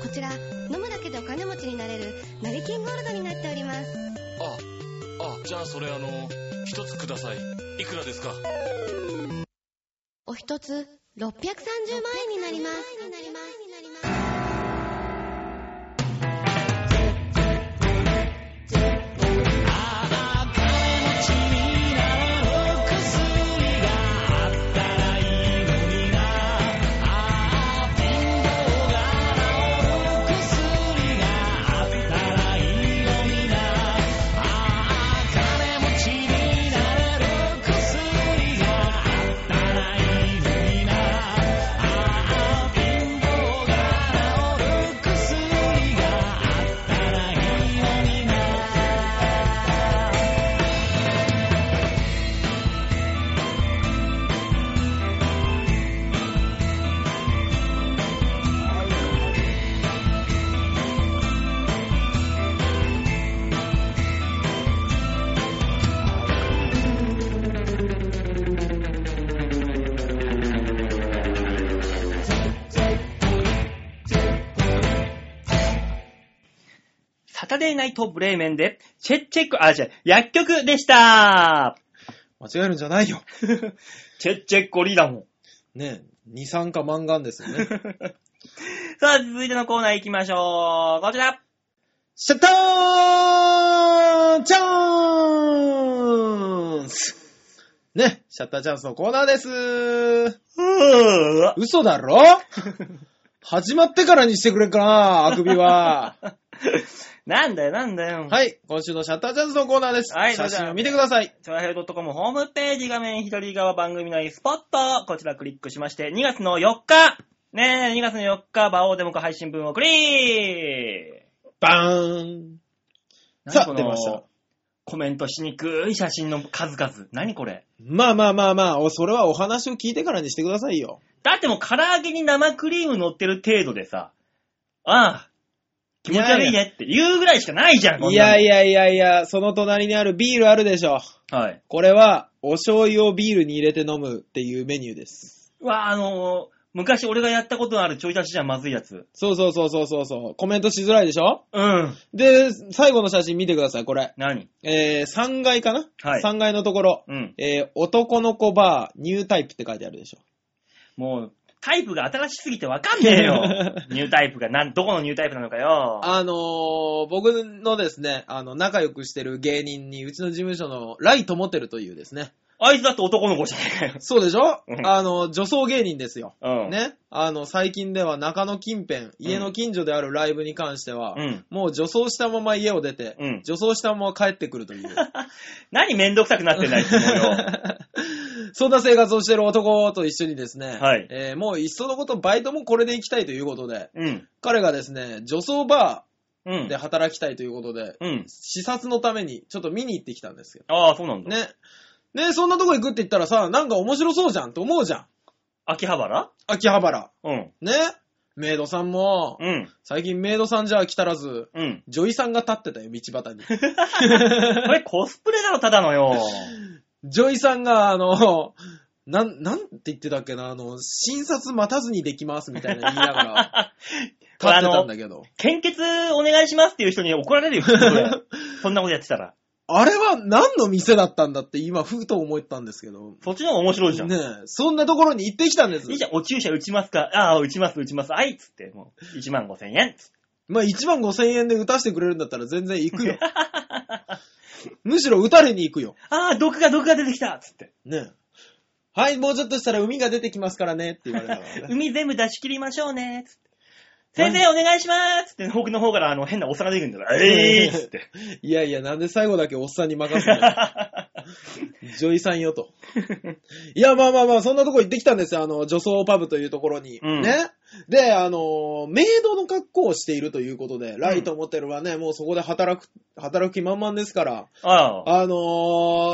Speaker 4: こちら飲むだけでお金持ちになれるナリキンゴールドになっております
Speaker 5: あ、あ、じゃあそれあの、一つください。いくらですか
Speaker 4: お一つ630万円になります
Speaker 1: ああ金持ちになれる薬があったらいいのになああ貧乏が治る薬があったらいいのになああ金持ちになれる薬があったらいいのになああ貧乏が治る薬があったらいいのにな
Speaker 2: サタデーナイトブレーメンで、チェッチェック、あ、違う、薬局で [laughs] した
Speaker 3: 間違えるんじゃないよ。
Speaker 2: チェッチェッコリだ [laughs] もん。
Speaker 3: ねえ、二酸化マンガンですよね。
Speaker 2: さあ、続いてのコーナー行きましょう。こちら
Speaker 3: [laughs] シャッターチャンスね、シャッターチャンスのコーナーです。
Speaker 2: うー
Speaker 3: 嘘だ [laughs] ろ始まってからにしてくれっかな、あくびは。
Speaker 2: なんだよ、なんだよ。い。
Speaker 3: はい、今週のシャッターチャンスのコーナーです。
Speaker 2: はい
Speaker 3: 写真を見てください。
Speaker 2: チョアヘル .com ホームページ画面左側番組内スポット、こちらクリックしまして、2月の4日、ねえ、2月の4日、馬王デモカ配信分をクリック
Speaker 3: バーンさあ、出ました。。
Speaker 2: コメントしにくい写真の数々。何これ
Speaker 3: まあまあまあまあ、おそれはお話を聞いてからにしてくださいよ。
Speaker 2: だってもう唐揚げに生クリーム乗ってる程度でさ、ああ、気持ち悪いねって言うぐらいしかないじゃん、こん
Speaker 3: い
Speaker 2: なの
Speaker 3: やいやいやいや、その隣にあるビールあるでしょ。
Speaker 2: はい。
Speaker 3: これは、お醤油をビールに入れて飲むっていうメニューです。
Speaker 2: うわあ、あのー昔俺がやったことのあるちょい足しじゃまずいやつ。
Speaker 3: そうそうそうそうそうそう。コメントしづらいでしょ
Speaker 2: うん。
Speaker 3: で、最後の写真見てください、これ。
Speaker 2: 何
Speaker 3: えー、3階かな、
Speaker 2: はい
Speaker 3: ?3 階のところ。
Speaker 2: うん。
Speaker 3: えー、男の子バー、ニュータイプって書いてあるでしょ。
Speaker 2: もう、タイプが新しすぎてわかんねえよ。
Speaker 3: [laughs]
Speaker 2: ニュータイプが、なん、どこのニュータイプなのかよ。
Speaker 3: あのー、僕のですね、あの、仲良くしてる芸人に、うちの事務所のライトモテルというですね。
Speaker 2: あいつだって男の子じゃねえか
Speaker 3: そうでしょ
Speaker 2: うん
Speaker 3: あの、女装芸人ですよ。
Speaker 2: よ。うん。。
Speaker 3: ね。あの、最近では中野近辺、家の近所であるライブに関しては、
Speaker 2: うん。
Speaker 3: もう女装したまま家を出て、
Speaker 2: うん
Speaker 3: 女装したまま帰ってくるという。 [laughs]
Speaker 2: 何めんどくさくなってないって思うよ。
Speaker 3: そんな生活をしてる男と一緒にですね、
Speaker 2: はい
Speaker 3: えーもういっそのことバイトもこれで行きたいということで、
Speaker 2: うん。
Speaker 3: 彼がですね、女装バ
Speaker 2: う
Speaker 3: ー
Speaker 2: ん
Speaker 3: で。働きたいということで、
Speaker 2: うん。
Speaker 3: 視察のためにちょっと見に行ってきたんですよ。
Speaker 2: ああ、そうなんだ。
Speaker 3: ね。ね、そんなとこ行くって言ったらさ、なんか面白そうじゃんと思うじゃん。
Speaker 2: 秋葉原
Speaker 3: 秋葉原。
Speaker 2: うん。
Speaker 3: ね。メイドさんも、
Speaker 2: うん。
Speaker 3: 最近メイドさんじゃ来たらず、
Speaker 2: うん。
Speaker 3: [laughs] 女医さんが立ってたよ、道端に。
Speaker 2: これコスプレだろ、ただのよ。
Speaker 3: ジョイさんが、あの、なん、なんて言ってたっけな、あの、診察待たずにできますみたいな言いながら、立ってたんだけど。
Speaker 2: 献血お願いしますっていう人に怒られ
Speaker 3: [laughs]
Speaker 2: るよ、普通これそんなことやってたら。
Speaker 3: あれは何の店だったんだって今、ふと思ったんですけど。
Speaker 2: そっちの方が面白いじゃん。
Speaker 3: ねえ、そんなところに行ってきたんです
Speaker 2: いい。じゃん、お注射打ちますかああ、打ちます、打ちます。はい、つって、もう、1万5千円。つって
Speaker 3: まあ、1万5千円で打たせてくれるんだったら全然行くよ。 [laughs] むしろ打たれに行くよ。
Speaker 2: ああ、毒が、毒が出てきたつって。
Speaker 3: ねえ。
Speaker 2: [laughs]
Speaker 3: はい、もうちょっとしたら海が出てきますからねって言われたからね。
Speaker 2: 海全部出し切りましょうね。つって先生お願いしますって、僕の方からあの変なお皿出てくるんだから、えいっつって。
Speaker 3: いやいや、なんで最後だけおっさんに任せる
Speaker 2: [laughs]
Speaker 3: の女医さんよと。いや、まあまあまあ、そんなとこ行ってきたんですよ。あの、女装パブというところに。
Speaker 2: うん
Speaker 3: ね。で、あの、メイドの格好をしているということで、ライトモテルはね、もうそこで働く、働く気満々ですから、
Speaker 2: ああ。
Speaker 3: あの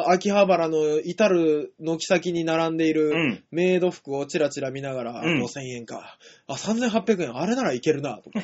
Speaker 3: ー秋葉原の至る軒先に並んでいうる
Speaker 2: ん。
Speaker 3: メイド服をチラチラ見ながら、
Speaker 2: うん
Speaker 3: 5000円か。あ、3800円。あれならいけるな、
Speaker 2: [laughs]
Speaker 3: とか。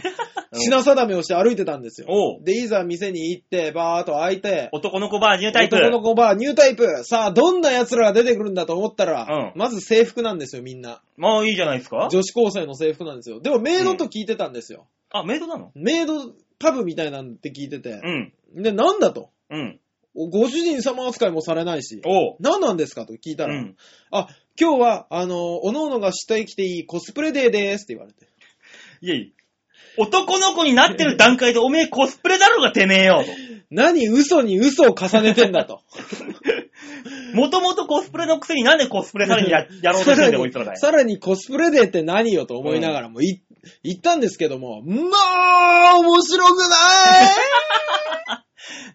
Speaker 3: 品定めをして歩いてたんですよ。
Speaker 2: おう
Speaker 3: で、いざ店に行って、バーっと開いて、
Speaker 2: 男の子バーニュータイプ。
Speaker 3: 男の子バー、ニュータイプ。さあ、どんな奴らが出てくるんだと思ったら、
Speaker 2: うん
Speaker 3: まず制服なんですよ、みんな。
Speaker 2: まあいいじゃないですか。
Speaker 3: 女子高生の制服なんですよ。でも、メイドと聞いてたんですよ。
Speaker 2: あ、メイドなの
Speaker 3: メイドパブみたいなんって聞いてて
Speaker 2: う。ん。
Speaker 3: で、なんだと。
Speaker 2: うん。
Speaker 3: おご主人様扱いもされないし。
Speaker 2: おう。
Speaker 3: 何なんですかと聞いうたら、
Speaker 2: ん。
Speaker 3: あ、今日は、あの、おのおのがしてきていいコスプレデーですって言われて。
Speaker 2: いえいえ。男の子になってる段階でおめえコスプレだろうがてめえよと。
Speaker 3: 何嘘に嘘を重ねてん
Speaker 2: [laughs]
Speaker 3: だと。
Speaker 2: もともとコスプレのくせになんでコスプレさらに
Speaker 3: [laughs]
Speaker 2: ややろうとしてんだよ、こいつらだよ。
Speaker 3: さらにコスプレデーって何よと思いながらもい、行ったんですけども、まあ、面白くな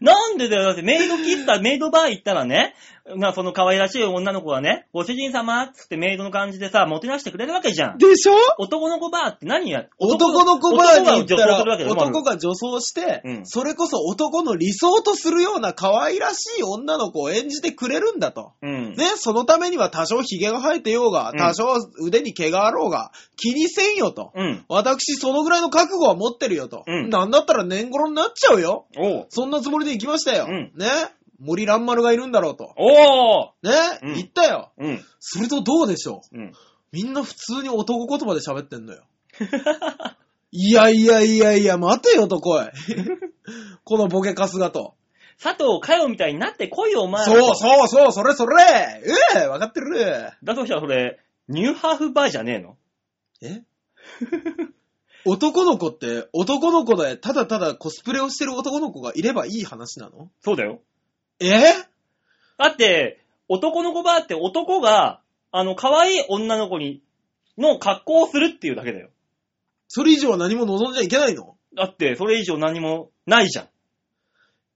Speaker 2: なんでだよ、だってメイド喫茶、メイドバー行ったらね、なその可愛らしい女の子がね、ご主人様っつってメイドの感じでさ、もてなしてくれるわけじゃん
Speaker 3: い。でしょ
Speaker 2: 男の子バーって何や
Speaker 3: 男の子バーに行った
Speaker 2: 男が女装するわけ
Speaker 3: ら、
Speaker 2: だよま
Speaker 3: 男が女装して、
Speaker 2: うん
Speaker 3: それこそ男の理想とするような可愛らしい女の子を演じてくれるんだと。
Speaker 2: あうん。
Speaker 3: ね、そのためには多少髭が生えてようが
Speaker 2: う、ん
Speaker 3: 多少腕に毛があろうが、気にせんよと。
Speaker 2: うん。
Speaker 3: 私、そのぐらいの覚悟は持ってるよと。
Speaker 2: うん
Speaker 3: なんだったら年頃になっちゃうよ。
Speaker 2: おう。
Speaker 3: そんなつもりで行きましたよ。
Speaker 2: うん
Speaker 3: ね。森蘭丸がいるんだろうと。
Speaker 2: おー
Speaker 3: ね、
Speaker 2: うん
Speaker 3: 行ったよ。
Speaker 2: うん。
Speaker 3: するとどうでしょう
Speaker 2: うん。
Speaker 3: みんな普通に男言葉で喋って
Speaker 2: [laughs]
Speaker 3: んのよ。いやいやいやいや、待てよと来い。
Speaker 2: [laughs]
Speaker 3: このボケカスがと。
Speaker 2: 佐藤かよみたいになってこいよ、お前ら
Speaker 3: そうそうそう、それそれええわかってる
Speaker 2: だとしたらそれ、ニューハーフバーじゃねえの
Speaker 3: え男の子って男の子でただただコスプレをしてる男の子がいればいい話なの
Speaker 2: そうだよ。
Speaker 3: え
Speaker 2: だって、男の子バーって男が、あの、可愛い女の子に、の格好をするっていうだけだよ。
Speaker 3: それ以上は何も望んじゃいけないの
Speaker 2: だって、それ以上何もないじゃん。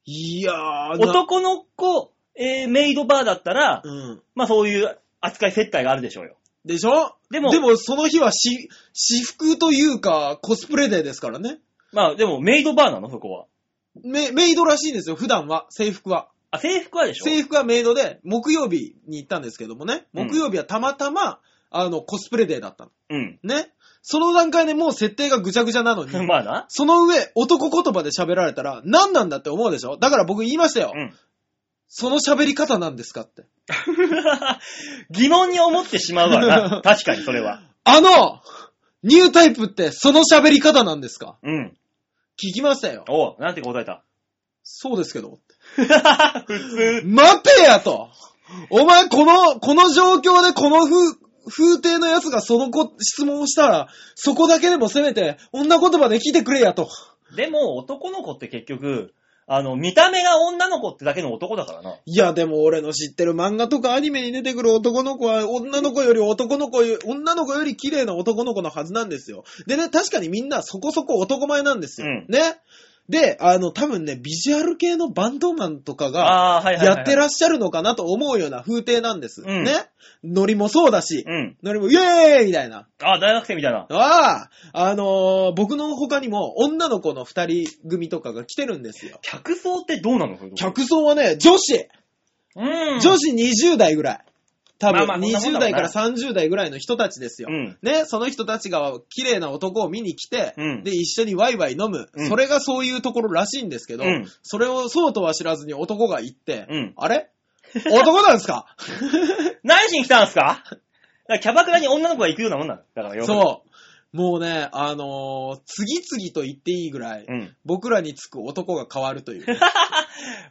Speaker 3: いやーな、
Speaker 2: 男の子、えーメイドバーだったら、
Speaker 3: うん。
Speaker 2: まあそういう扱い接待があるでしょうよ。
Speaker 3: でしょ
Speaker 2: でも
Speaker 3: でもその日はし、私服というかコスプレデーですからね。
Speaker 2: まあでも、メイドバーなのそこは。
Speaker 3: メメイドらしいんですよ、普段は、制服は。
Speaker 2: あ、制服はでしょ
Speaker 3: 制服はメイドで、木曜日に行ったんですけどもね、
Speaker 2: うん
Speaker 3: 木曜日はたまたま、あの、コスプレデーだったの。
Speaker 2: うん。
Speaker 3: ね。その段階でもう設定がぐちゃぐちゃな
Speaker 2: [laughs]
Speaker 3: のに、
Speaker 2: まあな。
Speaker 3: その上、男言葉で喋られたら、何なんだって思うでしょだから僕言いましたよ。
Speaker 2: うん。 [laughs]
Speaker 3: その喋り方なんですかって。
Speaker 2: 疑問に思ってしまうわな。確かにそれは。
Speaker 3: あの、ニュータイプってその喋り方なんですか
Speaker 2: うん。
Speaker 3: 聞きましたよ。
Speaker 2: おう、なんて答えた。 [laughs]
Speaker 3: そうですけど。
Speaker 2: 普通。
Speaker 3: 待てやとお前、この、この状況でこの風、風亭のやつがそのこ質問をしたら、そこだけでもせめて、女言葉で聞いてくれやと。
Speaker 2: でも、男の子って結局、あの、見た目が女の子ってだけの男だからな。
Speaker 3: いや、でも俺の知ってる漫画とかアニメに出てくる男の子は、女の子より男の子よ、女の子より綺麗な男の子のはずなんですよ。でね、確かにみんなそこそこ男前なんですよ。
Speaker 2: うん
Speaker 3: ね。で、あの、多分ね、ビジュアル系のバンドマンとかが、
Speaker 2: ああ、はいはい、はい。
Speaker 3: やってらっしゃるのかなと思うような風景なんで
Speaker 2: う
Speaker 3: す。
Speaker 2: ん
Speaker 3: ね。ノリもそうだし、
Speaker 2: うん。
Speaker 3: ノリもイエーイみたいな。
Speaker 2: ああ、大学生みたいな。
Speaker 3: ああ、あのー僕の他にも女の子の二人組とかが来てるんですよ。
Speaker 2: 客層ってどうなのそれ
Speaker 3: 客層はね、女子、
Speaker 2: うん。
Speaker 3: 女子20代ぐらい。多分、
Speaker 2: まあまあそんなもんだろ
Speaker 3: 20
Speaker 2: う
Speaker 3: 代
Speaker 2: な
Speaker 3: から30代ぐらいの人たちですよ。
Speaker 2: うん。
Speaker 3: ね、その人たちが綺麗な男を見に来て、
Speaker 2: うん
Speaker 3: で、一緒にワイワイ飲む、
Speaker 2: うん
Speaker 3: それがそういうところらしいんですけど、
Speaker 2: うん
Speaker 3: それをそうとは知らずに男が行って、
Speaker 2: うん
Speaker 3: あれ男なんで
Speaker 2: [laughs]
Speaker 3: すか
Speaker 2: 何しに来たんすかだからキャバクラに女の子が行くようなもんなの。だから要するに
Speaker 3: そう。もうね、あのー次々と言っていいぐらい、
Speaker 2: うん。
Speaker 3: 僕らにつく男が変わる
Speaker 2: [laughs]
Speaker 3: という。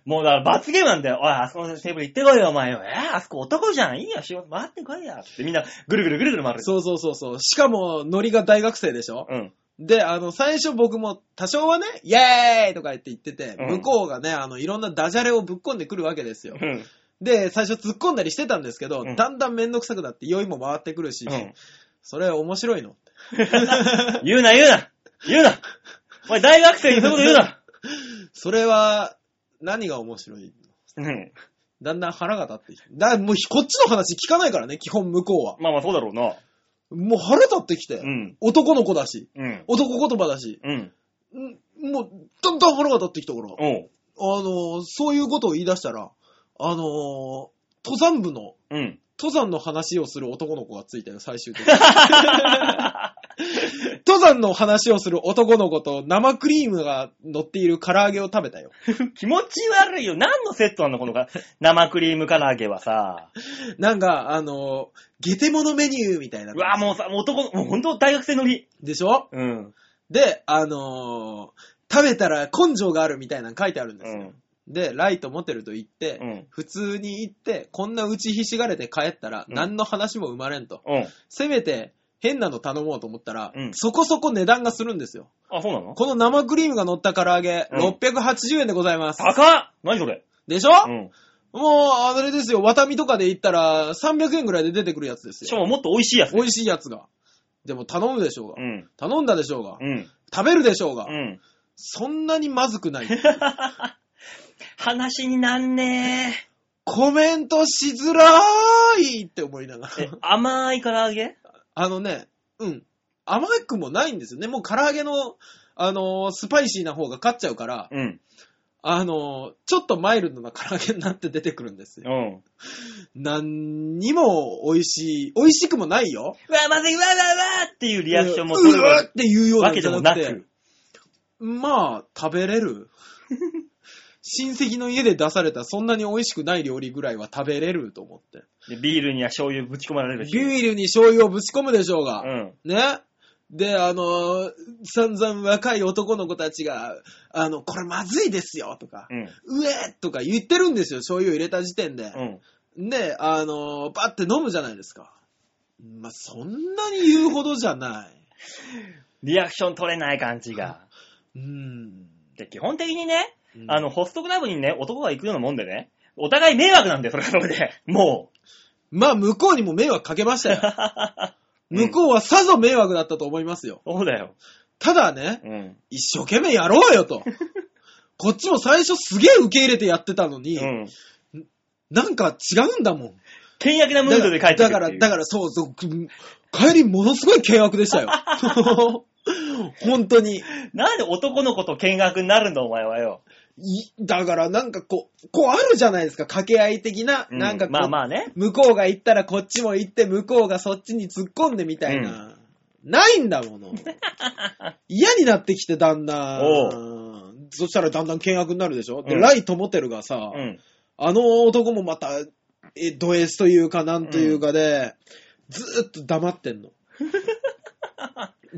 Speaker 2: もうだから罰ゲームなんだよ。おい、あそこのテーブル行ってこいよ、お前よ。えー、あそこ男じゃん。いいよ、仕事回ってこいや。ってみんな、ぐるぐるぐるぐる回る。
Speaker 3: そうそうそうそう。しかも、ノリが大学生でしょ
Speaker 2: うん。
Speaker 3: で、あの、最初僕も多少はね、イェーイとか言って言ってて、
Speaker 2: うん
Speaker 3: 向こうがね、あの、いろんなダジャレをぶっ込んでくるわけですよ。
Speaker 2: うん。
Speaker 3: で、最初突っ込んだりしてたんですけど、
Speaker 2: うん
Speaker 3: だんだんめんどくさくなって酔いも回ってくるし、
Speaker 2: うん
Speaker 3: それ面白いの。
Speaker 2: 言うな、言うな。言うなお前大学生にそういうこと言うな
Speaker 3: それは、何が面白い
Speaker 2: うん。
Speaker 3: だんだん腹が立ってきて。だ、もうひこっちの話聞かないからね、基本向こうは。
Speaker 2: まあまあそうだろうな。
Speaker 3: もう腹立ってきて。
Speaker 2: うん。
Speaker 3: 男の子だし、
Speaker 2: うん。
Speaker 3: 男言葉だし、
Speaker 2: うん。
Speaker 3: んもう、だんだん腹が立ってきたから、あ
Speaker 2: おう。
Speaker 3: のー、そういうことを言い出したら、あのー、登山部の、
Speaker 2: うん。
Speaker 3: 登山の話をする男の子がついたよ、最終的に。登山の話をする男の子と生クリームが乗っている唐揚げを食べたよ。
Speaker 2: [laughs] 気持ち悪いよ。何のセットなのこのか生クリーム唐揚げはさ。
Speaker 3: なんか、あのー、ゲテモノメニューみたいな
Speaker 2: う。わもうさ、もう男の、もう本当大学生乗り。
Speaker 3: でしょ
Speaker 2: うん。
Speaker 3: で、あのー、食べたら根性があるみたいなの書いてあるんで
Speaker 2: う
Speaker 3: すよ。
Speaker 2: ん。
Speaker 3: で、ライトモテルと行って、
Speaker 2: うん
Speaker 3: 普通に行って、こんな打ちひしがれて帰ったら、
Speaker 2: うん
Speaker 3: 何の話も生まれんと。
Speaker 2: うん。
Speaker 3: せめて、変なの頼もうと思ったら、
Speaker 2: うん
Speaker 3: そこそこ値段がするんですよ。
Speaker 2: あ、そうなの
Speaker 3: この生クリームが乗った唐揚げ、
Speaker 2: うん
Speaker 3: 680円でございます。
Speaker 2: 高っ何それ
Speaker 3: でしょ、
Speaker 2: うん。
Speaker 3: もう、あれですよ、ワタミとかで行ったら、300円ぐらいで出てくるやつです
Speaker 2: しか
Speaker 3: よ。
Speaker 2: ももっと美味しいやつ。
Speaker 3: 美味しいやつが。でも頼むでしょうが。
Speaker 2: うん。
Speaker 3: 頼んだでしょうが。
Speaker 2: うん。
Speaker 3: 食べるでしょうが。
Speaker 2: うん。
Speaker 3: そんなにまず
Speaker 2: [laughs]
Speaker 3: くない。
Speaker 2: 話になんね
Speaker 3: コメントしづらーいって思いなが
Speaker 2: え。
Speaker 3: ら
Speaker 2: え。、甘い唐揚げ
Speaker 3: あのね、うん。甘くもないんですよね。もう唐揚げの、あのースパイシーな方が勝っちゃうから、
Speaker 2: うん。
Speaker 3: あのーちょっとマイルドな唐揚げになって出てくるんです
Speaker 2: う
Speaker 3: よ。
Speaker 2: ん。
Speaker 3: なんにも美味しい、美味しくもないよ。
Speaker 2: うわ、まずい、うわうわうわっていうリアクションも
Speaker 3: う
Speaker 2: 取
Speaker 3: うわ
Speaker 2: る
Speaker 3: っていうような
Speaker 2: わ
Speaker 3: ん
Speaker 2: け
Speaker 3: じ
Speaker 2: で
Speaker 3: ゃ
Speaker 2: も
Speaker 3: な
Speaker 2: な
Speaker 3: くて
Speaker 2: く。、
Speaker 3: まあ、食べ
Speaker 2: [laughs]
Speaker 3: れる。親戚の家で出されたそんなに美味しくない料理ぐらいは食べれると思って。
Speaker 2: でビールには醤油ぶち込まれるし。
Speaker 3: ビールに醤油をぶち込むでしょうが。
Speaker 2: うん。
Speaker 3: ね。で、あのー散々若い男の子たちが、あの、これまずいですよとか、
Speaker 2: うん。
Speaker 3: うえとか言ってるんですよ、醤油入れた時点で。
Speaker 2: うん。
Speaker 3: で、あのーバッて飲むじゃないですか。まあ、そんなに言うほどじゃない。
Speaker 2: リアクション取れない感じが。
Speaker 3: うーん。
Speaker 2: で、基本的にね、
Speaker 3: うん
Speaker 2: あの、、ホストクラブにね、男が行くようなもんでね、お互い迷惑なんだよ、それはそれで。 [laughs] も
Speaker 3: まあ、向こうにも迷惑かけましたよ。
Speaker 2: [laughs] うん
Speaker 3: 向こうはさぞ迷惑だったと思いますよ。
Speaker 2: う。そうだよ。
Speaker 3: ただね、
Speaker 2: うん。
Speaker 3: 一生懸命やろうよと。こっちも最初すげえ受け入れてやってたのに、
Speaker 2: うん。
Speaker 3: なんか違うんだもん。
Speaker 2: 倹約なム
Speaker 3: だ
Speaker 2: ー
Speaker 3: か
Speaker 2: ド
Speaker 3: ら
Speaker 2: で帰ってくる
Speaker 3: だから、だから、そうそう。帰りものすごい険悪でしたよ。
Speaker 2: [laughs]
Speaker 3: 本当に。
Speaker 2: ら。なんで男の子と倹約になるんだ、お前はよ。
Speaker 3: いだから、なんかこう、こうあるじゃないですか、掛け合い的な。
Speaker 2: う
Speaker 3: なんかこう、
Speaker 2: まあまあね。
Speaker 3: 向こうが行ったらこっちも行って、向こうがそっちに突っ込んでみたいな。ないんだ
Speaker 2: [laughs]
Speaker 3: もの。嫌になってきて、だんだ
Speaker 2: お
Speaker 3: ん。そしたらだんだん険悪になるでしょ、で、
Speaker 2: うん
Speaker 3: ライトモテルがさ、
Speaker 2: うん。
Speaker 3: あの男もまた、え、ド S というか、なんというかで、ずーっと黙って
Speaker 2: [laughs]
Speaker 3: んの。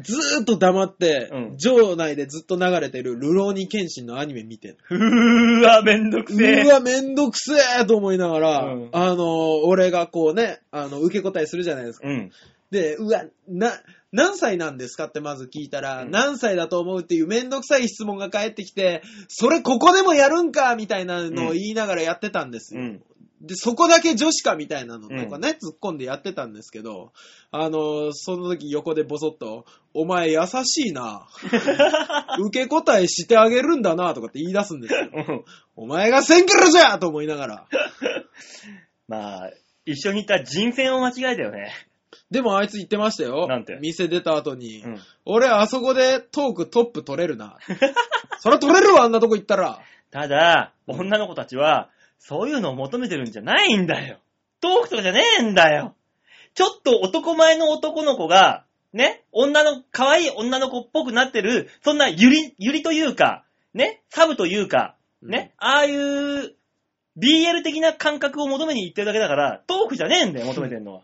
Speaker 3: ずーっと黙って、
Speaker 2: うん
Speaker 3: 場内でずっと流れてる、ルローニケンシンのアニメ見てる。
Speaker 2: うーわ、めんどく
Speaker 3: う
Speaker 2: せえ。
Speaker 3: わ、めんどくせえと思いながら、
Speaker 2: うん
Speaker 3: あのー、俺がこうね、あの、受け答えするじゃないですか。
Speaker 2: うん。
Speaker 3: で、うわ、な、何歳なんですかってまず聞いたら、
Speaker 2: うん
Speaker 3: 何歳だと思うっていうめんどくさい質問が返ってきて、それここでもやるんかみたいなのを言いながらやってたんです
Speaker 2: う
Speaker 3: よ。
Speaker 2: ん。
Speaker 3: で、そこだけ女子かみたいなのとかね、突っ込んでやってたんですけど、あの、その時横でボソッと、お前優しい
Speaker 2: [laughs]
Speaker 3: な。受け答えしてあげるんだな、とかって言い出すんですよ。
Speaker 2: うん
Speaker 3: お前がせんからじゃと思いながら。
Speaker 2: まあ、一緒にいた人選を間違えたよね。
Speaker 3: でもあいつ言ってましたよ。
Speaker 2: なんて
Speaker 3: 店出た後に、
Speaker 2: うん。
Speaker 3: 俺あそこでトークトップ取れ
Speaker 2: [laughs]
Speaker 3: るな。そりゃ取れるわ、あんなとこ行ったら。
Speaker 2: ただ、女の子たちは、そういうのを求めてるんじゃないんだよ。トークとかじゃねえんだよ。ちょっと男前の男の子が、ね、女の、可愛い女の子っぽくなってる、そんなゆり、ゆりというか、ね、サブというか、ね、ああいう、BL 的な感覚を求めに行ってるだけだから、トークじゃねえんだよ、求めてるのは。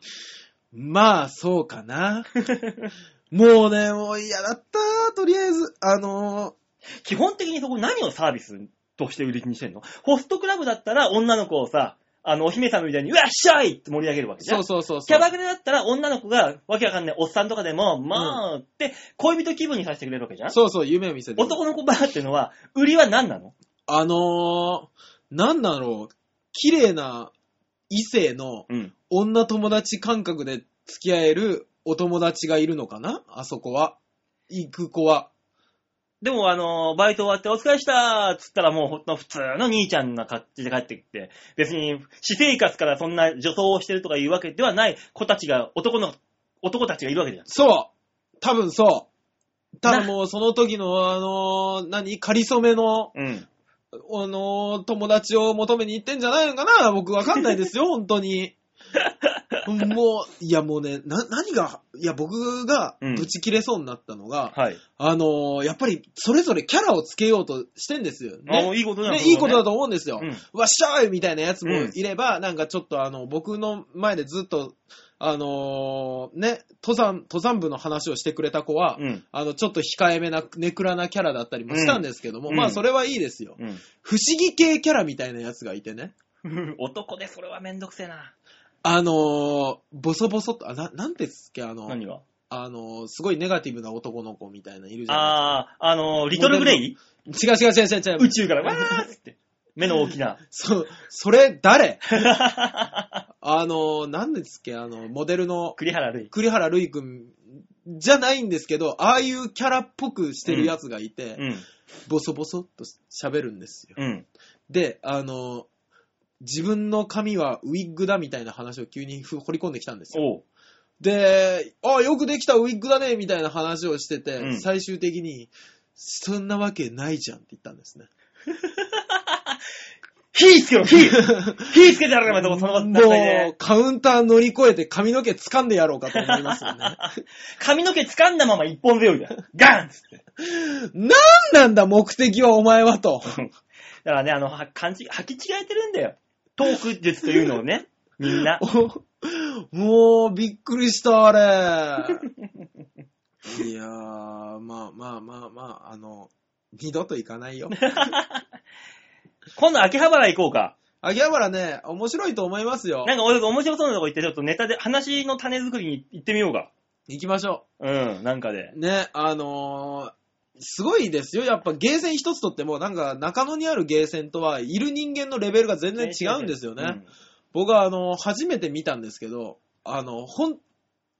Speaker 3: まあ、そうかな。もうね、もう嫌だった、とりあえず。あのー
Speaker 2: 基本的にそこ何をサービスとして売りにしてんのホストクラブだったら女の子をさ、あの、お姫様みたいに、うわっしゃいって盛り上げるわけじゃん。
Speaker 3: そうそうそうそう。
Speaker 2: キャバクラだったら女の子がわけわかんないおっさんとかでも、まあ、って恋人気分にさせてくれるわけじゃん
Speaker 3: そうそう、夢を見せて。
Speaker 2: 男の子バーっていうのは、売りは何なの
Speaker 3: あのー、なんだろう、綺麗な異性の
Speaker 2: うん。
Speaker 3: 女友達感覚で付き合えるお友達がいるのかなあそこは。行く子は。
Speaker 2: でも、あの、バイト終わってお疲れしたっつったらもうほんと普通の兄ちゃんな感じで帰ってきて、別に、私生活からそんな女装をしてるとかいうわけではない子たちが、男の、男たちがいるわけじゃん。
Speaker 3: そう多分そうただもうその時の、あのー何仮初めの、
Speaker 2: うん。
Speaker 3: あのー友達を求めに行ってんじゃないのかな僕わかんないで
Speaker 2: [laughs]
Speaker 3: すよ、本当に。もう、いやもうね、な、何が、いや僕が
Speaker 2: うん
Speaker 3: ぶち切れそうになったのが、
Speaker 2: はい。
Speaker 3: あのーやっぱりそれぞれキャラをつけようとしてんですよ。
Speaker 2: あ
Speaker 3: ね
Speaker 2: もういいことだ
Speaker 3: ね、いいことだ
Speaker 2: と。
Speaker 3: と思うんですよ。
Speaker 2: うん
Speaker 3: わっしゃーいみたいなやつもいれば、なんかちょっとあの、僕の前でずっと、あのーね、登山、登山部の話をしてくれた子は、
Speaker 2: うん。
Speaker 3: あの、ちょっと控えめな、ネクラなキャラだったりもしたんですけども、
Speaker 2: うん
Speaker 3: ま
Speaker 2: う
Speaker 3: あ
Speaker 2: ん
Speaker 3: それはいいですよ。
Speaker 2: うん。
Speaker 3: 不思議系キャラみたいなやつがいてね、
Speaker 2: [laughs] 男でそれはめんどくせえな。
Speaker 3: あのーボソボソと、あ、な、なんてつっけ、あの、
Speaker 2: 何が
Speaker 3: あのーすごいネガティブな男の子みたいないるじゃない
Speaker 2: ああ、あの、リトルグレイ
Speaker 3: 違う違う違う違う違
Speaker 2: [laughs] 宇
Speaker 3: う。
Speaker 2: 宙からわーっつって。目の大きな。
Speaker 3: そ、それ
Speaker 2: [laughs]
Speaker 3: 誰あのーなんですっけ、あの、モデルの、
Speaker 2: 栗原類。
Speaker 3: 栗原るいくんじゃないんですけど、ああいうキャラっぽくしてるやつがいて、
Speaker 2: うん。
Speaker 3: ボソボソっと喋るんですよ。
Speaker 2: うん。
Speaker 3: で、あの、自分の髪はウィッグだみたいな話を急にふ掘り込んできたんですよ。
Speaker 2: おう。
Speaker 3: で、あよくできたウィッグだねみたいな話をしてて、
Speaker 2: うん
Speaker 3: 最終的に、そんなわけないじゃんって言ったんですね。
Speaker 2: 火つけろ、
Speaker 3: [laughs]
Speaker 2: 火火つけてやるから、もうその場
Speaker 3: も
Speaker 2: 段階で
Speaker 3: う、カウンター乗り越えて髪の毛掴んでやろうかと思います [laughs] よね。
Speaker 2: 髪の毛掴んだまま一本背負いだ。ガンつって。
Speaker 3: なんなんだ目的はお前はと。
Speaker 2: だからね、あの、は、感じ、履き違えてるんだよ。トーク術というのを
Speaker 3: [laughs]
Speaker 2: ね、みんな。
Speaker 3: お [laughs] もう、びっくりした、 [laughs] あれ。いやー、まあまあまあまあ、あの、二度と行かないよ。
Speaker 2: 今度秋葉原行こうか。
Speaker 3: 秋葉原ね、面白いと思いますよ
Speaker 2: な。んか俺面白そうなとこ行って、ちょっとネタで、話の種作りに行ってみようか。
Speaker 3: 行きましょ
Speaker 2: うん、なんかで
Speaker 3: う。。ね、あのーすごいですよ。やっぱゲーセン一つとっても、なんか中野にあるゲーセンとは、いる人間のレベルが全然違うんですよね。僕はあの、初めて見たんですけど、あの、本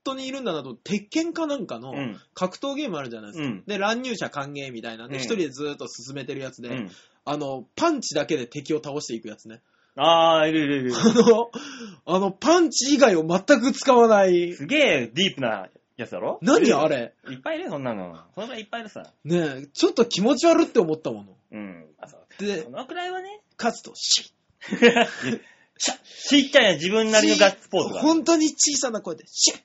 Speaker 3: 当にいるんだなと、鉄拳かなんかの
Speaker 2: うん。うん。
Speaker 3: 格闘ゲームあるじゃないですか。
Speaker 2: うん
Speaker 3: で、乱入者歓迎みたいなんで、
Speaker 2: うん
Speaker 3: 一人でずーっと進めてるやつで、
Speaker 2: うん。
Speaker 3: あの、パンチだけで敵を倒していくやつね。 [laughs]
Speaker 2: あー、いるいるいる。
Speaker 3: あの、あの、パンチ以外を全く使わない。
Speaker 2: すげえディープなやつだろ
Speaker 3: 何あ
Speaker 2: れ
Speaker 3: れ
Speaker 2: いっぱいいるよ、そんなの。 [laughs] そのくらいいっぱいいるさ。
Speaker 3: ねえ、ちょっと気持ち悪って思ったもの。
Speaker 2: うん。あそう
Speaker 3: で
Speaker 2: そ、のくらいはね。
Speaker 3: 勝つと、シッ
Speaker 2: [laughs] しゃちっちゃいな自分なりのガッツポーズが。
Speaker 3: 本当に小さな声で、シッ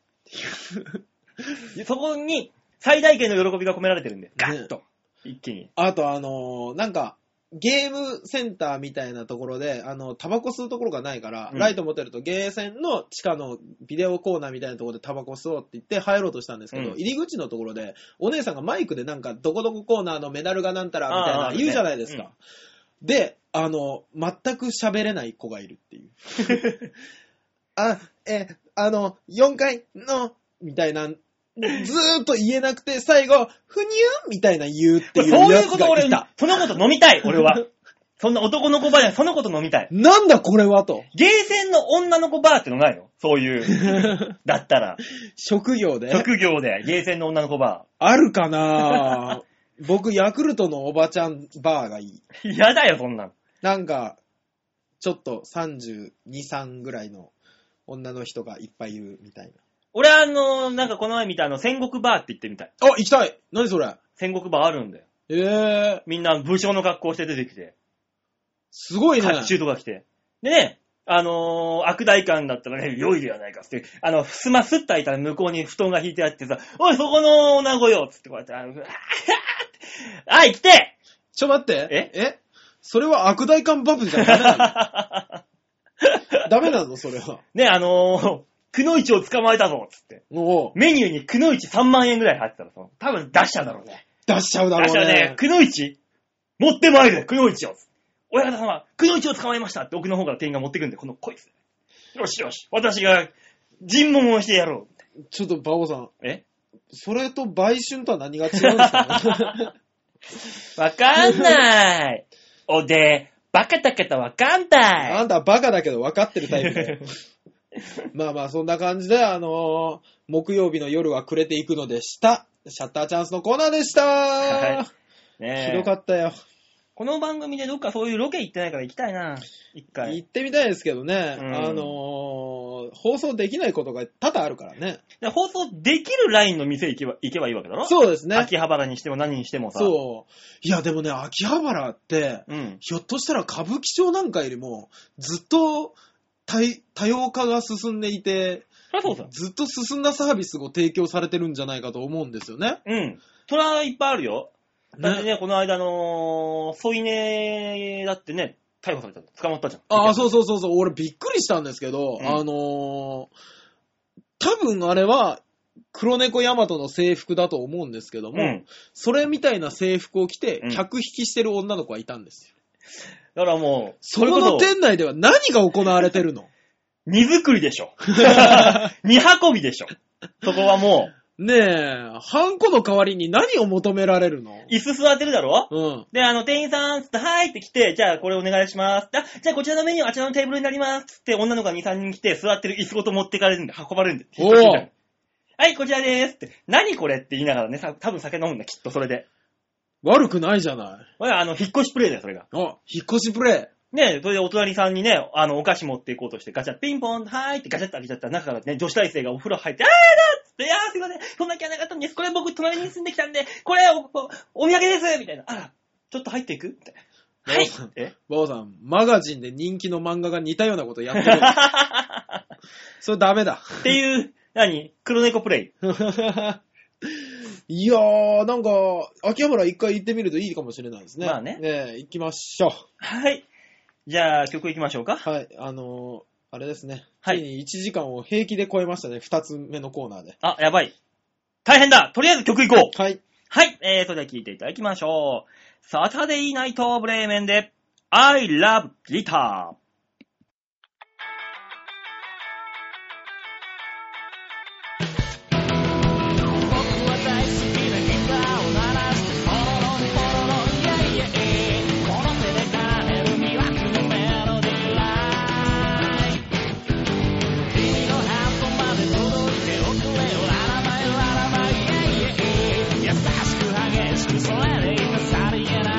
Speaker 2: そこに最大限の喜びが込められてるんで、ガッと、一気に。
Speaker 3: あとあのーなんか、ゲームセンターみたいなところで、あの、タバコ吸うところがないから、
Speaker 2: うん
Speaker 3: ライト持てるとゲーセンの地下のビデオコーナーみたいなところでタバコ吸おうって言って入ろうとしたんですけど、
Speaker 2: うん
Speaker 3: 入り口のところで、お姉さんがマイクでなんか、どこどこコーナーのメダルがなんたらみたい
Speaker 2: あーあ
Speaker 3: な
Speaker 2: るね
Speaker 3: 言うじゃないですか。で、あの、全く喋れない子がいるっていう。あ、え、あの、4階の、みたいな、ずーっと言えなくて、最後、ふにゅーみたいな言うって
Speaker 2: そう
Speaker 3: いう
Speaker 2: い
Speaker 3: や
Speaker 2: う
Speaker 3: つ
Speaker 2: こと
Speaker 3: が
Speaker 2: 俺
Speaker 3: いた。、
Speaker 2: そのこと飲みたい、俺は。そんな男の子バーじゃなくそのこと飲みたい。
Speaker 3: なんだこれはと。
Speaker 2: ゲーセンの女の子バーってのないのそう [laughs] いう。だったら、
Speaker 3: 職業で。
Speaker 2: 職業でゲーセンの女の子バ
Speaker 3: あるかな [laughs] 僕、ヤクルトのおばちゃんバーがいい。
Speaker 2: ー。嫌だよ、そんなの。
Speaker 3: なんか、ちょっと32、3ぐらいの女の人がいっぱいいるみたい
Speaker 2: 俺あの、なんかこの前見たあの、戦国バーって言ってみたい。
Speaker 3: な。あ、行きたい何それ
Speaker 2: 戦国バーあるんだよ。
Speaker 3: ええー、
Speaker 2: みんな武将の格好して出てきて。
Speaker 3: すごいね。
Speaker 2: 甲冑とか着て。でね、あのー悪大官だったらね、良いではないかっつって、あの、ふすますったいたら向こうに布団が引いてあってさ、おい、そこの女子よっつってこうやって、あのうわーってはい、来て
Speaker 3: ちょ待って。ええそれは悪大官バブじゃダメな [laughs] のダメなのそれは。
Speaker 2: ね、あのー、くのいちを捕まえたぞっつって。
Speaker 3: もう、
Speaker 2: メニューにくのいち3万円ぐらい入ってたらさ、多分出しちゃうだろうね。
Speaker 3: 出しちゃうだ
Speaker 2: 出し
Speaker 3: ろ
Speaker 2: た
Speaker 3: う
Speaker 2: らね
Speaker 3: ね、。
Speaker 2: くのいち持ってまいるくのいちを親方様、くのいちを捕まえましたって奥の方から店員が持ってくんで、このこいつ。よしよし、私が尋問をしてやろう。
Speaker 3: ちょっと、バオさん。
Speaker 2: え
Speaker 3: それと売春とは何が違うんです [laughs] か、ね、
Speaker 2: わかんない。 [laughs] おで、バカだけどわかんな
Speaker 3: あ
Speaker 2: い。
Speaker 3: んたはバカだけど分かってるタイプ
Speaker 2: [laughs]
Speaker 3: だよ。まあまあ、そんな感じで、あのー木曜日の夜は暮れていくのでした。シャッターチャンスのコーナーでした。
Speaker 2: はいねえ
Speaker 3: ひどかったよ。
Speaker 2: この番組でどっかそういうロケ行ってないから行きたいな。一回。
Speaker 3: 行ってみたいですけどね、
Speaker 2: うん
Speaker 3: あのー放送できないことが多々あるからね。
Speaker 2: で放送できるラインの店行けば行けばいいわけだろ
Speaker 3: そうですね。
Speaker 2: 秋葉原にしても何にしてもさ。
Speaker 3: そう。いや、でもね、秋葉原って、
Speaker 2: うん。
Speaker 3: ひょっとしたら歌舞伎町なんかよりも、ずっと多多様化が進んでいて、
Speaker 2: そりゃそうさ。
Speaker 3: ずっと進んだサービスを提供されてるんじゃないかと思うんですよね。
Speaker 2: うん。それはいっぱいあるよ。だって
Speaker 3: ね
Speaker 2: ね、この間の、添い寝だってね、逮捕されたの捕まったじゃん。
Speaker 3: ああ、そうそうそうそう、俺びっくりしたんですけど、
Speaker 2: うん
Speaker 3: あのー多分あれは、黒猫ヤマトの制服だと思うんですけども、
Speaker 2: うん。
Speaker 3: それみたいな制服を着て
Speaker 2: うん、
Speaker 3: 客引きしてる女の子がいたんですよ。
Speaker 2: だからもう、
Speaker 3: そこ
Speaker 2: れ
Speaker 3: の
Speaker 2: こそ
Speaker 3: 店内では何が行われ
Speaker 2: [laughs]
Speaker 3: てるの
Speaker 2: 荷造りで
Speaker 3: [laughs]
Speaker 2: しょ。荷運びでしょ。そこはも
Speaker 3: ねえ、ハンコの代わりに何を求められるの
Speaker 2: う、椅子座ってるだろ
Speaker 3: うん。
Speaker 2: で、あの、店員さん、つって、はいって来て、じゃあこれお願いします。あ、じゃあこちらのメニューあちらのテーブルになります。つって、女の子が2、3人来て、座ってる椅子ごと持ってかれるんで、運ばれるんで。
Speaker 3: おー
Speaker 2: はい、こちらでーすって、何これって言いながらね、さ多分酒飲むんだ、きっとそれで。
Speaker 3: 悪くないじゃない。
Speaker 2: これあの、引っ越しプレイだよ、それが。
Speaker 3: あ、引っ越しプレ
Speaker 2: ねそれでお隣さんにね、あの、お菓子持っていこうとして、ガチャ、ピンポン、はーいってガチャって開けちゃったら、中からね、女子大生がお風呂入って、あーだっつって、あーすいません、そんな気はなかったんです。これ僕、隣に住んできたんで、これお、お、お土産ですみたいな。あら、ちょっと入っていくって。はい
Speaker 3: どうぞ
Speaker 2: え
Speaker 3: イ。バオさん、マガジンで人気の漫画が似たようなことやっ
Speaker 2: [laughs]
Speaker 3: てる。それダメだ。
Speaker 2: っていう、何黒猫プレイ。
Speaker 3: いやー、なんか、秋葉原一回行ってみるといいかもしれないですね。
Speaker 2: まあね
Speaker 3: ねえ行きましょう。
Speaker 2: はい。じゃあ、曲いきましょうか。
Speaker 3: はい、あのーあれですね。
Speaker 2: は
Speaker 3: はいい。に1時間を平気で超えましたね。2つ目のコーナーで。
Speaker 2: あ、やばい。大変だとりあえず曲いこう
Speaker 3: はい。
Speaker 2: はい、えー、それでは聴いていただきましょう。サタデーナイトブレーメンで、I love guitar。
Speaker 1: 僕は大好きなギターを鳴らしてポロロンポロロンイェイイェイこの手で奏でる魅惑のメロディーライン君のハートまで届いておくれよララバイララバイイェイイェイ優しく激しくそれでいたさりげな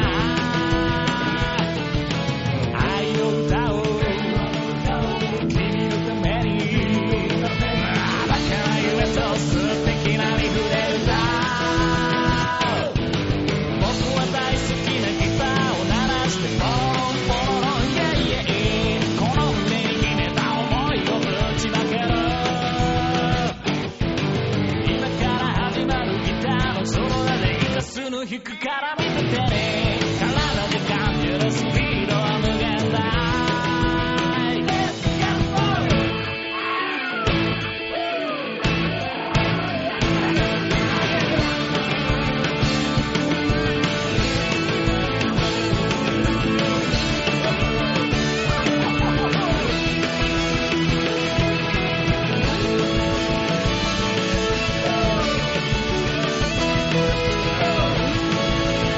Speaker 1: い愛を歌おう君のためにあだから夢と素敵なリフで歌う僕は大好きなギターを鳴らしてポロンポロロンイェイイェイこの胸に秘めた思いをぶちまける今から始まるギターのソロがでいたすの弾くから見ててね体で感じるスピードは無限大 Let's go!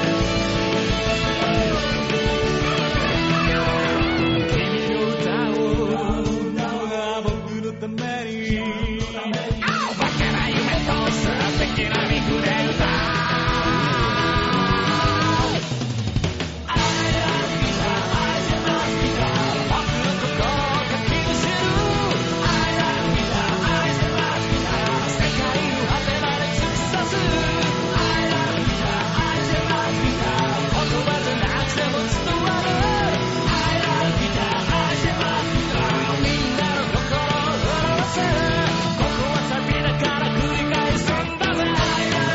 Speaker 1: 君の歌を僕のためにお化けな夢と素敵なリフで歌う I love guitar, I love guitar 僕の心が君知る I love guitar, I love guitar 世界の果てまで突き刺す I love guitar, I love guitar 言葉じゃなくても伝わる I love guitar, I love guitar みんなの心を震わせるここはサビだから繰り返すんだぜ I love guitar,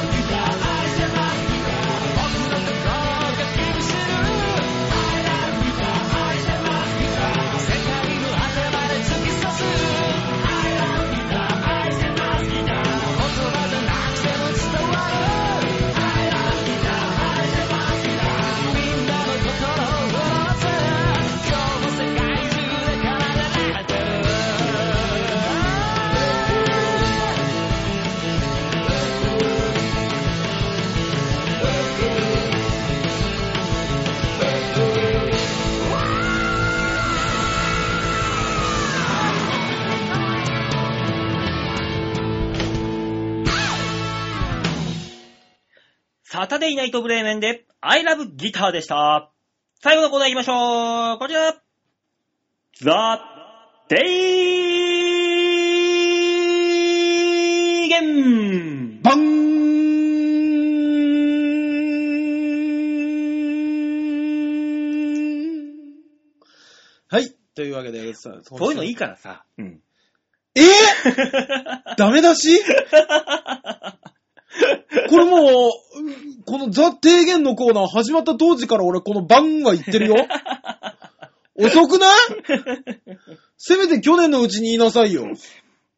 Speaker 2: サタデーナイトブレーメンで、I love ギターでした。最後のコーナー行きましょう。こちら。ザ・デイゲン
Speaker 3: バンはい。というわけで、さ
Speaker 2: そういうのい
Speaker 3: い
Speaker 2: いからさ。うん。
Speaker 3: えー、ダメ出しこれもううん、このザ・提言のコーナー始まった当時から俺このバンは言ってるよ。遅くないせめて去年のうちに言いなさいよ。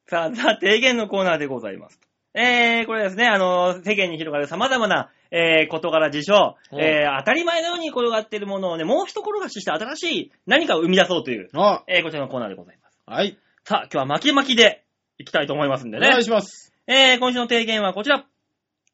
Speaker 2: さあ、ザ・提言のコーナーでございます。えー、これですね、あの、世間に広がる様々な、えー、事柄事象、
Speaker 3: うん
Speaker 2: えー、当たり前のように転がっているものをね、もう一転がしして新しい何かを生み出そうという、
Speaker 3: あ、
Speaker 2: えー、こちらのコーナーでございます。
Speaker 3: はい。
Speaker 2: さあ、今日は巻き巻きで行きたいと思いますんで
Speaker 3: お
Speaker 2: ね
Speaker 3: 願い。します。
Speaker 2: えー、今週の提言はこちら。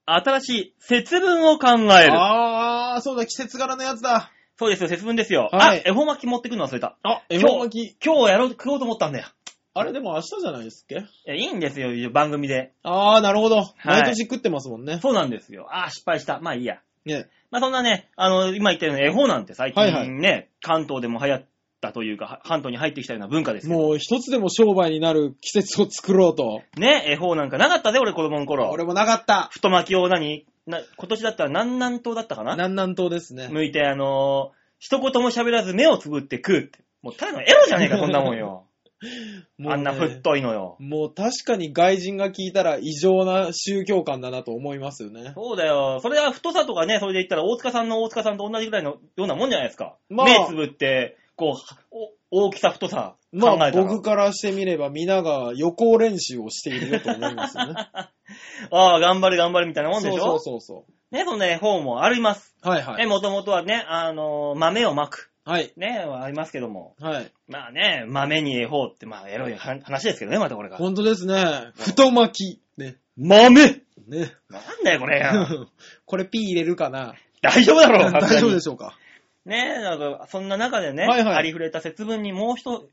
Speaker 2: 新しい節分を考える。
Speaker 3: あー、そうだ、季節柄のやつだ。
Speaker 2: そうですよ、節分ですよ。
Speaker 3: はい
Speaker 2: あ、恵方巻き持ってくるの忘れた。
Speaker 3: あ、
Speaker 2: 今
Speaker 3: 恵
Speaker 2: 日
Speaker 3: 方巻き。
Speaker 2: 今日やろう、食おうと思ったんだよ。
Speaker 3: あれでも明日じゃないですっけ
Speaker 2: いやいいんですよ、番組で。
Speaker 3: あー、なるほど。
Speaker 2: い
Speaker 3: 毎年食ってますもんね。
Speaker 2: そうなんですよ。あー、失敗した。まあいいや。
Speaker 3: ね。
Speaker 2: まあそんなね、あの、今言ったように恵方なんて最近ね、
Speaker 3: はいはい
Speaker 2: 関東でも流行ったというか、は関東に入ってきたような文化ですよ。
Speaker 3: もう一つでも商売になる季節を作ろうと。
Speaker 2: ね、恵方なんかなかったぜ、俺子供の頃。
Speaker 3: 俺もなかった。
Speaker 2: 太巻きを何な今年だったら南南東だったかな
Speaker 3: 南南東ですね。
Speaker 2: 向いて、あのー一言も喋らず目をつぶって食うって。もうただのエロじゃねえか、こんなもんよ。
Speaker 3: [laughs] もうね
Speaker 2: あんな太いのよ。
Speaker 3: もう確かに外人が聞いたら異常な宗教観だなと思いますよね。
Speaker 2: [laughs] そうだよ。それは太さとかね、それで言ったら大塚さんの大塚さんと同じぐらいのようなもんじゃないですか。
Speaker 3: まあ
Speaker 2: 目つぶって、こう、お大きさ、太さ考えた
Speaker 3: ま
Speaker 2: ら。
Speaker 3: あ僕からしてみれば皆が予行練習をしているよと思いますよ
Speaker 2: [laughs]
Speaker 3: ね。
Speaker 2: ああ、頑張れ頑張れみたいなもんでし
Speaker 3: そ
Speaker 2: ょ
Speaker 3: うそうそうそ
Speaker 2: ね、そんな絵本もあります。
Speaker 3: う。はいは
Speaker 2: ね、
Speaker 3: い。
Speaker 2: もともとはね、あのー豆をまく。
Speaker 3: はい。
Speaker 2: ね、はありますけども。
Speaker 3: はい。
Speaker 2: まあね、豆に絵本って、まあエロい話話ですけどね、またこれが。
Speaker 3: 本当ですね。太巻き。ね。
Speaker 2: 豆
Speaker 3: ね。
Speaker 2: なんだよ、これ。 [laughs]
Speaker 3: [laughs] これ P 入れるかな
Speaker 2: 大丈夫だ
Speaker 3: [laughs]
Speaker 2: ろ、
Speaker 3: 大丈夫で
Speaker 2: し
Speaker 3: しょうか
Speaker 2: ねえ、なんか、そんな中でね、
Speaker 3: はいはい
Speaker 2: ありふれた節分にもう一、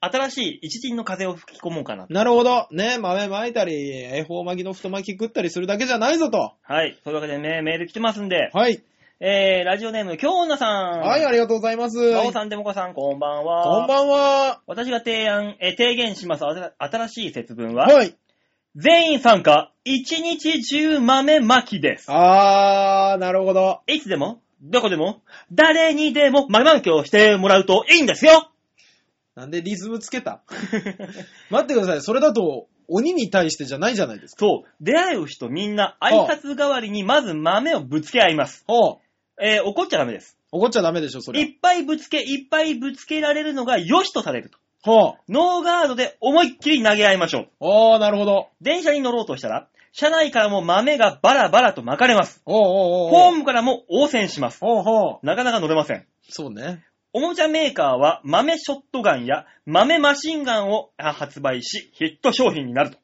Speaker 2: 新しい一陣の風を吹き込もうかな。
Speaker 3: なるほど。ね。豆巻いたり、恵方巻きの太巻き食ったりするだけじゃないぞと。
Speaker 2: はい。というわけでね、メール来てますんで、
Speaker 3: はい。
Speaker 2: えー、ラジオネーム、京女さん。
Speaker 3: はい、ありがとうございます。
Speaker 2: 馬王さん、デモカさん、こんばんは。
Speaker 3: こんばんは。
Speaker 2: 私が提案、えー提言します、あた新しい節分は、
Speaker 3: はい。
Speaker 2: 全員参加、一日中豆まきです。
Speaker 3: あー、なるほど。
Speaker 2: いつでも、どこでも、誰にでも豆まきをしてもらうといいんですよ [laughs]
Speaker 3: なんでリズムつけた待ってください。それだと、鬼に対してじゃないじゃないですか。
Speaker 2: そう、出会う人みんな挨拶代わりにまず豆をぶつけ合います。
Speaker 3: ほう。
Speaker 2: えー怒っちゃダメです。
Speaker 3: 怒っちゃダメでしょ、そ
Speaker 2: い
Speaker 3: れ。
Speaker 2: っぱいぶつけ、いっぱいぶつけられるのが良しとされると。
Speaker 3: ほう。
Speaker 2: ノーガードで思いっきり投げ合いましょう。
Speaker 3: あー、なるほど。
Speaker 2: 電車に乗ろうとしたら、車内からも豆がバラバラと巻かれます。
Speaker 3: ほうほう
Speaker 2: ホー
Speaker 3: ほう。
Speaker 2: ムからも応戦します。
Speaker 3: ほうほう。
Speaker 2: なかなか乗れません。
Speaker 3: そうね。
Speaker 2: おもちゃメーカーは豆ショットガンや豆マシンガンをあ発売し、ヒット商品になると。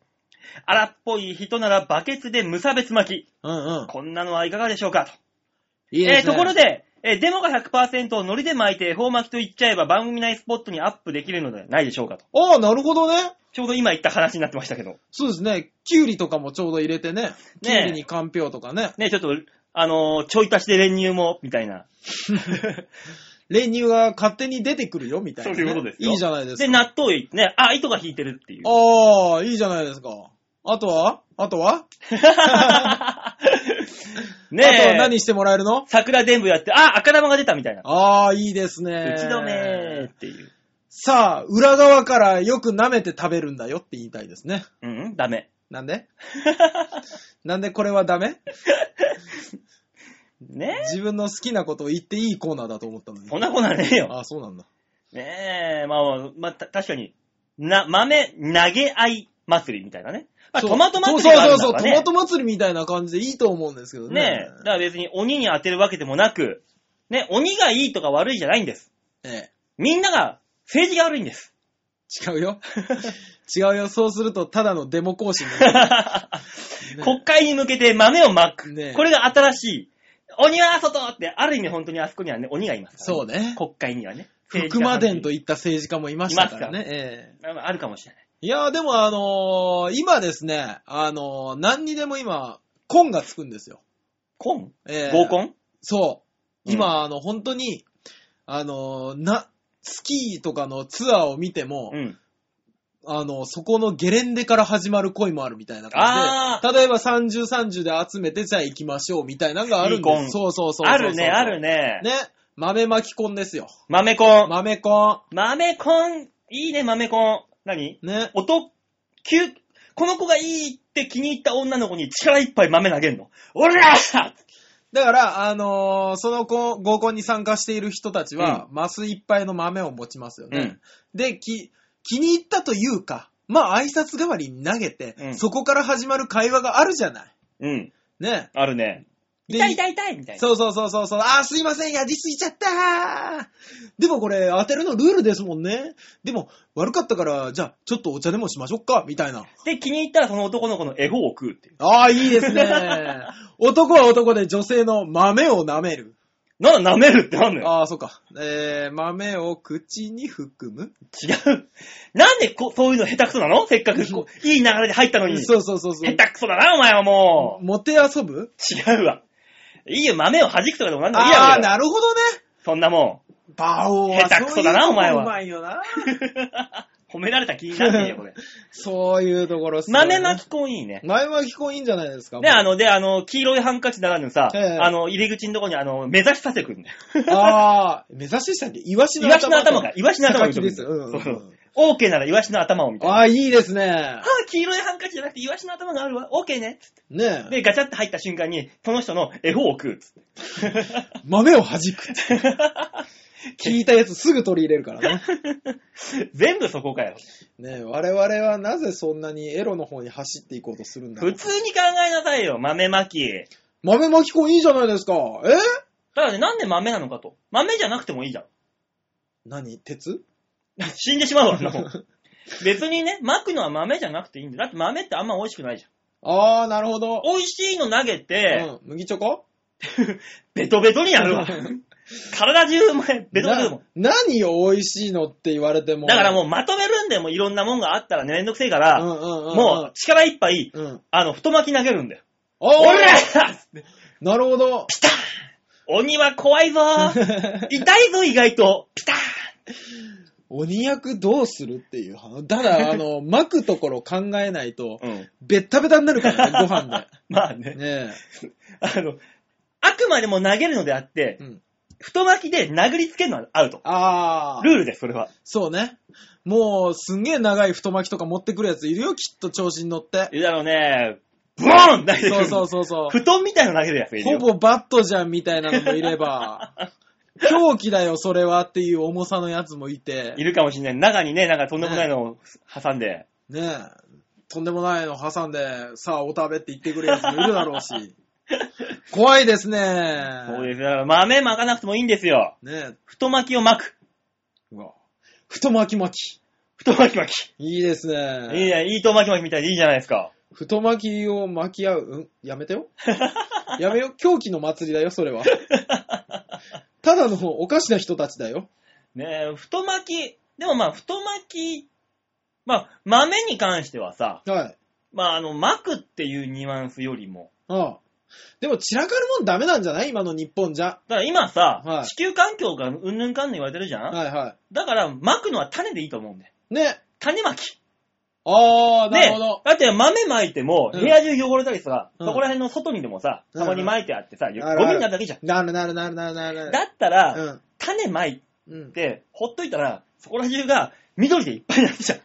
Speaker 2: 荒っぽい人ならバケツで無差別巻き。
Speaker 3: うんうん。
Speaker 2: こんなのはいかがでしょうかと。
Speaker 3: いい
Speaker 2: え
Speaker 3: で
Speaker 2: ー
Speaker 3: すね。
Speaker 2: ところで、えーデモが100%をノリで巻いて、恵方巻きと言っちゃえば番組内スポットにアップできるのではないでしょうかと。
Speaker 3: あー、なるほどね。
Speaker 2: ちょうど今言った話になってましたけど。
Speaker 3: そうですね。キュウリとかもちょうど入れてね。
Speaker 2: ねえ
Speaker 3: キュウリにかんぴょうとかね。 [laughs]
Speaker 2: ね、ちょっと、あのーちょい足しで練乳も、みたいな。
Speaker 3: 練乳が勝手に出てくるよ、みたいなね、
Speaker 2: そういうことですよ
Speaker 3: いいじゃないですか。
Speaker 2: で、納豆いね、あ、糸が引いてるっていう。
Speaker 3: あー、いいじゃないですか。あとはあとは
Speaker 2: [laughs] ね
Speaker 3: あ
Speaker 2: え。
Speaker 3: とは何してもらえるの
Speaker 2: 桜伝舞やって、あ、赤玉が出たみたいな。
Speaker 3: ああ、いいですね。
Speaker 2: 打ち止めっていう。
Speaker 3: さあ、裏側からよく舐めて食べるんだよって言いたいですね。
Speaker 2: うん、ダメ。
Speaker 3: な
Speaker 2: [laughs]
Speaker 3: んでなんでこれはダメ
Speaker 2: ね
Speaker 3: 自分の好きなことを言っていいコーナーだと思ったのに
Speaker 2: そ。んなことはねえよ。
Speaker 3: ああ、そうなんだ。
Speaker 2: ねえ、まあまあ、まあ、た確かに、な、豆投げ合い祭りみたいなね。まあ、
Speaker 3: そう
Speaker 2: トマト祭りがあるんだ
Speaker 3: そうそう
Speaker 2: から
Speaker 3: そうそう、
Speaker 2: ね。
Speaker 3: トマト祭りみたいな感じでいいと思うんですけどね。
Speaker 2: ねえ、だから別に鬼に当てるわけでもなく、ね、鬼がいいとか悪いじゃないんです。
Speaker 3: え
Speaker 2: みんなが、政治が悪いんです。
Speaker 3: え違う
Speaker 2: [laughs]
Speaker 3: よ。違うよ。そうすると、ただのデモ行進にな
Speaker 2: [laughs]
Speaker 3: る
Speaker 2: 国会に向けて豆をまく。
Speaker 3: ねえ
Speaker 2: これが新しい。鬼は外って、ある意味本当にあそこにはね、鬼がいますから、
Speaker 3: そうね。
Speaker 2: 国会にはね。
Speaker 3: 福間伝と
Speaker 2: い
Speaker 3: いった政治家もいましたから
Speaker 2: い
Speaker 3: ね。
Speaker 2: ま
Speaker 3: ええ
Speaker 2: あるかもしれない。
Speaker 3: いやーでもあのー今ですね、あのー何にでも今、コンがつくんですよ。
Speaker 2: 婚
Speaker 3: えー
Speaker 2: 合コン
Speaker 3: そう。
Speaker 2: うん
Speaker 3: 今、あの、本当に、あの、な、スキーとかのツアーを見ても、
Speaker 2: うん。
Speaker 3: あの、そこのゲレンデから始まる恋もあるみたいな感
Speaker 2: あ
Speaker 3: じで、例えば30、30で集めて、じゃあ行きましょうみたいなのがあるん
Speaker 2: いいコ
Speaker 3: で
Speaker 2: ン
Speaker 3: す。そうそうそうそうそう。
Speaker 2: あるね、ある
Speaker 3: ね。
Speaker 2: ね。
Speaker 3: ね。豆巻きコンですよ。
Speaker 2: 豆コン。
Speaker 3: 豆コ
Speaker 2: 豆コン。いいね、豆コン。何
Speaker 3: ン。ね。
Speaker 2: 音、きゅこの子がいいって気に入った女の子に力いっぱい豆投げんの。おらー
Speaker 3: だから、あのーその子、合コンに参加している人たちは、マスいっぱいの豆を持ちますよね。
Speaker 2: うん
Speaker 3: で、き、気に入ったというか、まあ、挨拶代わりに投げて、
Speaker 2: うん
Speaker 3: そこから始まる会話があるじゃない。
Speaker 2: うん、
Speaker 3: ね。
Speaker 2: あるね。
Speaker 3: で
Speaker 2: 痛い痛い痛いみたいな。
Speaker 3: そうそうそうそうそう。あー、すいません、やりすぎちゃったーでもこれ、当てるのルールですもんね。でも、悪かったから、じゃあ、ちょっとお茶でもしましょうか、みたいな。
Speaker 2: で、気に入ったらその男の子のエゴを食うっていう。
Speaker 3: あー、いいです
Speaker 2: [laughs]
Speaker 3: ね。男は男で女性の豆を舐める。
Speaker 2: なんだ、舐めるってなんだよ。
Speaker 3: ああ、そうか。えー、豆を口に含む
Speaker 2: 違う。なんでこそういうの下手くそなのせっかくこういい流れで入ったのに。下
Speaker 3: そうそうそうそう
Speaker 2: 手。くそだな、お前はも
Speaker 3: もて遊ぶ
Speaker 2: う。違うわ。いいよ、豆を弾くとかでもなんでもいい
Speaker 3: あ
Speaker 2: や
Speaker 3: あ、
Speaker 2: ろよ。
Speaker 3: なるほどね。
Speaker 2: そんなも
Speaker 3: [laughs]
Speaker 2: ん。
Speaker 3: バオは
Speaker 2: 下手くそだな
Speaker 3: そ
Speaker 2: お
Speaker 3: ういうとこ
Speaker 2: 前は
Speaker 3: うまいよな。
Speaker 2: 褒められた気になっていいよ、これ。
Speaker 3: [laughs] そういうところっすね
Speaker 2: 豆巻きコンいいね。
Speaker 3: 豆巻きコンいいんじゃないですか。
Speaker 2: ね、あの、で、あの、黄色いハンカチならぬさ、
Speaker 3: ええ
Speaker 2: あの、入り口のとこに、あの、目指しさせてくんだよ。
Speaker 3: ああ、目指ししたっけイワシ
Speaker 2: イ
Speaker 3: の
Speaker 2: ワ
Speaker 3: 頭
Speaker 2: シの頭か、イワシの頭を
Speaker 3: 榊です。うん、う。
Speaker 2: そうそうん OK ならイワシの頭をみたいな。
Speaker 3: ああ、いいですね
Speaker 2: あ。黄色いハンカチじゃなくてイワシの頭があるわ。OK ね。
Speaker 3: ねえ。
Speaker 2: で、ガチャって入った瞬間に、その人の絵本を食うっつって。
Speaker 3: [laughs] 豆を弾く。聞いたやつすぐ取り入れるか
Speaker 2: [laughs]
Speaker 3: らね。
Speaker 2: 全部そこかよ。
Speaker 3: ねえ、我々はなぜそんなにエロの方に走っていこうとするんだろ
Speaker 2: 普
Speaker 3: う。
Speaker 2: 通に考えなさいよ、豆巻き。
Speaker 3: 豆巻きコンいいじゃないですか。え
Speaker 2: ただね、なんで豆なのかと。豆じゃなくてもいいじゃん。
Speaker 3: 何鉄
Speaker 2: 死んでしまうわ、そんなも
Speaker 3: [laughs]
Speaker 2: ん。別にね、巻くのは豆じゃなくていいんだよ。だって豆ってあんま美味しくないじゃん。
Speaker 3: ああ、なるほど。
Speaker 2: 美味しいの投げて、
Speaker 3: うん、麦チョコ
Speaker 2: ベトベトにや
Speaker 3: [laughs]
Speaker 2: るわ。体中、お前、ベトベトだもん。
Speaker 3: な何を美味しいのって言われても。
Speaker 2: だからもうまとめるんでもういろんなもんがあったらね、めんどくせえから、
Speaker 3: うんうんうんん、
Speaker 2: もう力いっぱい、
Speaker 3: う、うん。
Speaker 2: あの、太巻き投げるんだよ。
Speaker 3: お
Speaker 2: おら
Speaker 3: なるほど。
Speaker 2: 鬼は怖いぞ痛いぞ、意外とピターン
Speaker 3: [laughs] 鬼役どうするっていう話。ただ、あ [laughs] の、巻くところ考えないと、
Speaker 2: うん。
Speaker 3: べったべたになるからね、 [laughs] ご飯
Speaker 2: まあ
Speaker 3: で。
Speaker 2: ね、
Speaker 3: ね
Speaker 2: あの、あくまでも投げるのであって、
Speaker 3: え。うん。
Speaker 2: 太巻きで殴りつけるのはアウト。
Speaker 3: あ
Speaker 2: ル
Speaker 3: ー。
Speaker 2: ールです、それは。
Speaker 3: そうね。もう、すんげえ長い太巻きとか持ってくるやついるよ、きっと調子に乗って。
Speaker 2: だろうね、ブーン投げてく
Speaker 3: そう
Speaker 2: る。
Speaker 3: そうそうそう。
Speaker 2: 布団みたいなの投げるやつがいる
Speaker 3: ほ
Speaker 2: よ。
Speaker 3: ぼバットじゃんみたいなのもいれ [laughs] ば、狂気だよそれはっていう重さのやつもいて
Speaker 2: い、るかもしれない。中にね、なんかとんでもないのを挟んで。
Speaker 3: ねえ、とんでもないの挟んで、さあお食べって言ってくれるやつもいるだろ
Speaker 2: [laughs]
Speaker 3: うし、怖いですね。
Speaker 2: そうです。だから豆巻かなくてもいいんですよ。
Speaker 3: ねえ、
Speaker 2: 太巻きを巻く。
Speaker 3: うわ太巻き巻き。
Speaker 2: 太巻き巻き。
Speaker 3: いいです
Speaker 2: いい
Speaker 3: ね。
Speaker 2: ね、いいと巻き巻きみたいでいいじゃないですか。
Speaker 3: 太巻きを巻き合う。うんやめて
Speaker 2: [laughs]
Speaker 3: よ。やめよ。狂気の祭りだよ、それは。ただのおかしな人たちだよ。
Speaker 2: ねえ、太巻き、でもまあ、太巻き、まあ、豆に関してはさ、
Speaker 3: はい。
Speaker 2: まあ、あの、巻くっていうニュアンスよりも、
Speaker 3: ああ。でも散らかるもんダメなんじゃない今の日本じゃ。
Speaker 2: だから今さ、
Speaker 3: はい
Speaker 2: 地球環境がうんぬんかんぬん言われてるじゃん、
Speaker 3: はいは
Speaker 2: だから、巻くのは種でいいと思うんだよ。
Speaker 3: い。ね。
Speaker 2: 種巻き。
Speaker 3: ああ、なる
Speaker 2: ね
Speaker 3: ほど。
Speaker 2: だって豆巻いても、
Speaker 3: うん
Speaker 2: 部屋中汚れたりさ、
Speaker 3: うん
Speaker 2: そこら辺の外にでもさ、たまに巻いてあってさ、
Speaker 3: んあるある
Speaker 2: ゴミになるだけじゃん。
Speaker 3: なるなるなるなるなる。
Speaker 2: だったら、
Speaker 3: うん。
Speaker 2: 種巻
Speaker 3: うん
Speaker 2: い。て、ほっといたら、そこら中が緑でいっぱいになるじゃん。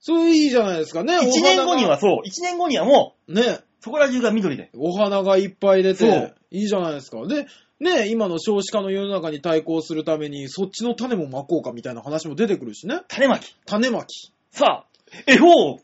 Speaker 3: それいいじゃないですかね。
Speaker 2: 1
Speaker 3: お花
Speaker 2: 年
Speaker 3: が
Speaker 2: 後には。そう、1年後にはも
Speaker 3: ね。
Speaker 2: う、そこら中が緑で。
Speaker 3: お花がいっぱい出
Speaker 2: そ
Speaker 3: て
Speaker 2: う、
Speaker 3: いいじゃないですか。で、ね、今の少子化の世の中に対抗するために、そっちの種もまこうかみたいな話も出てくるしね。
Speaker 2: 種まき。
Speaker 3: 種まき。
Speaker 2: さあ、絵本を。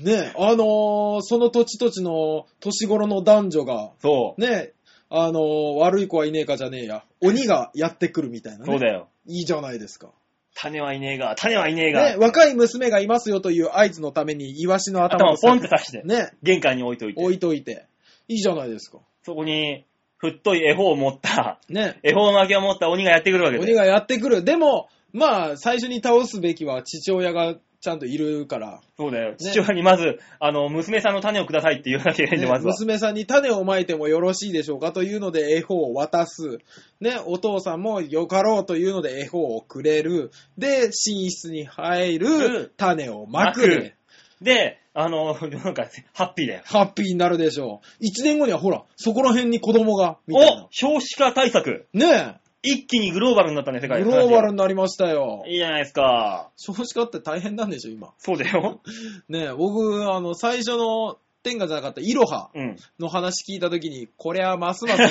Speaker 3: ね、あのーその土地土地の年頃の男女が、
Speaker 2: そ
Speaker 3: ね、あのー悪い子はいねえかじゃねえや。鬼がやってくるみたいな、
Speaker 2: う。
Speaker 3: ね。
Speaker 2: そうだよ。
Speaker 3: いいじゃないですか。
Speaker 2: 種はいねえが、種はいねえが。
Speaker 3: ね、若い娘がいますよという合図のために、イワシの
Speaker 2: 頭
Speaker 3: 頭を
Speaker 2: をポンって刺して、
Speaker 3: ね、
Speaker 2: 玄関に置いといて。
Speaker 3: 置いといて。いいじゃないですか。
Speaker 2: そこに、太い絵本を持った、 [laughs]
Speaker 3: ね。
Speaker 2: 絵本巻きを持った鬼がやってくるわけ
Speaker 3: 鬼
Speaker 2: で。
Speaker 3: がやってくる。でも、まあ、最初に倒すべきは父親がちゃんといるから。
Speaker 2: そうだよ。父親にまず、あの、娘さんの種をくださいって言わなきゃいけないんで、
Speaker 3: ね
Speaker 2: まずは。
Speaker 3: 娘さんに種をまいてもよろしいでしょうかというので絵本を渡す。ね、お父さんもよかろうというので絵本をくれる。で、寝室に入
Speaker 2: うん
Speaker 3: る、種をまく
Speaker 2: まく
Speaker 3: で
Speaker 2: で、あの、なんか、ハッピーだよ。
Speaker 3: ハッピーになるでしょう。一年後にはほら、そこら辺に子供が、みたいな
Speaker 2: お。少子化対策
Speaker 3: ね
Speaker 2: 一気にグローバルになったね、世
Speaker 3: え、
Speaker 2: 界
Speaker 3: グローバル
Speaker 2: 話
Speaker 3: になりましたよ。
Speaker 2: いいじゃないですか。
Speaker 3: 少子化って大変なんでしょ、今。
Speaker 2: そうだよ。
Speaker 3: ねえ、僕、あの、最初の、天下じゃなかったイロハ
Speaker 2: うん。
Speaker 3: の話聞いたときに、これはますます進む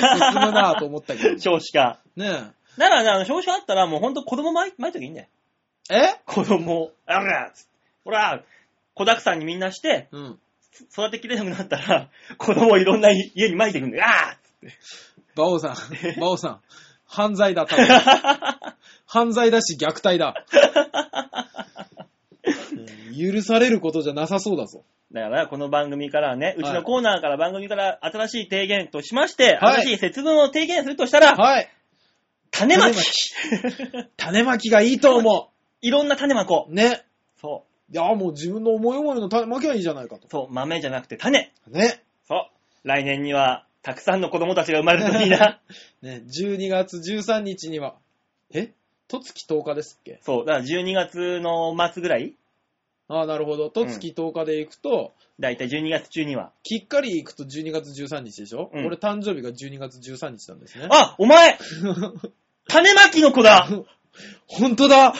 Speaker 3: なぁと思っ
Speaker 2: [laughs]
Speaker 3: たけど。
Speaker 2: 少子化。
Speaker 3: ね
Speaker 2: ならね、あの、少子化あったら、もうほんと子供まい、まいときいいんだよ。
Speaker 3: え。え
Speaker 2: 子供を、あらっつってほら、子沢山にみんなして、
Speaker 3: うん。
Speaker 2: 育てきれなくなったら、子供をいろんな家にまいていくんだよ。あ
Speaker 3: バオさん、バオさん、犯罪だ、多分。
Speaker 2: ー
Speaker 3: 犯罪だし、虐待だ。うん許されることじゃなさそうだぞ。
Speaker 2: だから、この番組からはね、う
Speaker 3: はい
Speaker 2: ちのコーナーから番組から新しい提言としまして、
Speaker 3: は
Speaker 2: 新
Speaker 3: い
Speaker 2: しい節分を提言するとしたら、
Speaker 3: はい。
Speaker 2: 種まき
Speaker 3: 種まきがいいと思
Speaker 2: [laughs] いろんな種まこ
Speaker 3: う。ね。
Speaker 2: う。そ
Speaker 3: いや、もう自分の思い思いの種まきはいいじゃないかと
Speaker 2: う。。そう、豆じゃなくて種。
Speaker 3: ね。
Speaker 2: そう。来年には、たくさんの子供たちが生まれるといい
Speaker 3: [laughs]
Speaker 2: な。
Speaker 3: ね、12月13日には、えとつき10日ですっけ
Speaker 2: そう、だから12月の末ぐらい
Speaker 3: ああ、なるほど。とつき10日で行くと、
Speaker 2: だいたい12月中には。
Speaker 3: きっかり行くと12月13日でしょ、
Speaker 2: うん
Speaker 3: 俺誕生日が12月13日なんですね。
Speaker 2: あ、お
Speaker 3: [laughs]
Speaker 2: 前種まきの子だ
Speaker 3: 本
Speaker 2: [laughs]
Speaker 3: 当だ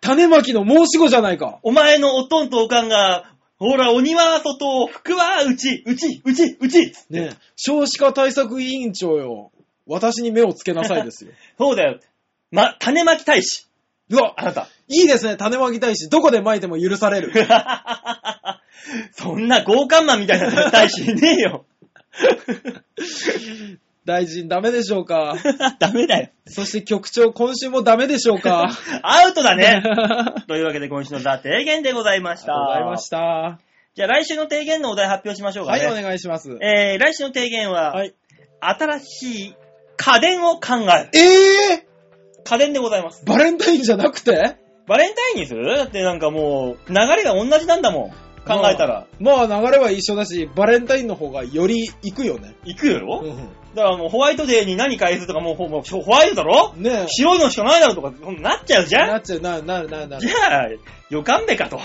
Speaker 3: 種まきの申し子じゃないか
Speaker 2: お前のおとんとおかんが、ほら、鬼は外、福は内、内、内、内
Speaker 3: ねえ、少子化対策委員長よ。私に目をつけなさいです
Speaker 2: [laughs]
Speaker 3: よ。
Speaker 2: そうだよ。ま、種まき大使。
Speaker 3: うわ
Speaker 2: あなた。
Speaker 3: いいですね、種まき大使。どこでまいても許される。
Speaker 2: [laughs] そんな強姦魔みたいな大使いねえよ。 [laughs]
Speaker 3: 大臣ダメでしょうか
Speaker 2: ダメだよ。
Speaker 3: そして局長、今週もダメでしょうか
Speaker 2: アウトだ [laughs] ね。
Speaker 3: [laughs] あ
Speaker 2: というわけで今週のザ・提言でございま
Speaker 3: りが
Speaker 2: した。
Speaker 3: とうございました。は
Speaker 2: じゃあ来週の提言のお題発表しましょうかね。
Speaker 3: い、お願いします。
Speaker 2: えー、来週の提言は、
Speaker 3: はい
Speaker 2: 新しい家電を考える。
Speaker 3: ええ
Speaker 2: 家電でございます。
Speaker 3: ー、バレンタインじゃなくて
Speaker 2: バレンタインにするだってなんかもう、流れが同じなんだもん。考えたら。
Speaker 3: まあ流れは一緒だし、バレンタインの方がより行くよね。
Speaker 2: 行くよ、
Speaker 3: う
Speaker 2: だからもうホワイトデーに何返すとかもうほもうホワイトだろ
Speaker 3: ん。ねえ。
Speaker 2: 白いのしかないだろとか、そんななっちゃうじゃ
Speaker 3: なんっちゃう、なる、なる、なる、な
Speaker 2: じ
Speaker 3: る。
Speaker 2: ゃあ、予感べかと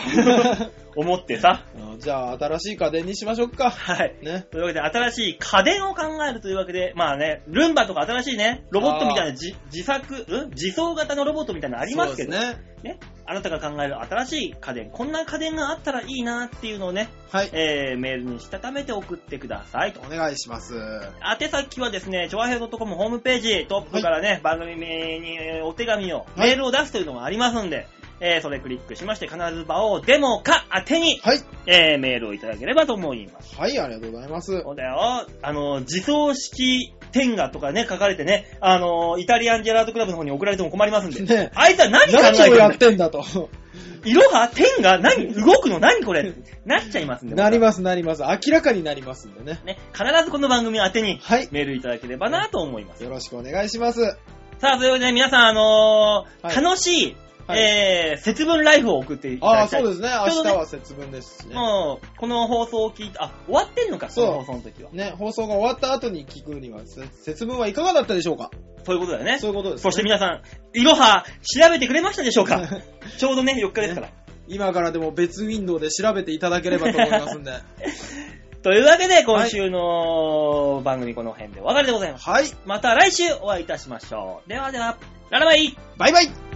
Speaker 2: [laughs] 思ってさ。
Speaker 3: [laughs] うんじゃあ、新しい家電にしましょうか。
Speaker 2: はい。
Speaker 3: ね。
Speaker 2: というわけで、新しい家電を考えるというわけで、まあね、ルンバとか新しいね、ロボットみたいな自自作、ん自走型のロボットみたいなのありますけど、
Speaker 3: そうですね。
Speaker 2: あなたが考える新しい家電、こんな家電があったらいいなっていうのをね、
Speaker 3: はい。
Speaker 2: えー、メールにしたためて送ってくださいと。
Speaker 3: お願いします。
Speaker 2: 宛先はですね、ちょわへい .com ホームページ、トップからね、番組にお手紙を、
Speaker 3: はい
Speaker 2: メールを出すというのがありますんで、えーそれクリックしまして、必ず場をデモか宛てに、
Speaker 3: はい。
Speaker 2: えーメールをいただければと思います。
Speaker 3: はい、ありがとうございます。
Speaker 2: そうだよ。あの、自走式天下とかね、書かれてね、あの、イタリアンジェラートクラブの方に送られても困りますん
Speaker 3: [laughs]
Speaker 2: で。
Speaker 3: ね
Speaker 2: あいつは何考え
Speaker 3: 何
Speaker 2: て
Speaker 3: を
Speaker 2: るん
Speaker 3: や
Speaker 2: だ
Speaker 3: ってんだと。
Speaker 2: 色が天が何動くの何これってなっちゃいますんで。
Speaker 3: なり
Speaker 2: す。
Speaker 3: ます、なります。明らかになりますんでね。
Speaker 2: ね、必ずこの番組宛てに、
Speaker 3: はい。
Speaker 2: メールいただければなと思います。
Speaker 3: よろしくお願いします。
Speaker 2: さあ、というわけでね皆さん、あのー
Speaker 3: はい
Speaker 2: 楽しい、
Speaker 3: はい
Speaker 2: えー、節分ライフを送っていた
Speaker 3: あ
Speaker 2: だ
Speaker 3: あ、
Speaker 2: きた
Speaker 3: そ
Speaker 2: い。
Speaker 3: うですね。
Speaker 2: ちょ
Speaker 3: 明
Speaker 2: うどね
Speaker 3: 日は節分ですしね。
Speaker 2: もう、この放送を聞いて、あ、終わってんのか、こ
Speaker 3: そう
Speaker 2: の放送の時は。
Speaker 3: ね、放送が終わった後に聞くには、せ節分はいかがだったでしょうか
Speaker 2: そういうことだよね。
Speaker 3: そういうことです、
Speaker 2: そして皆さん、いろは調べてくれましたでしょうか [laughs] ちょうどね、4日ですから。
Speaker 3: 今からでも別ウィンドウで調べていただければと思いますんで。
Speaker 2: というわけで、今週の番組この辺でお別れでございます。
Speaker 3: はい。
Speaker 2: また来週お会いいたしましょう。ではでは、ララバイ
Speaker 3: バイバイ